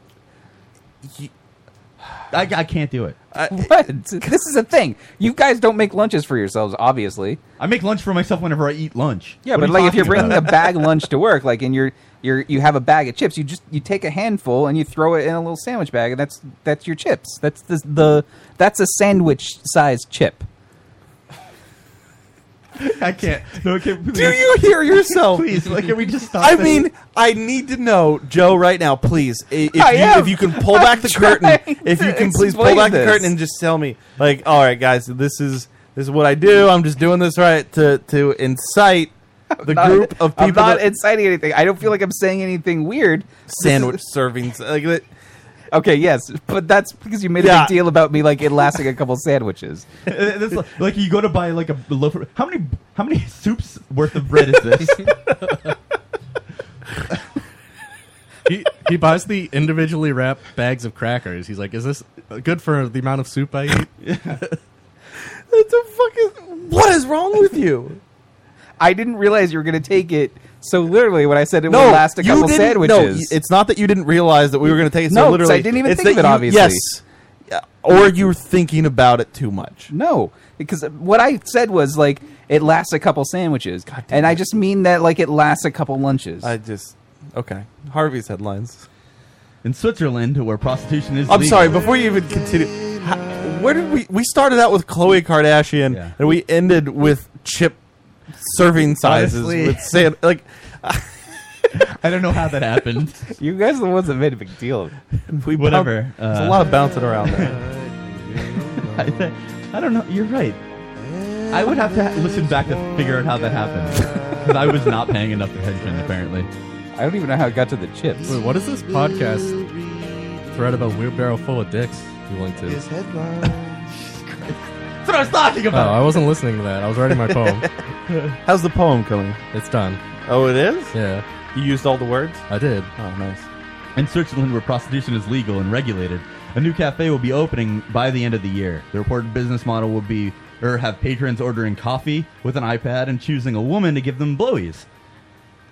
I, I can't do it.
what? This is a thing. You guys don't make lunches for yourselves, obviously.
I make lunch for myself whenever I eat lunch.
Yeah,
What
but
are
like if
talking
you're bringing
about?
a bag lunch to work, like and you're you're you have a bag of chips, you just you take a handful and you throw it in a little sandwich bag, and that's that's your chips. That's the the that's a sandwich sized chip.
I can't. No, I can't.
Do you hear yourself?
Please, like, can we just stop?
I
this?
mean, I need to know, Joe, right now, please. i- If,
I
you,
am.
if you can pull
I'm
back the curtain,
trying
if
to
you can please pull
explain
back the
this.
curtain and just tell me, like, all right, guys, this is this is what I do. I'm just doing this right to to incite the
Not-
group of people.
I'm not
that-
inciting anything. I don't feel like I'm saying anything weird.
Sandwich servings. Like that.
Okay, yes, but that's because you made a
Yeah.
big deal about me like it lasting a couple sandwiches.
Uh, that's like, like you go to buy like a loaf. Of, how many how many soups worth of bread is this?
He he buys the individually wrapped bags of crackers. He's like, "Is this good for the amount of soup I eat?"
That's a fucking. What is wrong with you?
I didn't realize you were going to take it so literally when I said it
no,
would last a
you
couple
didn't-
sandwiches.
No, it's not that you didn't realize that we were going to take it so
No, 'cause I
literally.
didn't even
It's
think
that
of it,
you-
obviously.
Yes. Yeah, Or you were thinking about it too much.
No, because what I said was like it lasts a couple sandwiches, and I just mean that like it lasts a couple lunches.
I just okay. Harvey's headlines.
In Switzerland, where prostitution is.
I'm
legal.
sorry. Before you even continue, ha- where did we? We started out with Khloe Kardashian, and we ended with chip serving sizes
Honestly.
with sand. Like,
I don't know how that happened.
you guys are the ones that made a big deal.
we
Whatever. uh,
bounced- there's a lot of bouncing around
I, th- I don't know. You're right. I would have to ha- listen back to figure out how that happened. 'Cause I was not paying enough attention, apparently.
I don't even know how it got to the chips.
Wait, what is this podcast thread about wheelbarrow full of dicks? You linked to?
His
That's what I was talking
Oh, I wasn't listening to that. I was writing my poem.
How's the poem coming?
It's done.
Oh, it is.
Yeah.
You used all the words.
I did.
Oh, nice.
In Switzerland, where prostitution is legal and regulated, a new cafe will be opening by the end of the year. The reported business model will be or have patrons ordering coffee with an iPad and choosing a woman to give them blowies.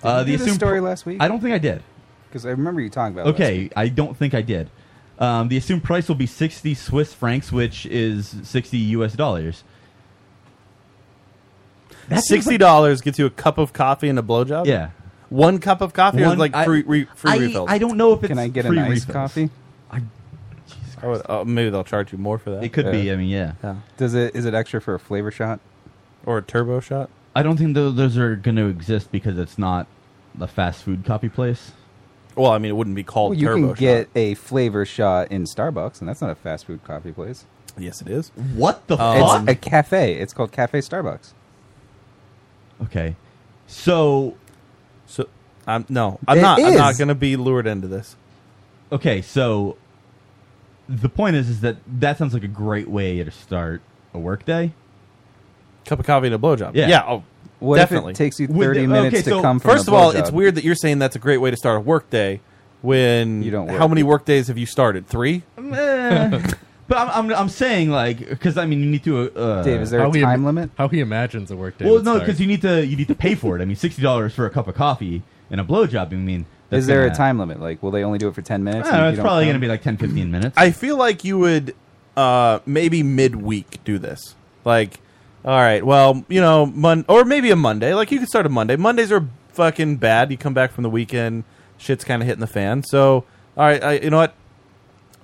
Uh,
Did you do this
assumed
story
pr-
last week?
I don't think I did.
Oh,
Because I remember you talking about. it last
Okay, I don't think I did. Um, the assumed price will be 60 Swiss francs, which is 60 US dollars. That seems
Sixty dollars gets you a cup of coffee and a blowjob.
Yeah.
one cup of coffee or
One-
like
I-
free re, free
I-
refills.
I don't know if it's
Can I get an
free
iced
refills.
coffee?
I would- oh, maybe they'll charge you more for that.
It could be, I mean, yeah.
Does it is it extra for a flavor shot
or a turbo shot?
I don't think tho- those are going to exist because it's not a fast food copy place.
Well, I mean, it wouldn't be called
Well, you
turbo
can
shot.
get a flavor shot in Starbucks, and that's not a fast food coffee place.
Yes, it is.
What the fuck?
It's a cafe. It's called Cafe Starbucks.
Okay. So,
so I'm no, I'm
It
not. I'm not
is.
going to be lured into this.
Okay, so the point is, is that that sounds like a great way to start a workday.
Cup of coffee and a blowjob.
Yeah.
yeah oh, definitely
With the- okay, so
First of all, it's weird that you're saying that's a great way to start a workday. When you don't how
work.
many workdays have you started? Three.
Eh, but I'm, I'm, I'm saying like because I mean you need to. Uh,
How he im- How he imagines a work day.
Well,
would
no,
start.
because you need to you need to pay for it. I mean, sixty dollars for a cup of coffee and a blowjob. I mean, that's
Is there a
gonna-
time limit? Like, will they only do it for ten minutes?
Uh,
I don't know, it's probably going to be like 10, 15 minutes.
I feel like you would uh, maybe midweek do this. Like, all right, well, you know, mon- or maybe a Monday. Like, you could start a Monday. Mondays are fucking bad. You come back from the weekend, shit's kind of hitting the fan. So, all right, I, you know what?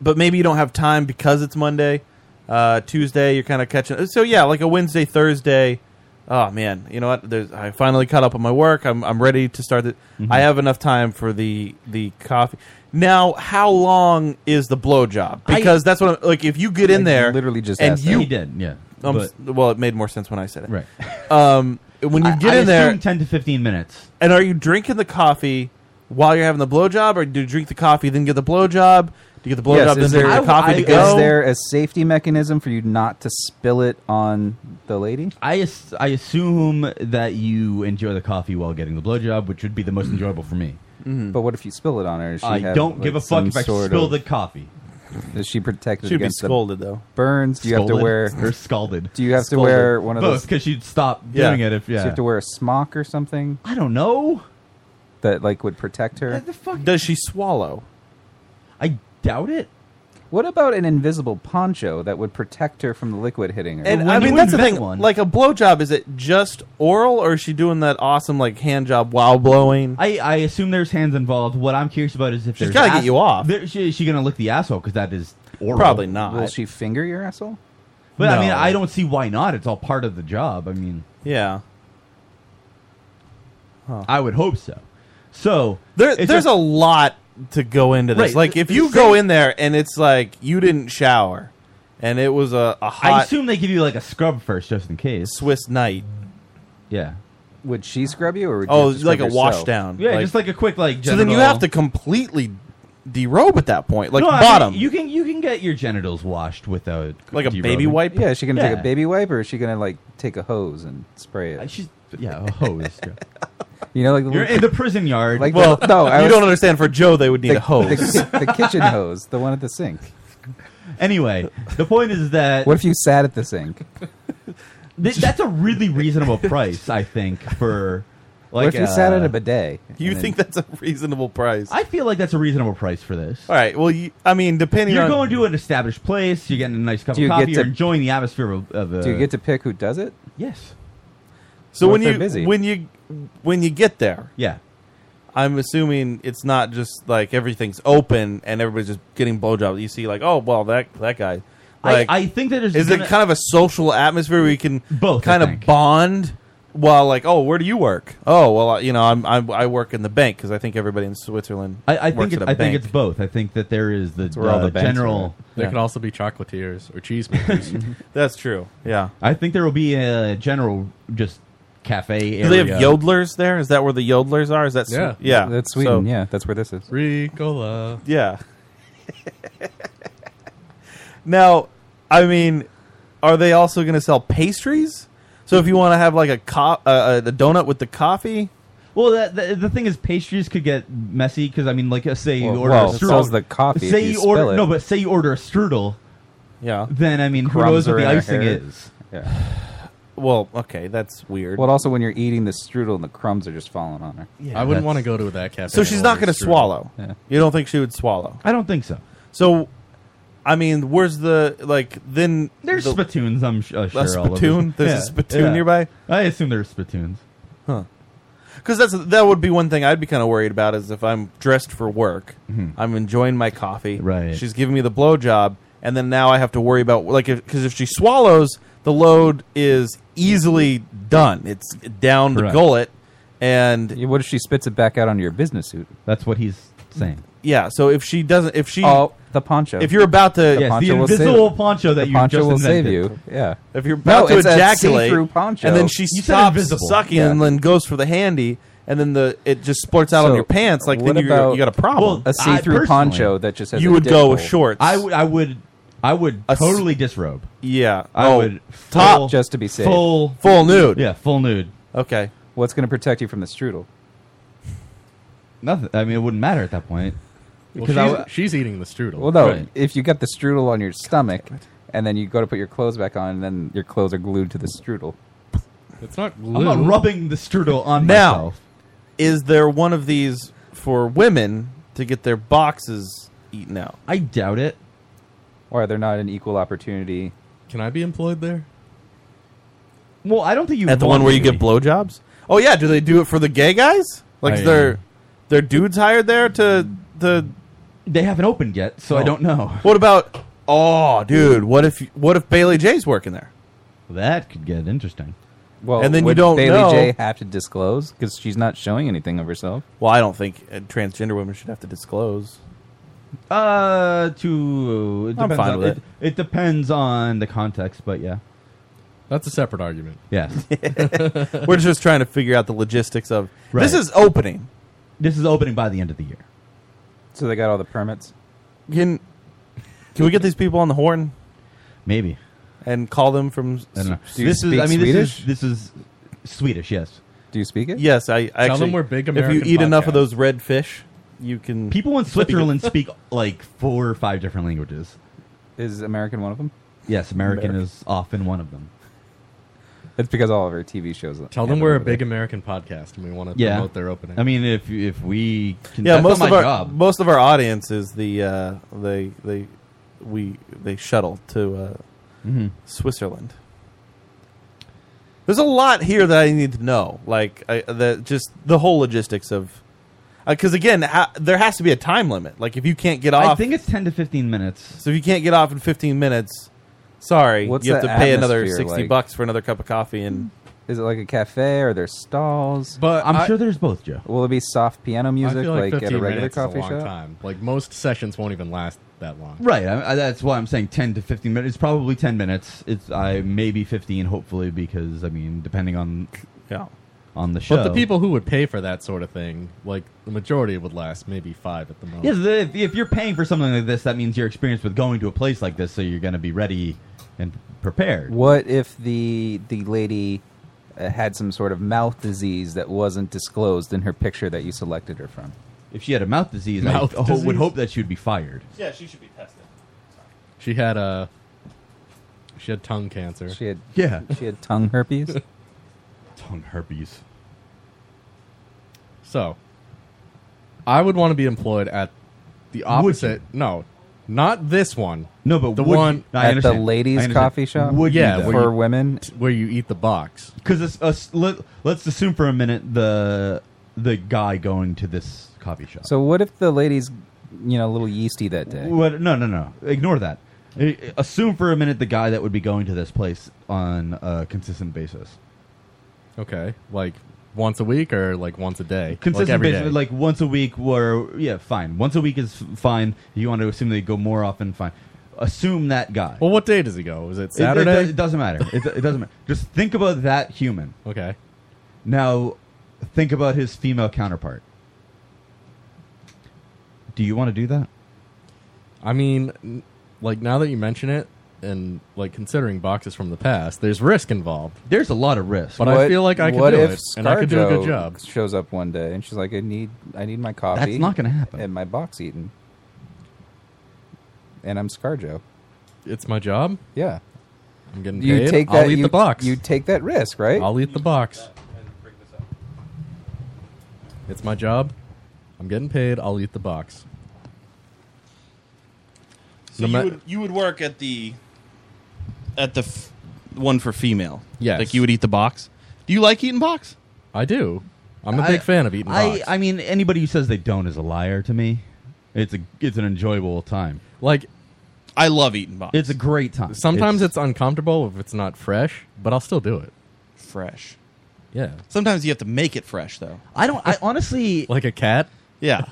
But maybe you don't have time because it's Monday. Uh, Tuesday, you're kind of catching. So yeah, like a Wednesday, Thursday. Oh man, you know what? There's, I finally caught up on my work. I'm I'm ready to start it.
Mhm.
I have enough time for the the coffee. Now, how long is the blowjob?
I-
Because that's what I'm, like if you get in there, literally
just
and
asked that.
you
He did, yeah,
Um,
but-
s- well, it made more sense when I said it.
Right.
Um, when you
I-
get
I
in there,
assume 10 to fifteen minutes.
And are you drinking the coffee while you're having the blowjob, or do you drink the coffee then get the blowjob? Do you get the blowjob then
is
drink
there,
the coffee to go?
is there a safety mechanism for you not to spill it on the lady?
I, ass- I assume that you enjoy the coffee while getting the blowjob, which would be the most enjoyable for me.
But what if you spill it on her? Does she
Hmm. I
have,
don't
like,
give a fuck
some
if I
sort
spill
of-
the coffee.
Is she protected
She'd be
against the
scolded, though.
Burns? Do you have to
Scolded
wear?
or scalded?
Do you have to
Scolded.
wear one of
Both,
those?
'cause she'd stop doing it if-
Do you
yeah.
have to wear a smock or something?
I don't know.
That like would protect her.
Does she swallow?
I doubt it.
What about an invisible poncho that would protect her from the liquid hitting her?
And I mean that's the thing. Like a blowjob, is it just oral, or is she doing that awesome like hand job while blowing?
I, I assume there's hands involved. What I'm curious about is if
She's
there's
gotta
ass-
get you off.
There, she, is she going to lick the asshole? Because that is oral.
Probably not.
Will she finger your asshole?
But I mean,
No.
I don't see why not. It's all part of the job. I mean,
Yeah.
I would hope so. So
There,
it's
there's
just-
a lot to go into this.
Right.
Like if you go in there and it's like you didn't shower, and it was a, a
I
hot
assume they give you like a scrub first, just in case.
Swiss night.
Yeah.
Would she scrub you, or would you
oh,
have to
like a
scrub
wash
yourself?
down.
Yeah, just like a quick, like,
So then you
genital-
have to completely derobe at that point, like
No, I mean,
bottom.
you can you can get your genitals washed without
Like a baby
derobing.
wipe?
Yeah, is she gonna take
Yeah.
a baby wipe, or is she gonna like take a hose and spray it?
Uh, She's yeah, a hose. yeah.
You know, like the
You're
little-
in the prison yard.
Like
Well,
the, no, I
you
was-
don't understand. For Joe, they would need
the,
a hose.
The, ki- the kitchen hose, the one at the sink.
Anyway, the point is that
what if you sat at the sink?
Th- that's a really reasonable price, I think, for like
What if you
uh,
sat at a bidet?
You
and
think
then-
that's a reasonable price?
I feel like that's a reasonable price for this.
All right. Well, you, I mean, depending
You're
on
going to an established place. You're getting a nice cup
Do
of
you
coffee.
get
You're
to-
enjoying the atmosphere of. of uh,
Do you get to pick who does it?
Yes.
So
What
when
if they're
you
busy?
when you when you get there,
yeah,
I'm assuming it's not just like everything's open and everybody's just getting blowjobs. You see, like, oh well, that that guy.
I-
Like,
I think that there's
is
gonna-
it kind of a social atmosphere where you can both kind of bond while like, oh, where do you work? Oh, well, I- you know, I'm, I'm I work in the bank because I think everybody in Switzerland.
I, I
works
think it,
at a
I think
bank.
it's both. I think that there is the
where all
uh,
the banks are
general.
at. They Yeah. could
also be chocolatiers or cheesemakers.
That's true. Yeah.
I think there will be a general just cafe
Do
area.
they have yodelers there? Is that where the yodelers are? Is that Swe- yeah?
that's
So-
Sweden. yeah, that's where this is.
Ricola.
Yeah. Now, I mean, are they also going to sell pastries? So if you want to have like a co- uh, a donut with the coffee,
Well, that, the, the thing is, pastries could get messy because I mean, like, uh, say you
Well,
order
well,
a
it
strudel.
sells the coffee if
Say
you spill
order
it.
no, but say you order a strudel.
Yeah.
Then I mean, who knows
Crumbs
what
are
the
in her
icing
hair.
is?
Yeah.
well, okay, that's weird.
Well, also when you're eating the strudel and the crumbs are just falling on her.
Yeah, I wouldn't that's-
wanna go to that cafe
so she's not going to swallow.
Yeah.
You don't think she would swallow?
I don't think so.
So I mean, where's the like then?
There's
the,
spittoons. I'm sh- uh,
A
sure. all over-
spittoon? There's a spittoon nearby?
I assume there's spittoons.
Huh. Because that's that would be one thing I'd be kind of worried about is if I'm dressed for work,
Mhm.
I'm enjoying my coffee.
Right.
She's giving me the blowjob, and then now I have to worry about like because if, she swallows, the load is easily done. It's down
Correct.
the gullet, and
what if she spits it back out onto your business suit?
That's what he's saying.
yeah. So if she doesn't, if she
Oh, the poncho.
if you're about to
The Yes, poncho the will save invisible you.
poncho that
The you poncho just will save invented. you. Yeah.
If you're
No,
about
it's
to
a
ejaculate,
see-through poncho.
and then she
You said
stops
invisible.
sucking
Yeah.
and then goes for the handy, and then the it just splurts out on
So,
your pants. Like
what
then you
about
you got a problem.
a see-through poncho that just has
you
a
would
dick
go
hole?
with shorts.
I would. I would. I would
A s-
totally disrobe.
Yeah.
I
Oh,
would
top
full-
just to be safe.
Full,
full nude.
Yeah, full nude.
Okay.
What's going to protect you from the strudel?
Nothing. I mean, it wouldn't matter at that point.
Well,
Because
she's,
I w-
she's eating the strudel.
Well, no. If you got the strudel on your stomach, and then you go to put your clothes back on, and then your clothes are glued to the strudel.
It's not
I'm not rubbing the strudel on
now,
myself.
is there one of these for women to get their boxes eaten out?
I doubt it.
Or are there not an equal opportunity?
Can I be employed there?
Well, I don't think you
At the
want
one where
to
you get
be.
blowjobs? Oh yeah, do they do it for the gay guys? Like
I-
is there their dudes hired there to the
They haven't opened yet, so I don't know.
What about Oh, dude, what if what if Bailey J's working there?
That could get interesting.
Well,
and then you
would
don't
Bailey
know.
J have to disclose because she's not showing anything of herself.
Well, I don't think uh, transgender women should have to disclose.
Uh, to it
I'm
depends
fine
on,
with
it. it depends on the context, but yeah,
that's a separate argument.
Yes,
We're just trying to figure out the logistics of this
Right.
is opening.
This is opening by the end of the year.
So they got all the permits.
Can can we get these people on the horn?
Maybe.
And call them from
I don't know.
s-
this is. I mean, this is this is Swedish. Yes.
Do you speak it?
Yes, I, I actually. if you eat enough of those red fish, you can.
People in Switzerland speak like four or five different languages.
Is American one of them?
Yes, American, is often one of them.
It's because all of our TV shows.
Tell them we're a big American podcast and we want to
Yeah.
promote their opening.
I mean, if if we can,
Yeah,
that's not
most of
my
our
job.
most of our audience is the uh, they they we they shuttle to uh,
Mhm.
Mm-hmm.
Switzerland. There's a lot here that I need to know, like I, the just the whole logistics of, because again, ha- there has to be a time limit. Like if you can't get off,
I think it's ten to fifteen minutes.
so if you can't get off in 15 minutes, sorry,
What's
you have to
the
pay another
atmosphere
60
like?
bucks for another cup of coffee and.
Is it like a cafe or there's stalls?
But I'm I- sure there's
both, Joe.
Will it be soft piano music
I feel
like,
like,
at a
15
regular
minutes is
coffee
a long
shop?
Time. Like most sessions won't even last that long.
Right. I, I, that's why I'm saying 10 to 15 minutes. It's probably 10 minutes. It's I maybe 15 hopefully because I mean depending on
yeah
on the show.
But the people who would pay for that sort of thing, like the majority would last maybe five at the most.
yeah, the, if, if you're paying for something like this, that means you're experienced with going to a place like this, so you're going to be ready and prepared.
What if the the lady uh, had some sort of mouth disease that wasn't disclosed in her picture that you selected her from?
If she had a mouth disease, I
Mouth
ho- would
disease?
hope that she'd be fired.
Yeah, she should be tested.
She had a. She had tongue cancer.
She had
yeah.
She had tongue herpes.
tongue herpes.
So, I would want to be employed at the opposite. No, not this one.
No, but
the
would you-
one
I At the understand. ladies' I understand. coffee shop? Would you,
yeah,
though?
where
For
you-
women,
where you eat the box.
Because let, let's assume for a minute the the guy going to this coffee shop.
so what if the lady's you know a little yeasty that day?
What? No, no, no. Ignore that. I- Assume for a minute the guy that would be going to this place on a consistent basis.
Okay, like once a week or like once a day.
Consistent
like every
basis,
day.
like once a week. Where yeah, fine. Once a week is f- fine. You want to assume they go more often, fine. Assume that guy.
Well, what day does he go? Is it
It- it
Saturday?
do- It, doesn't matter. It, do- it doesn't matter. Just think about that human.
Okay.
Now, think about his female counterpart. Do you want to do that?
I mean, n- like now that you mention it, and like considering boxes from the past, there's risk involved.
There's a lot of risk.
But I
What-
feel like I could
what
do
if
it, and I could do a good
ScarJo
job.
Shows up one day and she's like, "I need, I need my coffee."
not gonna happen.
And my box eaten. And I'm ScarJo.
It's my job.
Yeah,
I'm getting
you
paid.
take
I'll
that.
eat
you,
the box.
You take that risk, right?
I'll eat the box. It's my job. I'm getting paid. I'll eat the box.
No
So you,
ma-
would, you would work at the at the f- one for female.
Yes.
Like you would eat the box. Do you like eating box?
I do.
I'm a big fan of eating
I,
box.
I mean, anybody who says they don't is a liar to me. It's a it's an enjoyable time.
Like,
I love eating box.
It's a great time.
Sometimes it's, uncomfortable if it's not fresh, but I'll still do it.
Fresh.
Yeah.
Sometimes you have to make it fresh though.
I don't. I honestly
like a cat.
Yeah.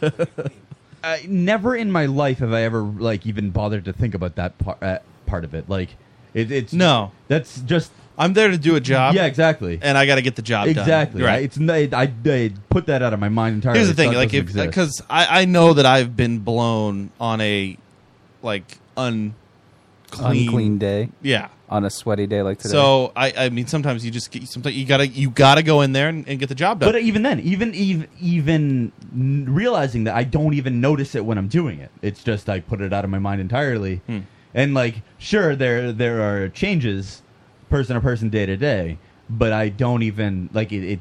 I, never in my life have I ever like even bothered to think about that part uh, part of it. Like, it, it's
no.
That's just.
I'm there to do a job.
Yeah, exactly.
And I got to get the job done.
exactly.
Right.
I- It's n- I, I, I put that out of my mind entirely.
Here's the thing,
It
like
doesn't
if uh,
exist.
because I, I know that I've been blown on a like un
Unclean day.
Yeah.
On a sweaty day like today.
So I, I mean sometimes you just get sometimes you gotta you gotta go in there and, and get the job done.
But even then, even even even n- realizing that I don't even notice it when I'm doing it. It's just I put it out of my mind entirely. And like, sure, there there are changes, person to person, day to day. But I don't even like it. it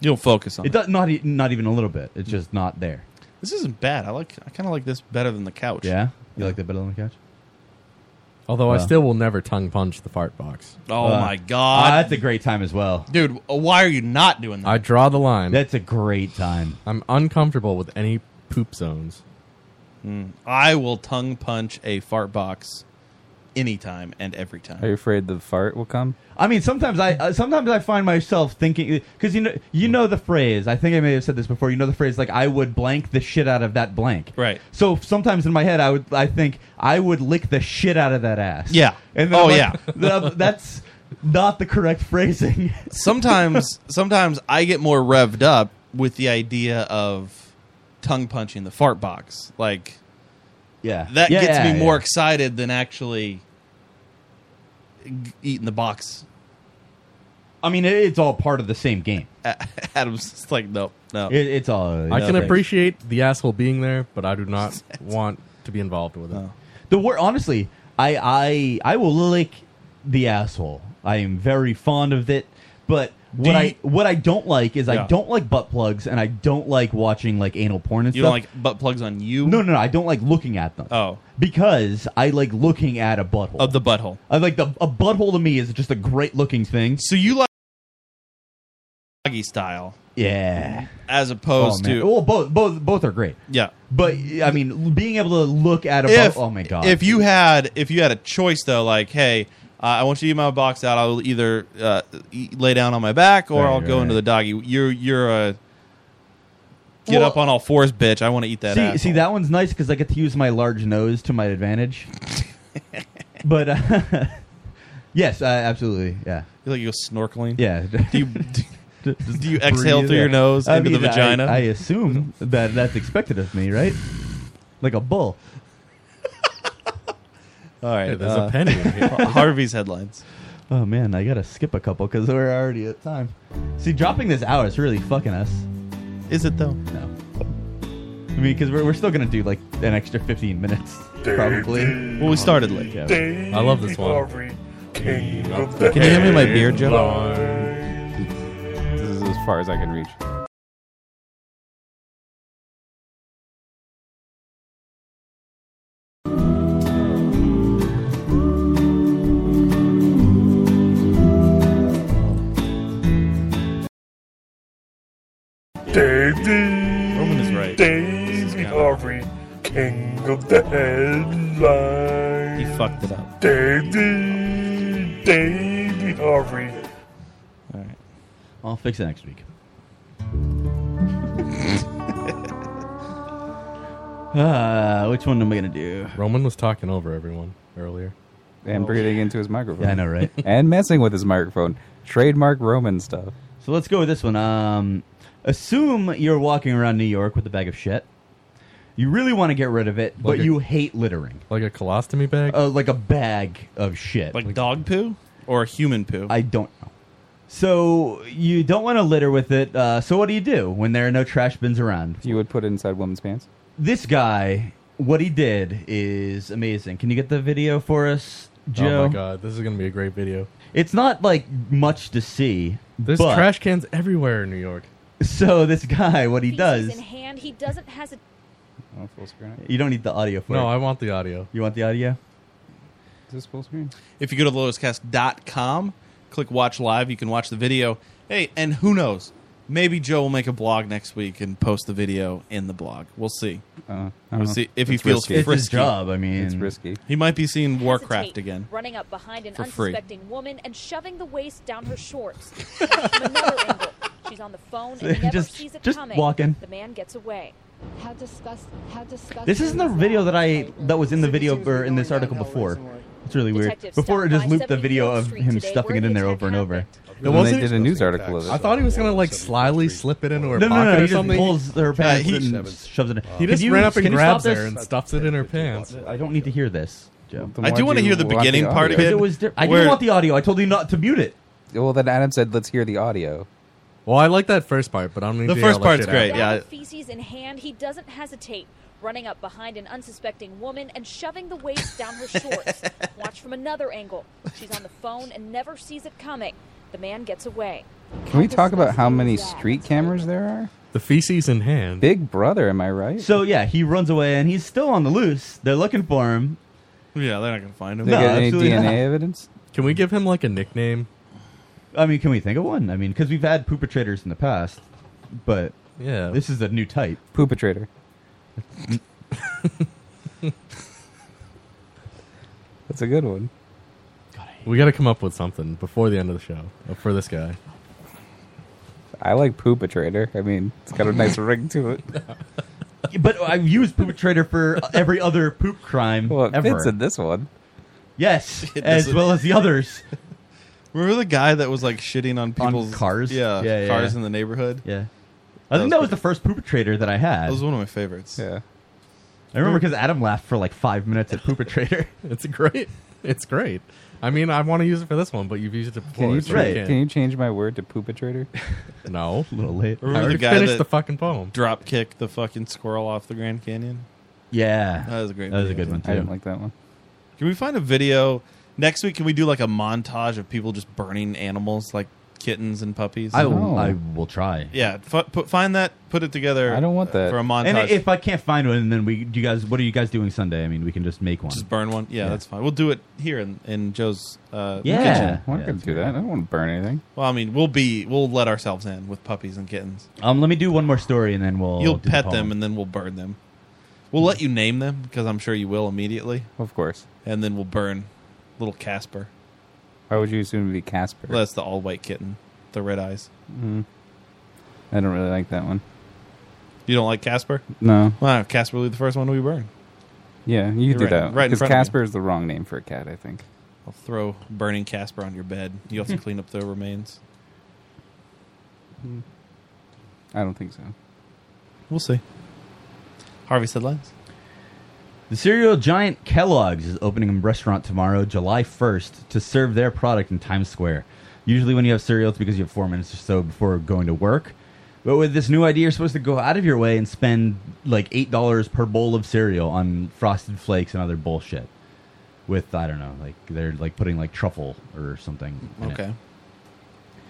you don't focus on
it.
it.
Does, not e- not even a little bit. It's just not there.
this isn't bad. I like I kind of like this better than the couch.
Yeah, you like that better than the couch.
Although I
Wow.
still will never tongue punch the fart box.
Oh
Uh,
my god,
uh, that's a great time as well,
dude. uh, Why are you not doing that?
I draw the line.
That's a great time.
I'm uncomfortable with any poop zones.
Mm. I will tongue punch a fart box anytime and every time.
Are you afraid the fart will come?
I mean, sometimes I uh, sometimes I find myself thinking because you know you know the phrase. I think I may have said this before. You know the phrase like I would blank the shit out of that blank.
Right.
So sometimes in my head I would I think I would lick the shit out of that ass.
Yeah.
And then
Oh,
I'm like,
yeah.
"Th- that's not the correct phrasing.
sometimes sometimes I get more revved up with the idea of tongue punching the fart box. Like
Yeah.
That
Yeah,
gets
yeah,
me more
yeah.
excited than actually g- eating the box.
I mean, it- it's all part of the same game.
Adam's just like no, no.
It- it's all.
I can
Okay.
appreciate the asshole being there, but I do not want to be involved with it.
The word honestly, I I I will lick the asshole. I am very fond of it, but what
Do you-
I what I don't like is
Yeah.
I don't like butt plugs and I don't like watching like anal porn and
You
stuff.
don't like butt plugs on you?
no, no, no, I don't like looking at them.
Oh.
Because I like looking at a butthole. Of
the butthole.
I like the a butthole to me is just a great looking thing.
So you like Doggy style.
Yeah.
As opposed
Oh, man.
to
Well, both both both are great.
Yeah.
But I mean, being able to look at a
if,
butt- oh my god.
If you had if you had a choice though, like hey, uh, I want you to eat my box out. I'll either uh, e- lay down on my back or
Right,
I'll go
right.
into the doggy. You're you're a get
Well-
up on all fours, bitch. I want to eat that.
see,
ass.
see that one's nice because I get to use my large nose to my advantage. but uh, yes, uh, absolutely, yeah.
You like you go snorkeling?
Yeah. Do
you do, you exhale through your nose into the vagina?
I, I assume that that's expected of me, right? Like a bull.
All right,
Hey, there's a penny in here.
Harvey's headlines.
uh, Oh man, I gotta skip a couple because we're already at time. See, dropping this out is really fucking us.
Is it though?
No. I mean, because we're, we're still gonna do like an extra 15 minutes, probably.
Well, we started late.
Yeah. I love this one.
Can
the
you hand me my beer, Joe?
This is as far as I can reach.
Roman is right.
David Harvey, king of the headlines.
He fucked it up.
David, David Harvey.
All right.
I'll fix it next week. Uh, which one am I gonna do?
Roman was talking over everyone earlier.
And breathing into his microphone.
Yeah, I know, right?
and messing with his microphone. Trademark Roman stuff.
So let's go with this one. Um, assume you're walking around New York with a bag of shit. You really want to get rid of it, but
a-
you hate littering.
Like a colostomy bag?
Uh, like a bag of shit.
Like dog poo or human poo?
I don't know. So you don't want to litter with it. Uh, so what do you do when there are no trash bins around?
You would put it inside women's pants.
This guy, what he did is amazing. Can you get the video for us, Joe?
Oh my god, this is going to be a great video.
It's not like much to see.
There's
but-
trash cans everywhere in New York.
So this guy, what he does?
hand. He doesn't has
Oh, full screen. it?
You don't need the audio for it.
No, I want the audio.
You want the audio?
Is this full screen?
If you go to lotuscast.com, click watch live, you can watch the video. Hey, and who knows? Maybe Joe will make a blog next week and post the video in the blog. We'll see.
Uh,
I don't
we'll
know.
see if he
It's
feels
risky. It's
frisky.
his job, I mean. It's risky.
He might be seeing Warcraft
hesitate,
again.
Running up behind an
for free.
unsuspecting woman and shoving the waist down her shorts. From another angle, she's on the phone and never
Just-
sees it
just
coming.
walking.
The man gets away. How disgust, how disgust.
This isn't the video that I that was in the video or in this article before. It's really weird.
Detective
Before it just
stopped
looped
by
the video
74th
of
Street
him
today
stuffing
where
it in
the
there over and over.
There
And they did a news article of it.
I thought he was gonna like slyly slip it into her
No, no,
pocket
no,
or
he just
something.
pulls her pants
he,
and shoves it in.
He
Can
just
you-
ran up
can
and
you
grabs
stop
her
this?
and stuffs it in her pants.
I don't need to hear this, Joe.
Then I why do do wanna you hear the want beginning the part of
Because
audio? it,
was di- I
where-
do want the audio. I told you not to mute it.
Well, then Adam said, "Let's hear the audio."
Well, I like that first part, but I'm
The first part's great,
Bag
yeah.
of feces in hand, he doesn't hesitate, running up behind an unsuspecting woman and shoving the waist down her shorts. Watch from another angle. She's on the phone and never sees it coming. The man gets away.
Can we talk about how many street cameras there are?
The feces in hand.
Big Brother, am I right?
So yeah, he runs away and he's still on the loose. They're looking for him.
Yeah, they're not gonna find
No, absolutely not.
evidence?
Can we give him like a nickname?
I mean, can we think of one? I mean, because we've had perpetrators in the past, but
Yeah.
this is a new type.
Perpetrator. That's a good one.
We got to come up with something before the end of the show uh, for this guy.
I like Poopatrator. I mean, it's got a nice ring to it.
But I've used perpetrator for every other poop crime
Well, it
ever.
fits in this one.
Yes,
It
as
doesn't-
well as the others.
Remember the guy that was like shitting on people's
cars?
Yeah,
Yeah,
cars
yeah.
in the neighborhood.
Yeah, I think that was the first perpetrator that I had.
That was one of my favorites. Yeah,
I remember because Adam laughed for like five minutes at perpetrator.
It's great. It's great. I mean, I want to use it for this one, but you've used it before.
Can you,
so
tra-
can't.
can you change my word to Poopatrator?
no,
a little late.
Remember
I
the
already
guy
finished
that
the fucking poem.
Drop kicked the fucking squirrel off the Grand Canyon.
Yeah,
that was a great.
That was a
video.
good one too.
I didn't like that one.
Can we find a video next week? Can we do like a montage of people just burning animals like kittens and puppies?
I will. I will try.
Yeah, f- put, find that, put it together. uh, for a montage.
And if I can't find one, then we do you guys. What are you guys doing Sunday? I mean, we can just make one.
just burn one. Yeah,
Yeah.
that's fine. We'll do it here in, in Joe's uh,
Yeah.
kitchen.
I'm not going to do that. I don't want to burn anything.
Well, I mean, we'll be we'll let ourselves in with puppies and kittens.
Um, let me do one more story, and then we'll.
You'll
do the
pet
poem.
them, and then we'll burn them. We'll let you name them because I'm sure you will immediately.
Of course.
And then we'll burn little Casper.
Why would you assume it would be Casper?
Well, that's the all white kitten, the red eyes.
Mm. I don't really like that one.
You don't like Casper?
No.
Wow, uh, Casper will be the first one we burn.
Yeah, you
You're
do
right-
that.
right in
Because
front of me.
Casper is the wrong name for a cat, I think.
I'll throw burning Casper on your bed. You have to clean up the remains.
I don't think so.
We'll see. Harvey said lines.
The cereal giant Kellogg's is opening a restaurant tomorrow, July 1st, to serve their product in Times Square. Usually, when you have cereal, it's because you have four minutes or so before going to work. But with this new idea, you're supposed to go out of your way and spend like $8 per bowl of cereal on frosted flakes and other bullshit. With, I don't know, like they're like putting like truffle or something. in it.
Okay.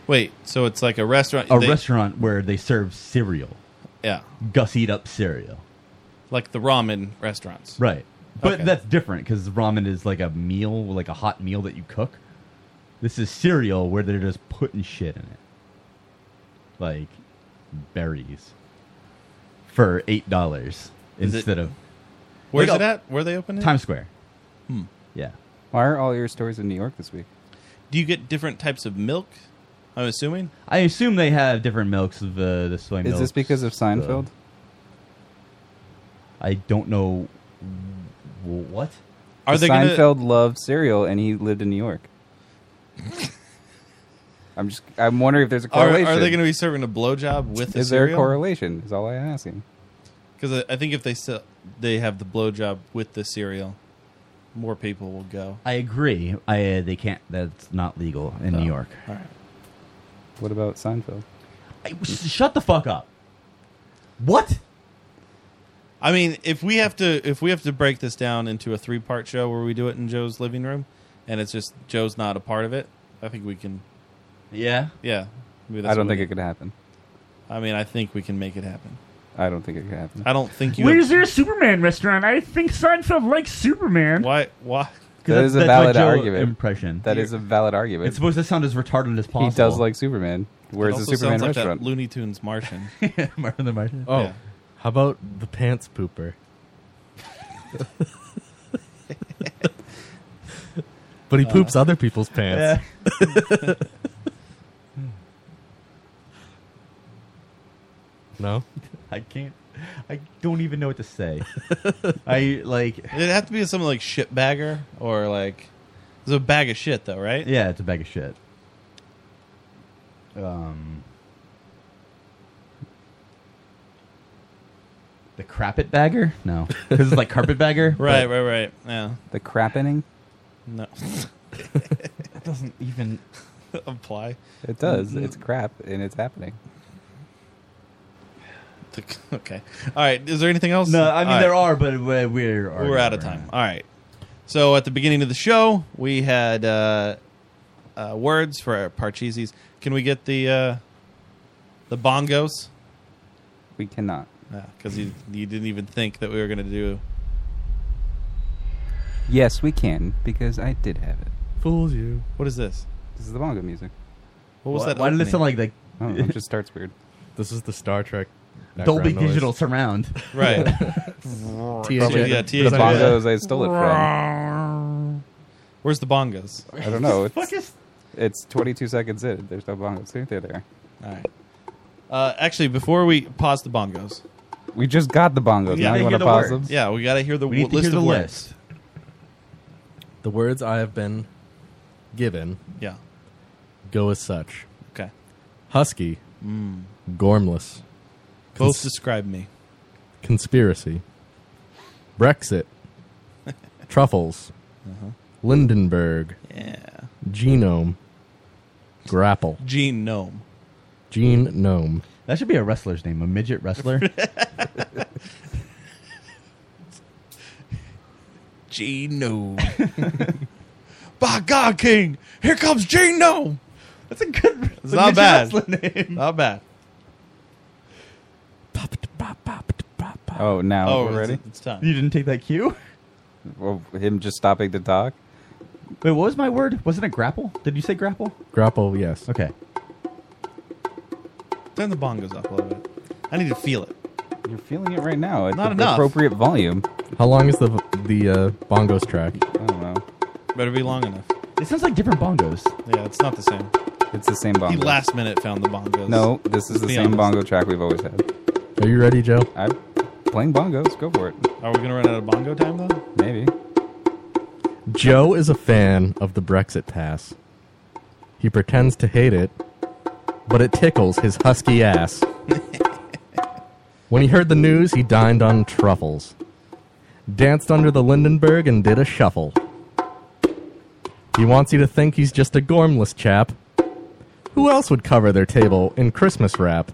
Wait, so it's like a restaurant.
A
they-
restaurant where they serve cereal.
Yeah.
Gussied up cereal.
Like the ramen restaurants.
Right. But
Okay.
that's different because ramen is like a meal, like a hot meal that you cook. This is cereal where they're just putting shit in it. Like berries for $8
Is it-
instead of.
Where's
Like
it
a-
at? Where are they opening? it?
Times Square.
Hmm.
Yeah.
Why are all your stories in New York this week?
Do you get different types of milk? I'm assuming.
I assume they have different milks of uh, the, the soy
Is
milk.
this because of
uh,
Seinfeld?
I don't know w- what.
Because Seinfeld loved cereal and he lived in New York. I'm just. I'm wondering if there's a
Are,
correlation.
are they going to be serving a blowjob with the
Is there a correlation? Is all I'm asking.
Because I, I think if they sell, they have the blowjob with the cereal, more people will go.
I agree. I uh, they can't. That's not legal in New York.
Oh. All right.
What about Seinfeld?
I, shut the fuck up. What?
I mean, if we have to if we have to break this down into a three part show where we do it in Joe's living room, and it's just Joe's not a part of it, I think we can.
Yeah.
Yeah. Maybe
I don't
what we
think it
do.
could happen.
I mean, I think we can make it happen.
I don't think it could happen.
I don't think
you-
Wait, is there a Superman restaurant? I think Seinfeld likes Superman.
Why? Why?
That is a valid argument.
Impression.
That is a valid argument.
It's supposed to sound as retarded as possible.
He does like Superman. Where's
It
the
also
Superman
sounds like that
restaurant?
Looney Tunes Martian.
Martin the Martian.
Oh,
Yeah.
how about the pants pooper? but he poops
Uh,
other people's pants.
yeah.
no,
I can't. I don't even know what to say. I like.
It'd have to be something like shitbagger or like. It's a bag of shit, though, right?
Yeah, it's a bag of shit. Um, the crappet bagger? No, because it's like carpetbagger.
Right,
but
right, right. Yeah.
The crappening?
No.
It doesn't even
apply.
It does. It's crap and it's happening.
okay. All right. Is there anything else?
No, I mean
All right.
there are, but we're we're,
We're out of time. Uh, All right. So at the beginning of the show, we had uh, uh, words for our Parcheesi's. Can we get the uh, the bongos?
We cannot.
Because you, you didn't even think that we were going to do.
Yes, we can because I did have it.
Fools you.
What is this?
This is the bongo music.
What was Why- that why did it sound
opening? like
I don't know, it just starts weird.
This is the Star Trek
Dolby
background noise.
Digital surround.
Right.
THX.
Probably
Yeah,
the
THX.
bongos I stole it from.
Where's the bongos?
I don't know. It's, it's 22 seconds in. There's no bongos. There they are.
All right. Uh, actually, before we pause the bongos,
We just got the bongos. now you want to pause them?
Yeah, we got to hear the
We need
w-
to
list
hear
of
the
words.
list.
The words I have been given.
Yeah.
Go as such.
Okay.
Husky.
Mm.
Gormless.
Both
Cons-
describe me.
conspiracy. Brexit. Truffles.
Uh-huh.
Lindenberg.
Yeah.
Genome. Grapple.
Gene Gnome.
Gene Gnome.
That should be a wrestler's name, a midget wrestler.
Gene Gnome. By God, King, here comes Gene Gnome.
That's a good.
It's
a
not
midget
bad.
wrestler name.
Not bad.
Oh, now
Oh,
we're
it's-
ready?
it's time. You didn't take that cue?
Well, him just stopping to talk?
Wait, what was my word? Wasn't it grapple? Did you say grapple?
Grapple, yes.
Okay.
Turn the bongos up a little bit. I need to feel it.
You're feeling it right now. At
Not
the
enough.
appropriate volume. Oh,
How long is the the uh, bongos track?
I don't know.
Better be long enough.
It sounds like different bongos.
Yeah, it's not the same.
It's the same
He
bongo.
last minute found the bongos.
No, this is
Let's
the
be
same
honest.
bongo track we've always had.
Are you ready, Joe?
I'm playing bongos. Go for it.
Are we gonna run out of bongo time though?
Maybe.
Joe is a fan of the Brexit pass. He pretends to hate it, but it tickles his husky ass. when he heard the news, he dined on truffles, danced under the Lindenberg, and did a shuffle. He wants you to think he's just a gormless chap. Who else would cover their table in Christmas wrap?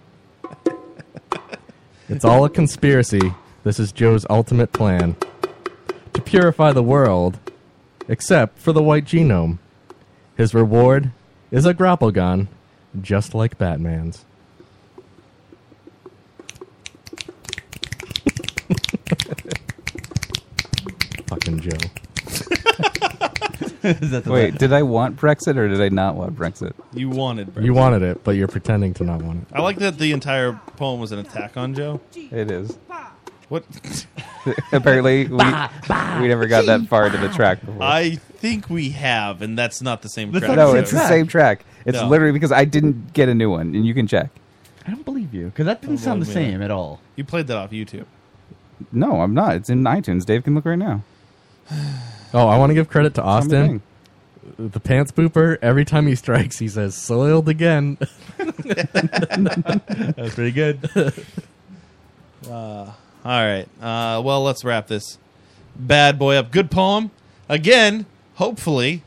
It's all a conspiracy. This is Joe's ultimate plan to purify the world, except for the white genome. His reward is a grapple gun, just like Batman's. Fucking Joe.
Wait, did I want Brexit or did I not want Brexit?
You wanted. Brexit.
You wanted it, but you're pretending to not want
I like that the entire poem was an attack on Joe.
It is.
What?
Apparently, we, we never got that far into the track before.
I think we have, and that's not the same. track.
no, it's the same track. It's
No.
literally because I didn't get a new one, and you can check.
I don't believe you because that didn't sound the same at all.
You played that off YouTube.
No, I'm not. It's in iTunes. Dave can look right now.
it. Oh, I want to give credit to
Tell me
Austin. The pants pooper, every time he strikes, he says, soiled again.
That's pretty good.
Uh, all right. Uh, well, let's wrap this bad boy up. Good poem. Again, hopefully,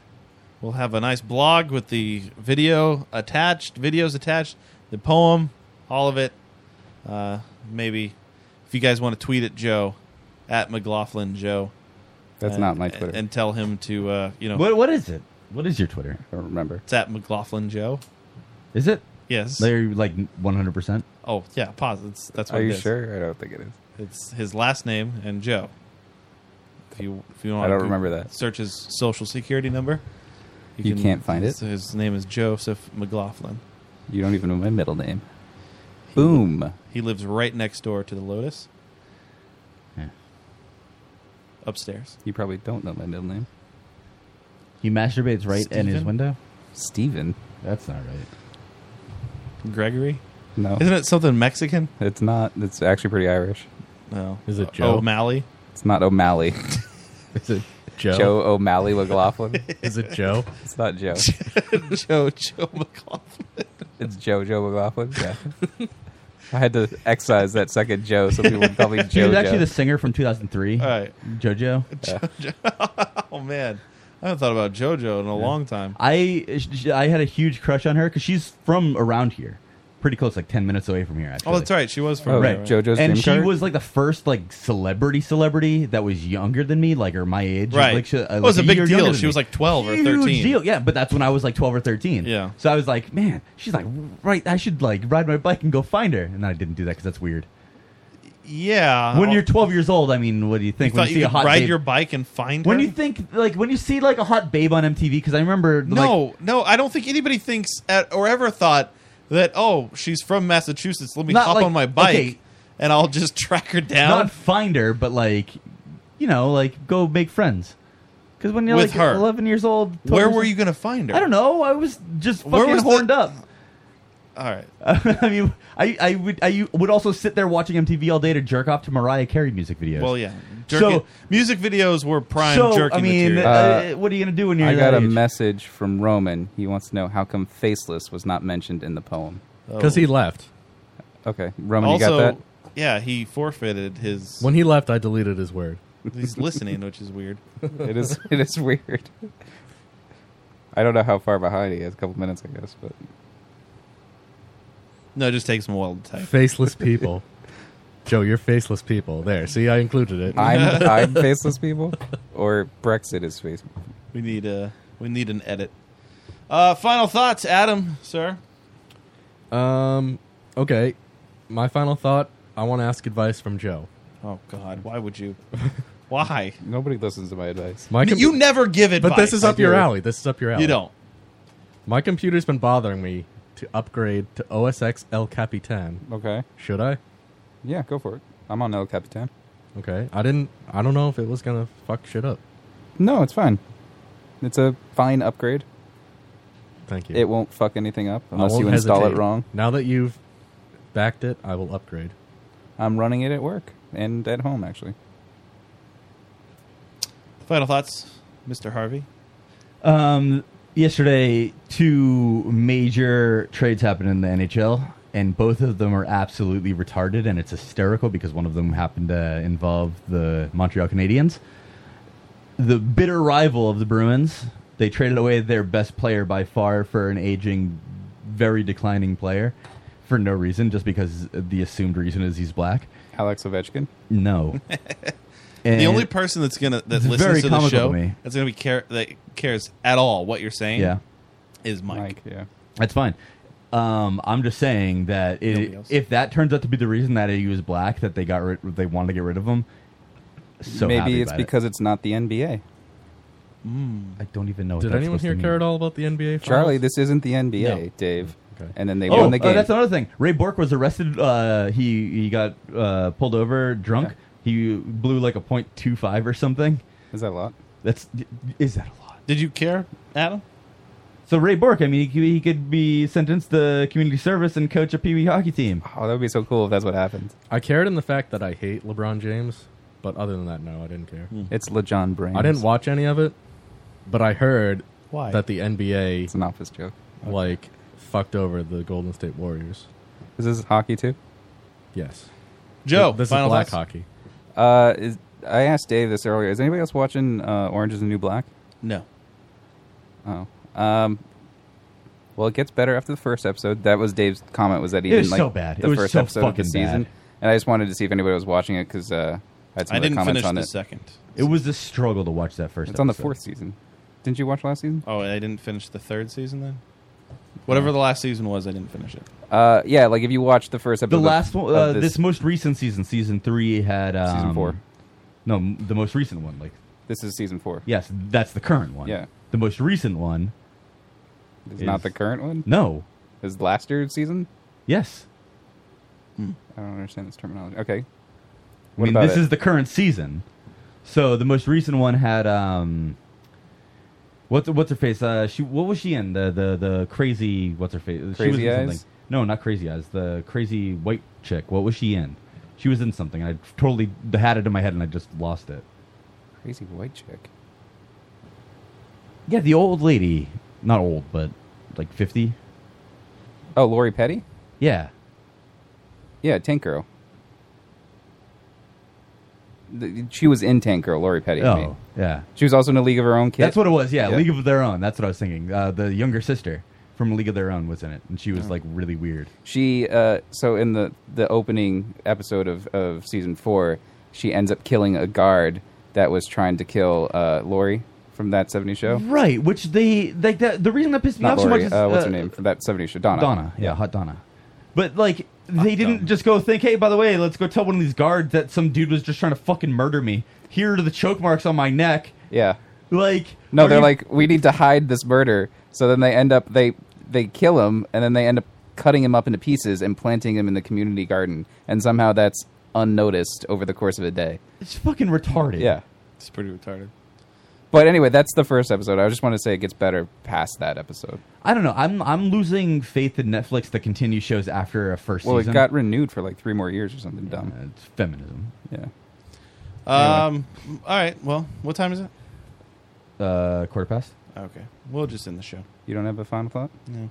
we'll have a nice blog with the video attached, videos attached, the poem, all of it. Uh, maybe if you guys want to tweet at Joe, at McLaughlin Joe.
That's
and-
not my Twitter.
And tell him to, uh, you know.
What what is it? What is your Twitter?
I don't remember.
It's at McLaughlin Joe.
Is it?
Yes.
They're like 100%.
Oh yeah, pause. It's, that's what
Are
it
you
is.
sure?
I don't think it is.
It's his last name and Joe. If you if you want,
I don't
to
remember that.
Search his social security number.
You can't find
his,
it?
His name is Joseph McLaughlin.
You don't even know my middle name. Boom.
He lives right next door to the Lotus.
Yeah.
Upstairs.
You probably don't know my middle name.
He masturbates right in his
Steven?
window?
Steven.
That's not right.
Gregory.
No.
Isn't it something Mexican?
It's not. It's actually pretty Irish.
No. Oh,
Is
it Joe? O'Malley?
It's not O'Malley.
Is it
Joe? Joe O'Malley McLaughlin? Is it Joe? It's not Joe.
Joe Joe McLaughlin.
It's Joe Joe McLaughlin. Yeah. I had to excise that second Joe so people would call me
He
Joe.
was actually the singer from 2003. All
right.
JoJo.
oh man, I haven't thought about JoJo in a long time.
I sh- I had a huge crush on her because she's from around here, pretty close, like ten minutes away from here. Actually,
Oh, that's right. She was from here, right? JoJo's
and
Dream
she
Car?
was like the first like celebrity celebrity that was younger than me, like or my age.
Right.
like, she, uh,
It was
like,
a big
year
deal.
younger than
She was,
me.
like, 12 or
Huge
13.
Deal. Yeah, but that's when I was like twelve or thirteen.
Yeah.
So I was like, man, she's like right. I should like ride my bike and go find her, and I didn't do that because that's weird.
Yeah. Oh,
when you're twelve years old, I mean, what do you think?
you
when
thought
you
you,
see a
could
hot
ride
babe-
your bike and find
when
her?
you think like when you see like a hot babe on MTV, because I remember like,
no, no, I don't think anybody thinks at, or ever thought that. Oh, she's from Massachusetts. Let me
Not
hop
like-
on my bike
okay.
and I'll just track her down
Not find her, but like, you know, like go make friends. Because when you're
with
like
her.
11 years old, 12
Where
years
were
old-
you going to find her?
I don't know. I was just
Where
fucking
was the-
horned up.
All right.
I mean, I, I would I u- would also sit there watching MTV all day to jerk off to Mariah Carey music videos.
Well, yeah. Jerky,
So
music videos were prime
so,
jerky
I mean,
material.
uh, what are you gonna do when you're
I got
that
a
age?
message from Roman. He wants to know how come faceless was not mentioned in the poem.
'Cause he left.
Okay, Roman,
also,
you got
yeah, he forfeited his.
When he left, I deleted his word.
He's listening, which is weird.
that? it is. It is weird. I don't know how far behind he is. A couple minutes, I guess, but
No, it just takes him a while to type.
Faceless people. Joe, you're faceless people. There. See, I included it.
I'm I'm faceless people, or Brexit is face.
We need a we need an edit. Uh, final thoughts, Adam, sir.
Um. Okay. My final thought. I want to ask advice from Joe.
Oh God, why would you? Why?
Nobody listens to my advice.
My com-
you never give advice.
But this is up your alley. This is up your alley.
You don't.
My computer's been bothering me to upgrade to OS X El Capitan.
Okay.
Should I?
Yeah, go for it. I'm on El Capitan.
Okay. I didn't. I don't know if it was gonna fuck shit up.
No, it's fine. It's a fine upgrade.
Thank you.
It won't fuck anything up
I
unless
won't
you install
hesitate.
it wrong.
Now that you've backed it, I will upgrade.
I'm running it at work and at home actually.
Final thoughts, Mr. Harvey.
Um, yesterday, two major trades happened in the NHL, and both of them are absolutely retarded, and it's hysterical because one of them happened to involve the Montreal Canadiens. The bitter rival of the Bruins, they traded away their best player by far for an aging, very declining player for no reason, just because the assumed reason is he's black.
Alex Ovechkin?
No.
the
And-
only person that's gonna that
It's very
listens to the
comical
show
to me.
that's gonna be care that cares at all what you're saying.
Yeah.
is Mike.
yeah.
That's fine. Um, I'm just saying that
Nobody
it,
else.
if that turns out to be the reason that he was black, that they got rid, they wanted to get rid of him. So
Maybe
happy
it's
about it.
because it's not the NBA.
I don't even know. What
Did
that's
anyone
supposed to
here
mean.
care at all about the NBA? Finals?
Charlie, this isn't the NBA,
No.
Dave.
Okay.
And then they
oh,
won
uh,
the game.
that's another thing. Ray Bork was arrested. Uh, he he got uh, pulled over drunk. He blew like a point two five or something.
Is that a lot?
That's is that a lot?
Did you care, Adam?
So Ray Bork, I mean, he, could- he could be sentenced to community service and coach a Pee Wee hockey team.
Oh, that would be so cool if that's what happened.
I cared in the fact that I hate LeBron James, but other than that, no, I didn't care.
It's LeJon Brains.
I didn't watch any of it, but I heard
Why?
that the NBA it's
an office joke.
Like fucked over the Golden State Warriors.
Is this hockey too?
Yes.
Joe,
Th- this
final
is black
thoughts?
hockey.
Uh, is, I asked Dave this earlier. Is anybody else watching uh, Orange is the New Black?
No.
Oh. Um, well, it gets better after the first episode. That was Dave's comment. Was that he
It
didn't
was
like
so bad.
the
It was
first
so
episode of the
fucking
season?
bad.
And I just wanted to see if anybody was watching it because uh, I had some
I
other
didn't
comments
finish
on
the
it.
second.
It was a struggle to watch that first.
It's on the
episode.
fourth season. Didn't you watch last season?
Oh, I didn't finish the third season then. Whatever the last season was, I didn't finish it.
Uh, yeah, like if you watch the first episode,
The
of-
last one,
of
uh, this, most recent season, season three had um,
Season four.
No, m- the most recent one, like
this is season four.
Yes, that's the current one.
Yeah.
the most recent one.
It's not the current one?
No,
is last year's season?
Yes.
I don't understand this terminology. Okay,
I
What
mean,
about
this
it?
is the current season. So the most recent one had um, what's what's her face? Uh, she what was she in the the the crazy what's her face? she was
Crazy
in
Eyes?
something. No, not crazy eyes. The crazy white chick. What was she in? She was in something. I totally had it in my head and I just lost it.
crazy white chick.
Yeah, the old lady. Not old, but like fifty.
Oh, Lori Petty.
Yeah.
Yeah, Tank Girl. The- She was in Tank Girl, Lori Petty. I
Oh,
mean.
yeah.
She was also in a League of Her Own kid.
That's what it was. Yeah, League of Their Own. That's what I was thinking. Uh, the younger sister from League of Their Own was in it, and she was
Oh.
like really weird.
She uh, so in the the opening episode of of season four, she ends up killing a guard that was trying to kill uh, Lori from that '70s show.
Right, which they like that. The reason that pissed me
Not
off Mm-hmm. so much
Lori.
is
uh, what's
uh,
her name from that '70s show? Donna.
Donna. Yeah, hot Donna. But like they didn't just go think, hey, by the way, let's go tell one of these guards that some dude was just trying to fucking murder me. Here are the choke marks on my neck.
Yeah.
Like
No,
are
they're
you-
like, we need to hide this murder. So then they end up they they kill him, and then they end up cutting him up into pieces and planting him in the community garden, and somehow that's unnoticed over the course of a day.
it's fucking retarded.
Yeah.
It's pretty retarded.
But anyway, that's the first episode. I just want to say it gets better past that episode.
I don't know. I'm I'm losing faith in Netflix to continue shows after a first
Well,
season. Uh,
it got renewed for like three more years or something dumb.
it's feminism.
Yeah.
Um, all right. Well, what time is it?
uh, quarter past.
Okay, we'll just end the show.
You don't have a final thought?
No.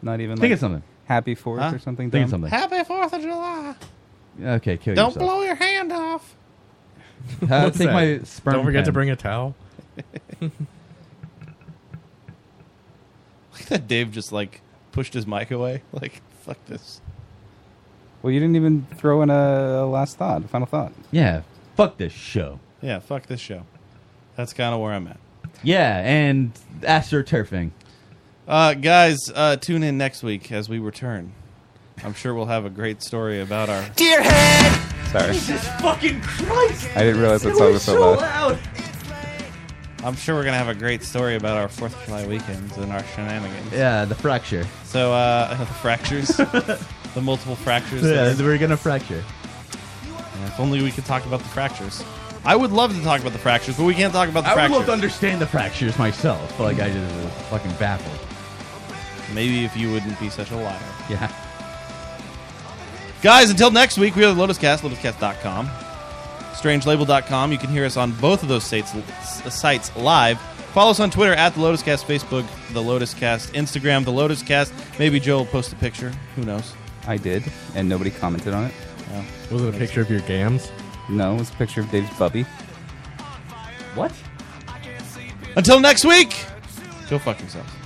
Not even.
Think
like,
of something.
Happy Fourth
Huh?
or something.
Think
dumb?
of something.
Happy Fourth of July.
Okay, kill
Don't
yourself.
blow your hand off.
Uh,
What's
take
that?
my sperm.
Don't forget to
pen.
bring a towel.
Look at that Dave just like pushed his mic away. Like fuck this.
Well, you didn't even throw in a last thought, a final thought.
Yeah. Fuck this show.
Yeah, fuck this show. That's kind of where I'm at.
Yeah, and astroturfing.
Uh, guys, uh, tune in next week as we return. I'm sure we'll have a great story about our
Dear head.
Sorry.
fucking Christ!
I didn't realize that song was so loud.
I'm sure we're gonna have a great story about our Fourth of July weekends and our shenanigans.
Yeah, the fracture.
So uh, the fractures, the multiple fractures.
Yeah,
that are-
we're gonna fracture.
Yeah, if only we could talk about the fractures. I would love to talk about the fractures, but we can't talk about the
I would
fractures.
love to understand the fractures myself, but like I just was fucking baffled.
Maybe if you wouldn't be such a liar.
Yeah.
Guys, until next week, we are the Lotus Cast, lotuscast.com, strangelabel.com. You can hear us on both of those sites, sites live. Follow us on Twitter at the Lotus Cast, Facebook, the Lotus Cast, Instagram, the Lotus Cast. Maybe Joe will post a picture. Who knows?
I did, and nobody commented on it.
Was it a picture of your gams?
No, it was a picture of Dave's puppy.
What?
Until next week, go fuck yourselves.